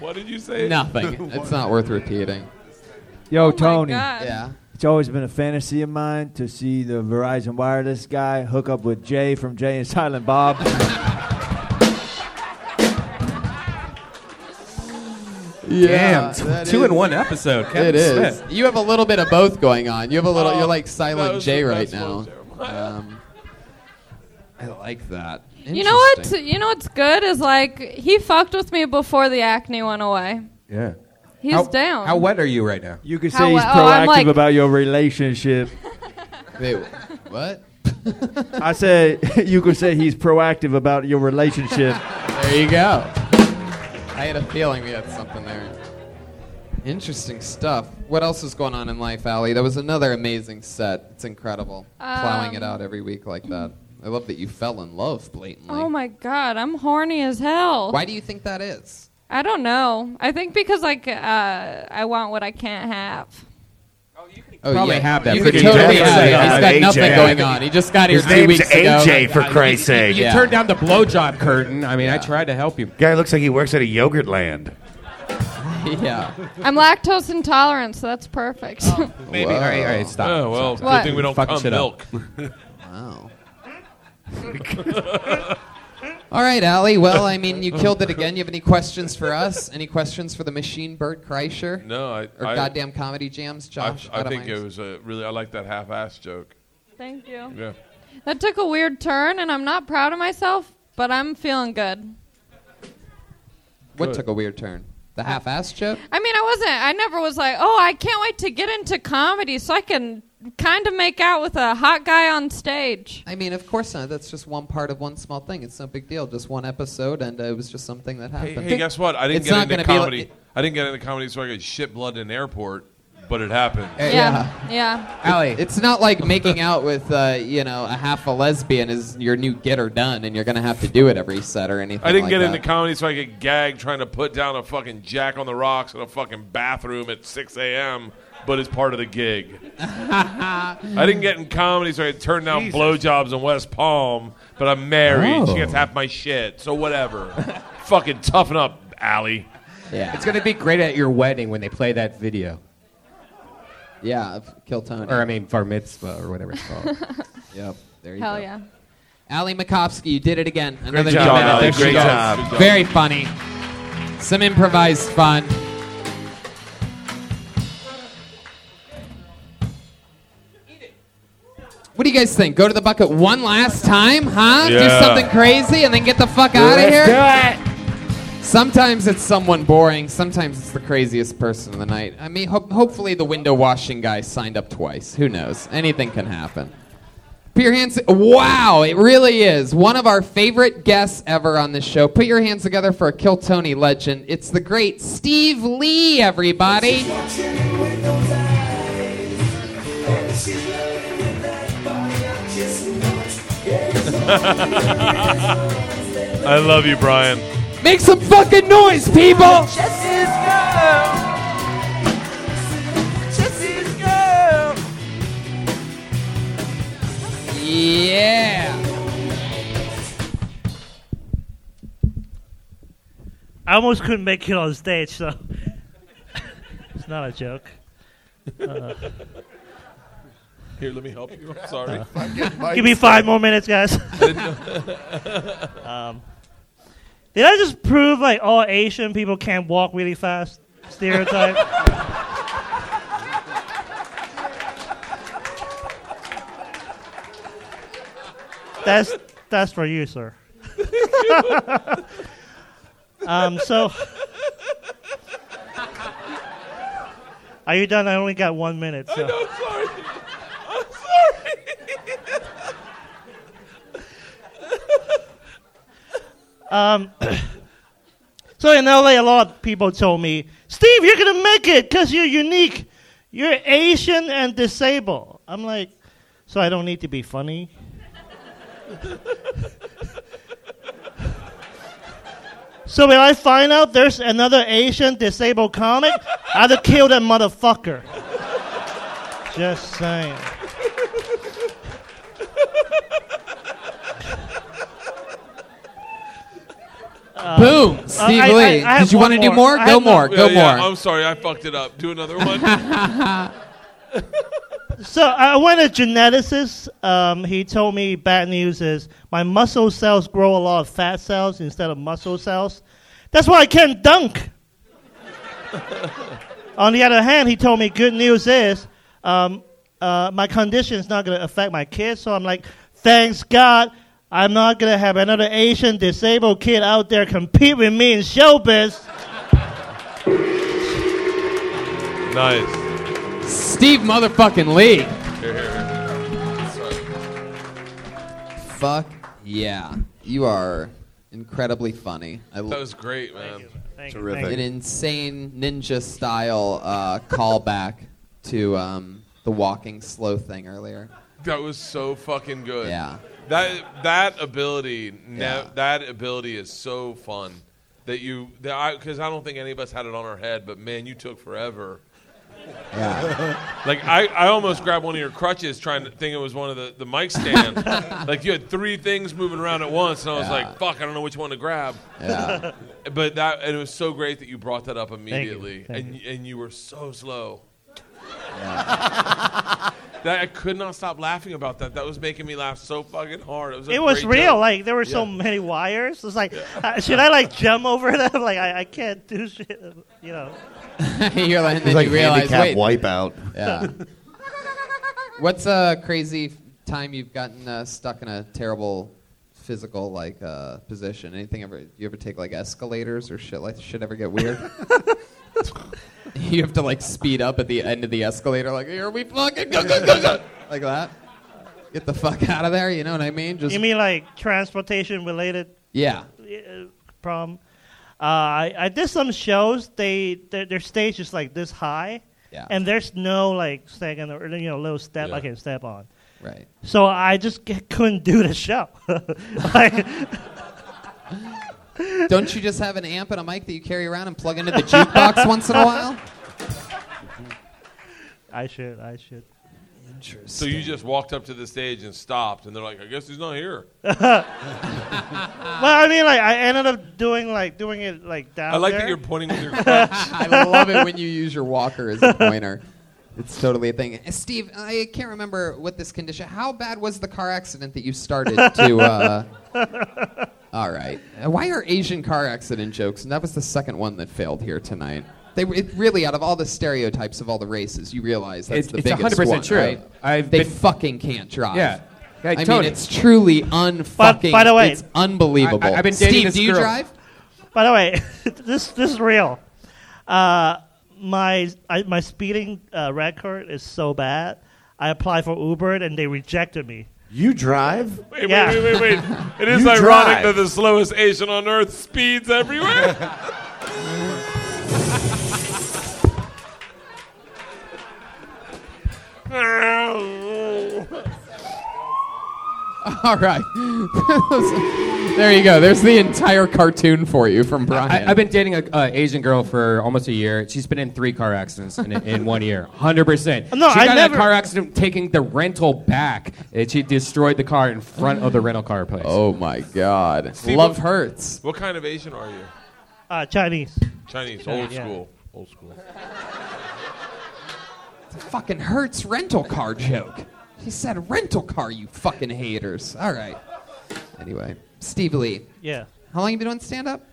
F: What did you say?
C: Nothing. It's not worth repeating.
S: Oh
I: Yo, Tony.
C: God. Yeah.
I: It's always been a fantasy of mine to see the Verizon Wireless guy hook up with Jay from Jay and Silent Bob.
C: Yeah,
R: Damn,
C: that
R: two
C: is-
R: in one episode. Kevin
C: it is.
R: Smith.
C: You have a little bit of both going on. You have a little.
R: Oh,
C: you're like
R: that
C: Silent
R: was
C: J
R: the
C: right
R: best
C: now.
R: one,
C: Um, I like that.
S: You know what?
C: Interesting.
S: You know what's good is like he fucked with me before the acne went away.
R: Yeah.
S: He's
R: how,
S: down.
R: How wet are you right now?
I: You could
S: How
I: say he's
S: well- oh, I'm
I: proactive
S: like-
I: about your relationship.
C: Wait, what?
I: I said you could say he's proactive about your relationship.
C: There you go. I had a feeling we had something there. Interesting stuff. What else is going on in life, Allie? That was another amazing set. It's incredible. Plowing it
S: Um,
C: out every week like that. I love that you fell in love blatantly.
S: Oh my god, I'm horny as hell.
C: Why do you think that is?
S: I don't know. I think because like uh, I want what I can't have.
C: Oh,
R: Probably
C: yeah.
R: have that
C: You
R: pretty
C: could totally
R: easily.
C: have it. He's
R: Yeah.
C: got
R: AJ.
C: nothing going on. He just got here
R: His
C: two
R: name's
C: weeks ago.
R: AJ, for
C: Yeah.
R: Christ's sake.
C: Yeah.
R: You turned down the blowjob curtain. I mean, I tried to help you.
N: Guy looks like he works at a yogurt land.
C: yeah.
S: I'm lactose intolerant, so that's perfect.
R: Maybe. All right, all right, stop.
F: Oh, well,
S: What?
F: good thing we don't
R: Fucking
F: come
R: shit
F: milk.
R: up.
C: wow. All right, Allie. Well, I mean, you killed it again. You have any questions for us? Any questions for the machine, Bert Kreischer?
F: No, I-
C: Or
F: I-
C: goddamn comedy jams, Josh?
F: I, I
C: Odomaitis?
F: think it was a really, I like that half ass joke.
S: Thank you.
F: Yeah.
S: That took a weird turn, and I'm not proud of myself, but I'm feeling good.
C: What
F: Good.
C: took a weird turn? The half-ass chip?
S: I mean, I wasn't. I never was like, oh, I can't wait to get into comedy so I can kind of make out with a hot guy on stage.
C: I mean, of course not. That's just one part of one small thing. It's no big deal. Just one episode, and uh, it was just something that
F: Hey,
C: happened.
F: hey, guess what? I didn't
C: It's
F: get
C: not gonna
F: into
C: be like-
F: comedy. I didn't get into comedy, so I got shit blood in an airport, but it happened.
C: Eh,
S: Yeah. Yeah.
C: Allie. It's not like making out with, uh, you know, a half a lesbian is your new get or done, and you're going to have to do it every set or anything.
F: I didn't
C: like
F: get
C: that.
F: into comedy, so I get gagged trying to put down a fucking jack on the rocks in a fucking bathroom at 6 a.m., but it's part of the gig. I didn't get in comedy, so I turned down
T: Jesus.
F: blowjobs in West Palm, but I'm married.
R: Oh.
F: She gets half my shit, so whatever. fucking toughen up, Allie.
C: Yeah.
R: It's going to be great at your wedding when they play that video.
C: Yeah, of Kill Tony.
R: Or, I mean, Bar Mitzvah or whatever it's called.
C: yep. There you
S: Hell
C: go.
S: yeah.
C: Allie Makovsky, you did it again. Another
R: job,
C: human.
R: Allie.
C: There she
R: Great
C: goes.
R: job. Good job.
C: Very funny. Some improvised fun. What do you guys think? Go to the bucket one last time, huh?
J: Yeah.
C: Do something crazy and then get the fuck out of
J: Let's
C: here?
J: do
C: Sometimes it's someone boring. Sometimes it's the craziest person of the night. I mean, ho- hopefully the window washing guy signed up twice. Who knows? Anything can happen. Put your hands. Wow, it really is one of our favorite guests ever on this show. Put your hands together for a Kill Tony legend. It's the great Steve Lee, everybody.
F: I love you, Brian.
C: Make some fucking noise, people! Yeah.
T: I almost couldn't make it on stage, so it's not a joke. Uh,
F: Here, let me help you. I'm sorry.
T: give me five more minutes, guys.
F: I didn't know-
T: um, did I just prove like all Asian people can't walk really fast? Stereotype. that's that's for you, sir. um, so, are you done? I only got one minute. So.
F: I'm sorry.
T: Um, so in LA, a lot of people told me, Steve, you're going to make it because you're unique. You're Asian and disabled. I'm like, so I don't need to be funny? so when I find out there's another Asian disabled comic, I'd have killed that motherfucker. Just saying. Uh,
C: Boom,
T: uh,
C: Steve
T: I- I-
C: Lee.
T: I have
C: Did you
T: one
C: want to do more?
T: I
C: Go
T: have
C: more.
T: one-
C: Go
F: Yeah, yeah,
C: more.
F: I'm sorry. I fucked it up. Do another one.
T: So I went to geneticist. Um, he told me bad news is my muscle cells grow a lot of fat cells instead of muscle cells. That's why I can't dunk. On the other hand, he told me good news is um, uh, my condition is not going to affect my kids. So I'm like, thanks God, I'm not going to have another Asian disabled kid out there compete with me in showbiz.
F: nice.
C: Steve motherfucking Lee.
F: Here, here, here.
C: Fuck yeah. You are incredibly funny. I
F: That was great, man.
C: Thank An insane ninja style uh, callback to um, the walking slow thing earlier.
F: That was so fucking good.
C: Yeah.
F: That that ability, ne-
C: Yeah.
F: that ability is so fun that you that I because I don't think any of us had it on our head, but man, you took forever. like I, I almost grabbed one of your crutches trying to think it was one of the, the mic stand. like you had three things moving around at once, and I was
C: Yeah.
F: like, "Fuck, I don't know which one to grab."
C: Yeah.
F: but that and it was so great that you brought that up
T: you.
F: immediately,
T: Thank
F: and and you were so slow. that I could not stop laughing about that. That was making me laugh so fucking hard. It was. a
T: It was
F: great
T: real.
F: joke.
T: Like there were so
F: Yeah.
T: many wires. It's like, uh, should I like jump over them? like I, I can't do shit. You know.
C: You're like, and
N: It's
C: then
N: like
C: you realize,
N: handicap
C: wait.
N: wipeout.
C: Yeah. What's a crazy f- time you've gotten uh, stuck in a terrible physical like uh, position? Anything ever? You ever take like escalators or shit like shit ever get weird? you have to like speed up at the end of the escalator, like here we fucking go go go go, like that. Get the fuck out of there. You know what I mean? Just
T: you mean like transportation related?
C: Yeah.
T: Problem. Uh, I, I did some shows. They their, their stage is like this high,
C: Yeah.
T: and there's no like second or you know little step I can step on.
C: Right.
T: So I just c- couldn't do the show. like,
C: Don't you just have an amp and a mic that you carry around and plug into the jukebox once in a while?
T: I should. I should.
F: So you just walked up to the stage and stopped, and they're like, "I guess he's not here."
T: well, I mean, like I ended up doing like doing it like down.
F: I like
T: there.
F: that you're pointing with your crutch.
C: I love it when you use your walker as a pointer. It's totally a thing. Uh, Steve, I can't remember what this condition. How bad was the car accident that you started to? Uh, all right. Uh, Why are Asian car accident jokes? And that was the second one that failed here tonight. They were- it, really out of all the stereotypes of all the races, you realize that's
R: It's-
C: the
R: it's
C: biggest
R: 100%
C: one,
R: true.
C: right?
R: I've
C: they
R: been-
C: fucking can't drive.
R: Yeah. Hey,
C: I
R: Tony.
C: mean, it's truly unfucking.
T: by the way-
C: it's unbelievable.
T: I- I- I've been dating
C: Steve,
T: this
C: do you
T: girl.
C: drive?
T: By the way, this this is real. Uh, my I, my speeding uh, record is so bad. I applied for Uber and they rejected me.
N: You drive?
F: Wait,
T: Yeah.
F: wait, wait, wait, wait. It is
T: You
F: ironic
T: drive.
F: that the slowest Asian on earth speeds everywhere.
C: All right. there you go. There's the entire cartoon for you from Brian.
R: I, I've been dating an uh, Asian girl for almost a year. She's been in three car accidents in, in one year. 100%.
T: No,
R: she
T: I
R: got
T: never-
R: in a car accident taking the rental back, and she destroyed the car in front of the rental car place.
C: Oh, my God.
F: Steve,
R: Love
F: what-
R: hurts.
F: What kind of Asian are you?
T: Uh, Chinese.
F: Chinese, old
T: Yeah.
F: school, old school.
C: fucking Hertz rental car joke. She said rental car, you fucking haters. All right. Anyway, Steve Lee.
T: Yeah.
C: How long you been doing stand up?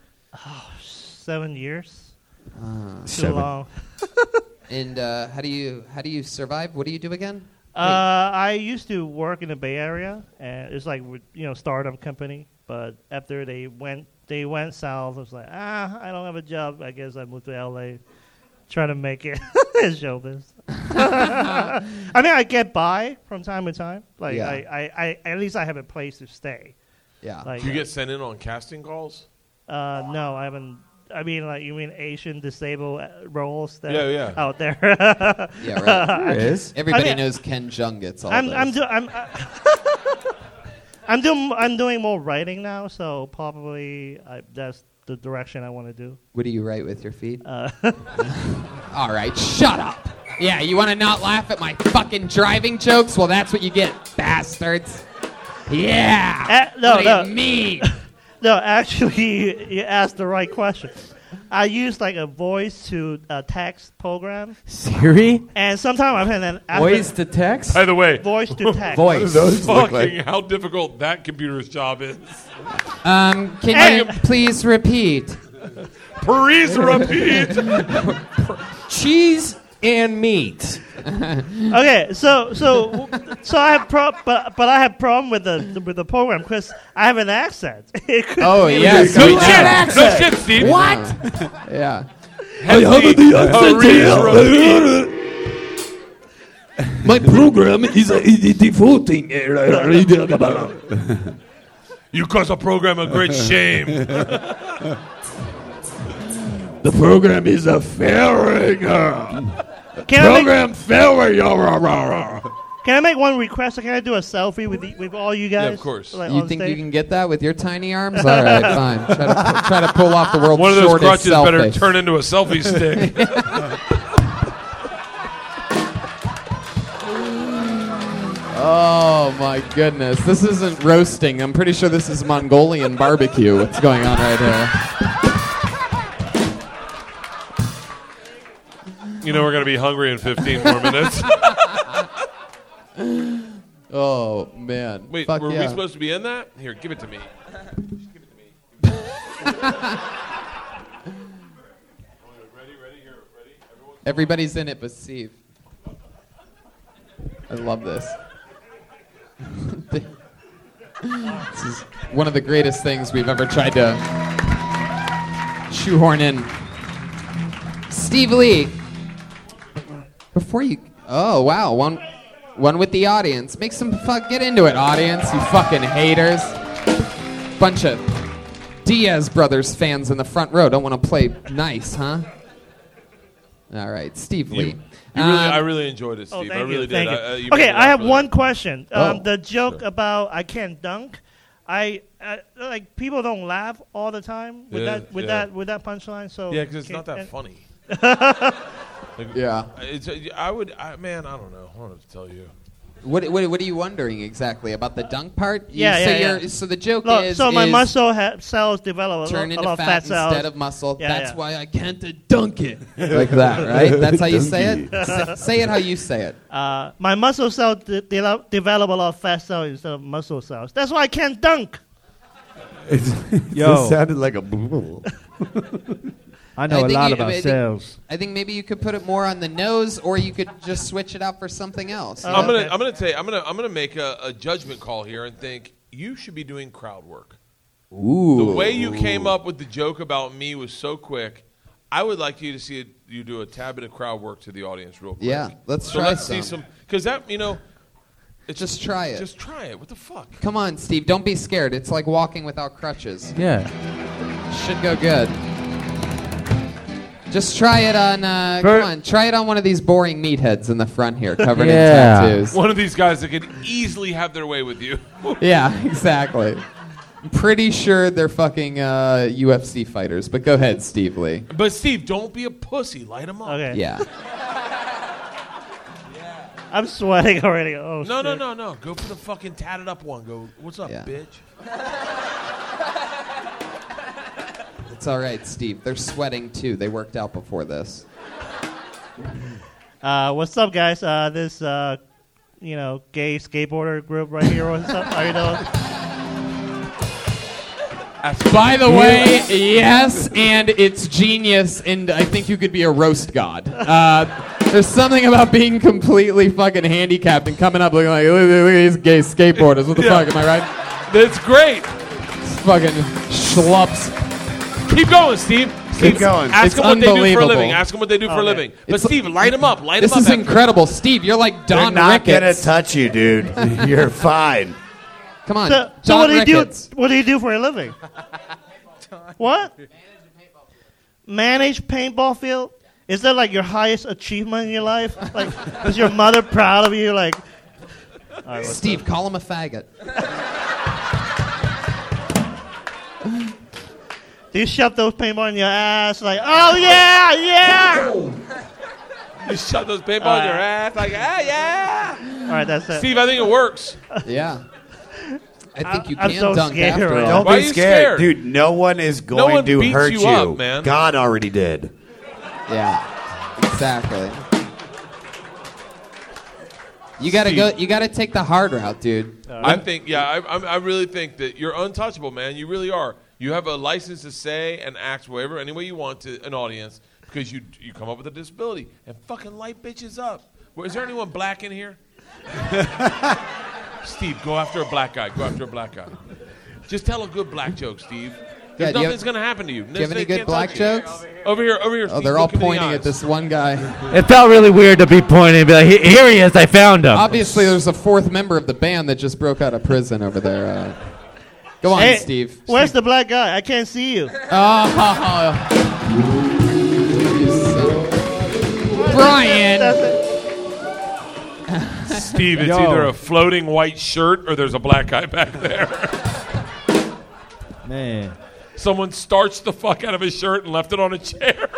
T: Seven years.
C: Uh,
T: Too long.
C: and uh, how do you how do you survive? What do you do again?
T: Uh, I used to work in the Bay Area, and it's like with, you know startup company. But after they went they went south, I was like, ah, I don't have a job. I guess I moved to LA, trying to make it in showbiz. I mean, I get by from time to time. Like
F: Yeah.
T: I, I, I, at least I have a place to stay.
C: Yeah.
T: Like,
F: Do you
T: uh,
F: get sent in on casting calls?
T: Uh, no, I haven't. I mean, like you mean Asian disabled uh, roles that
F: Yeah, yeah.
T: out there.
C: Yeah, right.
T: There is.
C: Everybody
T: I mean-
C: knows Ken Jung gets all
T: I'm
C: those.
T: I'm, do, I'm uh, I'm doing I'm doing more writing now, so probably I, that's the direction I want to do.
C: What do you write with your feet?
T: Uh,
C: all right, shut up. Yeah, you want to not laugh at my fucking driving jokes? Well, that's what you get, bastards. Yeah.
T: Uh, no,
C: What do
T: no.
C: you mean?
T: no, actually, you, you asked the right question. I use like a voice to uh, text program.
G: Siri?
T: And sometimes I've had an I've
G: Voice
T: been-
G: to text?
F: By the way,
T: voice to text.
F: Fucking how difficult that computer's job is.
C: Um, can you please repeat?
F: Please repeat.
R: Cheese and meat.
T: okay, so so so I have pro- but but I have problem with the with the program because I have an accent. It could
C: Oh,
T: be-
C: yes,
T: No
C: we do.
T: shit,
C: No shit, Steve. Yeah. I have the accent
U: My program is a, is a defaulting
F: You cause a program of great shame.
U: The program is a failure.
T: Can I make-
U: program failure.
T: Can I make one request? Can I do a selfie with the, with all you guys? Like,
C: you
T: on
C: think
T: stage?
C: you can get that with your tiny arms? All right, fine. Try to, pu- try to pull off the world's
F: One of those
C: shortest
F: crutches
C: selfie.
F: better turn into a selfie stick.
C: Oh my goodness. This isn't roasting. I'm pretty sure this is Mongolian barbecue. What's going on right here?
F: you know we're gonna be hungry in 15 more minutes.
C: Oh man.
F: Wait,
C: Fuck
F: were
C: yeah.
F: we supposed to be in that? Here, give it to me.
C: Everybody's in it but Steve. I love this. this is one of the greatest things we've ever tried to shoehorn in. Steve Lee. Before you Oh wow, one one with the audience. Make some fuck get into it, audience, you fucking haters. Bunch of Diaz brothers fans in the front row don't want to play nice, huh? All right, Steve Lee.
F: You really,
C: Um,
F: I really enjoyed it, Steve. I really did.
T: Oh, Thank you.
F: I, uh, you made
T: okay,
F: me
T: I
F: laugh
T: have
F: really
T: one question. Um,
F: Oh.
T: The joke about I can't dunk. I, I like people don't laugh all the time with
F: Yeah,
T: that with
F: yeah.
T: that with that punchline. So
F: Yeah, 'cause it's
T: can-
F: not that
T: uh,
F: funny. Like,
C: Yeah.
F: Uh, It's, I would, I, man, I don't know. I don't know what to tell you.
C: What, what, what are you wondering exactly about the dunk part? You-
T: yeah, yeah,
C: so
T: yeah.
C: you're- So the joke
T: Look,
C: is
T: so my
C: is
T: muscle ha- cells develop a,
C: turn
T: lot, a
C: into
T: lot of
C: fat,
T: fat cells
C: instead of muscle.
T: Yeah,
C: That's
T: yeah.
C: why I can't uh, dunk it like that, right? That's how you say it. Sa- say it how you say it.
T: Uh, my muscle cells de- develop, develop a lot of fat cells instead of muscle cells. That's why I can't dunk.
E: This sounded like a boo.
I: I know
C: a
I: a lot about sales.
C: I think maybe you could put it more on the nose, or you could just switch it out for something else.
T: Uh,
F: I'm gonna, I'm gonna say, I'm gonna, I'm gonna make a, a judgment call here and think you should be doing crowd work.
A: Ooh.
F: The way you came up with the joke about me was so quick. I would like you to see it, you do a tad bit of crowd work to the audience real quick.
C: Yeah, let's
F: so
C: try
F: let's see
C: some.
F: some because that you know, it's
C: Just try it.
F: Just try it. What the fuck?
C: Come on, Steve, don't be scared. It's like walking without crutches.
J: Yeah.
C: Should go good. Just try it on. Uh,
J: Ver-
C: come on, try it on one of these boring meatheads in the front here, covered
J: Yeah.
C: in tattoos.
F: One of these guys that could easily have their way with you.
C: yeah, exactly. I'm pretty sure they're fucking uh, UFC fighters, but go ahead, Steve Lee.
F: But Steve, don't be a pussy. Light him up.
T: Okay.
C: Yeah.
T: I'm sweating already. Oh,
F: no, no,
T: shit.
F: no, no. Go for the fucking tatted up one. Go. What's up, bitch?
C: It's all right, Steve. They're sweating too. They worked out before this.
T: Uh, what's up, guys? Uh, this, uh, you know, gay skateboarder group right here. What's up? How you doing?
C: By the way, yes, and it's genius, and I think you could be a roast god. Uh, there's something about being completely fucking handicapped and coming up looking like, look, look, look at these gay skateboarders. What the
F: Yeah.
C: fuck, am I right?
F: That's great.
C: Fucking schlups.
F: Keep going, Steve. Steve, Ask them what they do for a living. Ask them what they do for a
C: Okay.
F: living. But
C: It's-
F: Steve, light them up. Light
C: This
F: them up.
C: is incredible. Steve, you're like Don
N: They're not
C: Ricketts.
N: gonna touch you, dude. You're fine.
C: Come on,
T: So, so what do you do? What do you do for a living? what? Manage paintball field. Is that like your highest achievement in your life? Like, was your mother proud of you? Like, all right, what's
C: Steve, call him a faggot.
T: up? do you shove those paintball in your ass? Like, oh yeah, yeah.
F: You shove those paintballs
T: All
F: in your
T: right.
F: ass. Like, ah, yeah.
T: All right, that's it.
F: Steve, I think it works.
C: Yeah. I
T: think you I'm can so dunk scared after right it. now.
N: Don't
T: Why are
N: be
T: you
N: scared.
T: scared?
N: dude. No one is
T: No
N: going
T: one
N: to
T: beats
N: hurt
T: you up, man.
N: God already did.
C: Yeah, exactly. You gotta go. You gotta take the hard route, dude.
F: I think, yeah, I, I, I really think that you're untouchable, man. You really are. You have a license to say and act whatever, any way you want to an audience because you you come up with a disability and fucking light bitches up. Well, Is there anyone black in here? Steve, go after a black guy. Go after a black guy. Just tell a good black joke, Steve. There's
C: Yeah, do you have-
F: nothing's gonna happen to you.
C: do you have
F: They
C: any good
F: can't
C: black
F: touch you.
C: jokes?
F: Over here, over here.
C: Oh,
F: Steve,
C: they're all
F: look him in the
C: pointing
F: eye.
C: at this one guy.
G: It felt really weird to be pointing and be like, "He- here he is, I found him.
C: Obviously, there's a fourth member of the band that just broke out of prison over there. Uh, go on,
T: Hey,
C: Steve.
T: Where's the black guy? I can't see you.
C: Ah, Brian.
F: Steve, it's
T: Yo.
F: either a floating white shirt or there's a black guy back there.
I: Man.
F: Someone starched the fuck out of his shirt and left it on a chair.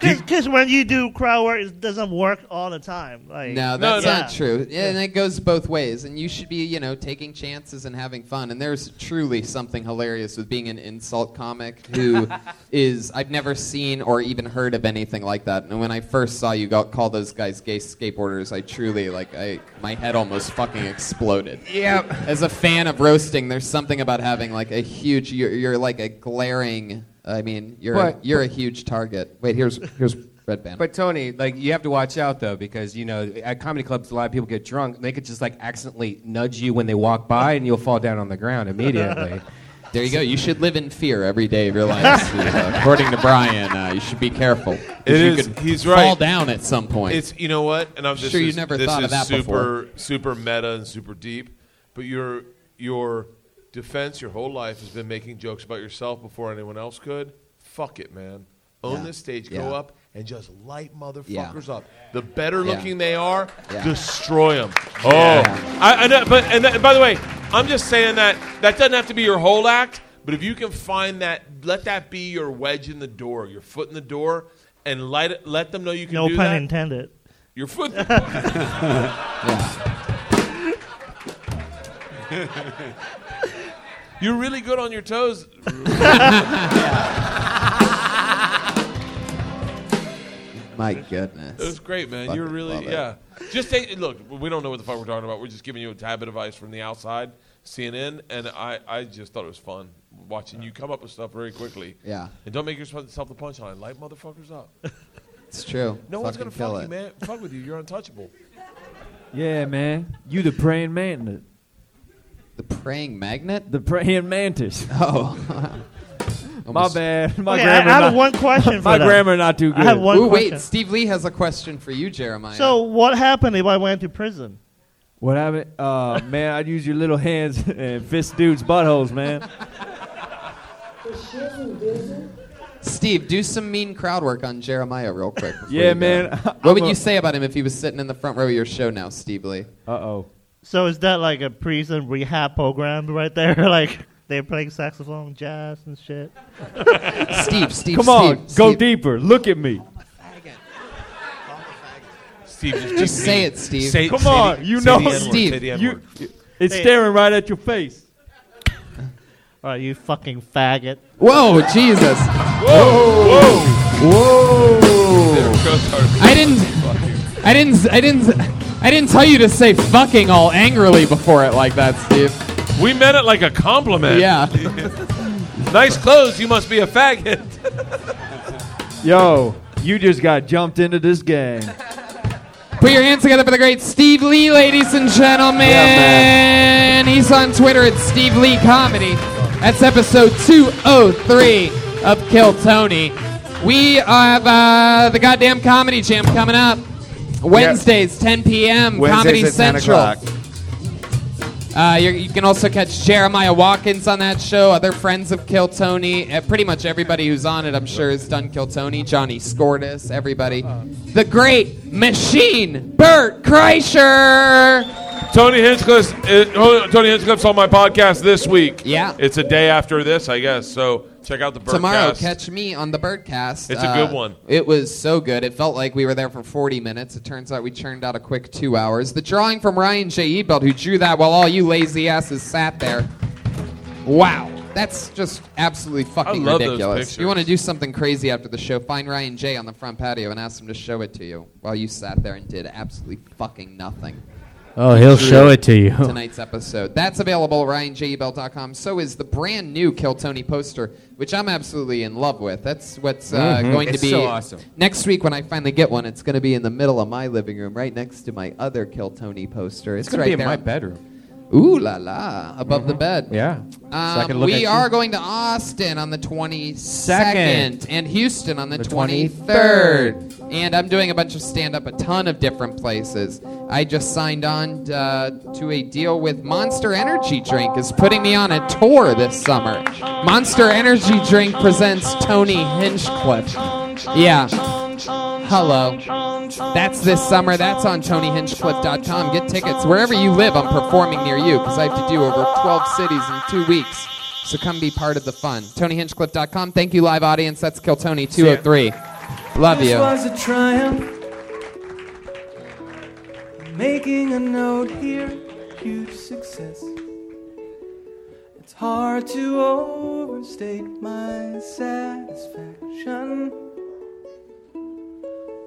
T: Because when you do crowd work, it doesn't work all the time. Like,
C: No, that's not true. Yeah, and it goes both ways. And you should be, you know, taking chances and having fun. And there's truly something hilarious with being an insult comic who is, I've never seen or even heard of anything like that. And when I first saw you go, call those guys gay skateboarders, I truly, like, I, my head almost fucking exploded.
J: Yep.
C: As a fan of roasting, there's something about having, like, a huge, you're, you're like a glaring, I mean, you're, a,
R: But-
C: you're a huge target. Wait, here's, here's Red Band.
R: But
B: Tony, like you have to watch out though, because you know at comedy clubs a lot of people get drunk. They could just like accidentally nudge you when they walk by, and you'll fall down on the ground immediately.
C: There you go. You should live in fear every day of your life. Steve. Uh, according to Brian, uh, you should be careful. 'Cause
F: It
C: you
F: is-
C: Could
F: he's
C: fall
F: right.
C: down at some point.
F: It's you know what, and I'm
C: Sure
F: this
C: you
F: is-
C: never
F: this
C: thought of
F: is
C: that
F: super super meta and super deep, but your your defense your whole life has been making jokes about yourself before anyone else could. Fuck it, man. Own
N: Yeah.
F: this stage.
N: Yeah.
F: Go up and just light
N: Yeah.
F: motherfuckers up. The better
N: Yeah.
F: looking they are,
N: Yeah.
F: destroy them. Oh,
N: Yeah.
F: I, I know, but and that, by the way, I'm just saying that that doesn't have to be your whole act, but if you can find that, let that be your wedge in the door, your foot in the door, and light it, let them know you can
T: No
F: do
T: pun
F: that.
T: intended.
F: Your foot. You're really good on your toes.
C: My goodness.
F: It was great, man.
C: Fucking
F: You're really,
C: love it.
F: yeah. Just take, look, we don't know what the fuck we're talking about. We're just giving you a tad bit of advice from the outside, CNN, and I, I just thought it was fun. watching you come up with stuff very quickly.
C: Yeah.
F: And don't make yourself the punchline. Light motherfuckers up.
C: It's true.
F: No one's
C: Fucking
F: gonna
C: kill
F: fuck
C: it.
F: you, man. fuck with you. You're untouchable.
I: Yeah, man. You the praying mantis.
C: The praying magnet?
I: The praying mantis.
C: Oh.
I: My bad. My
C: Okay, Oh, I- I
I: grammar.
C: have
I: not-
C: one question for
I: My
C: that.
I: grammar not too good.
C: I have one Ooh, wait,
I: question.
C: Steve Lee has a question for you, Jeremiah.
T: So what happened if I went to prison?
I: What happened? Uh, man, I'd use your little hands and fist dudes' buttholes, man.
C: Steve, do some mean crowd work on Jeremiah real quick. before
I: Yeah,
C: you go.
I: man.
C: What would
T: I'm a-
C: you say about him if he was sitting in the front row of your show now, Steve Lee?
I: Uh oh.
T: So is that like a prison rehab program right there? like they're playing saxophone, jazz, and shit.
C: Steve, Steve,
I: Come on, go deeper. Look at me.
F: Steve,
C: just, say it, Steve.
I: Come on, you know,
C: Steve.
I: you- it's staring right at your face.
T: All right, you fucking faggot.
C: Whoa, Jesus.
T: Whoa, whoa.
C: Whoa! I didn't, I didn't, I didn't, I didn't tell you to say fucking all angrily before it like that, Steve.
F: We meant it like a compliment.
C: Yeah.
F: nice clothes. You must be a faggot.
I: Yo, you just got jumped into this game.
C: Put your hands together for the great Steve Lee, ladies and gentlemen. He's on Twitter at Steve Lee Comedy. That's episode 203 of Kill Tony. We have uh, the goddamn comedy jam coming up. Wednesdays, 10 p.m. Comedy
N: Wednesdays at 10
C: Central.
N: o'clock.
C: Uh, you're, you can also catch Jeremiah Watkins on that show, other friends of Kill Tony. Uh, pretty much everybody who's on it, I'm sure, has done Kill Tony. Johnny Scordis, everybody. The great machine, Bert Kreischer.
F: Tony Hinchcliffe's, uh, Tony Hinchcliffe's on my podcast this week.
C: Yeah.
F: It's a day after this, I guess. So check out the Birdcast.
C: Tomorrow, catch me on the Birdcast. Uh,
F: It's a good one.
C: It was so good. It felt like we were there for 40 minutes. It turns out we churned out a quick two hours. The drawing from Ryan J. Ebelt, who drew that while all you lazy asses sat there. Wow. That's just absolutely fucking
F: love those
C: ridiculous. If you
F: pictures.
C: want to do something crazy after the show, find Ryan J on the front patio and ask him to show it to you while you sat there and did absolutely fucking nothing.
G: Oh, he'll
C: Drew
G: show it to you.
C: Tonight's episode. That's available at ryanjebell.com. So is the brand new Kill Tony poster, which I'm absolutely in love with. That's what's uh,
G: Mhm.
C: going
G: It's
C: to be
G: so awesome.
C: next week when I finally get one. It's going to be in the middle of my living room, right next to my other Kill Tony poster. It's,
J: gonna
C: right
J: be in
C: there.
J: my bedroom.
C: Ooh la la, above
B: Mm-hmm.
C: the bed.
J: Yeah.
C: Um, we are going to Austin on the 22nd
J: Second.
C: and Houston on the,
J: The
C: 23rd. And I'm doing a bunch of stand up, a ton of different places. I just signed on uh, to a deal with Monster Energy Drink, is putting me on a tour this summer. Monster Energy Drink presents Tony Hinchcliffe. Yeah. Hello. That's this summer. That's on TonyHinchcliffe.com. Get tickets wherever you live. I'm performing near you because I have to do over 12 cities in two weeks. So come be part of the fun. TonyHinchcliffe.com. Thank you, live audience. That's Kill Tony 203. Love
G: This
C: you.
G: was a triumph. Making a note here, huge success. It's hard to overstate my satisfaction.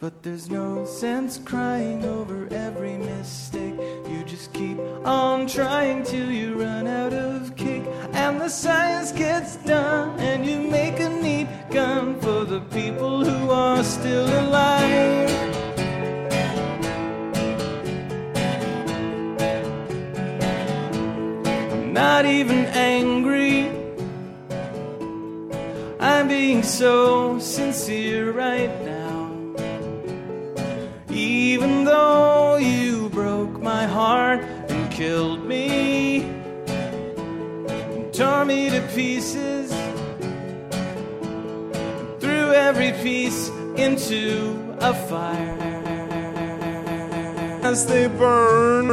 G: But there's no sense crying over every mistake. You just keep on trying till you run out of cake. And the science gets done, and you make a neat gun for the people who are still alive. I'm not even angry. I'm being so sincere right now. Even though you broke my heart and killed me, and tore me to pieces, and threw every piece into a fire. As they burn.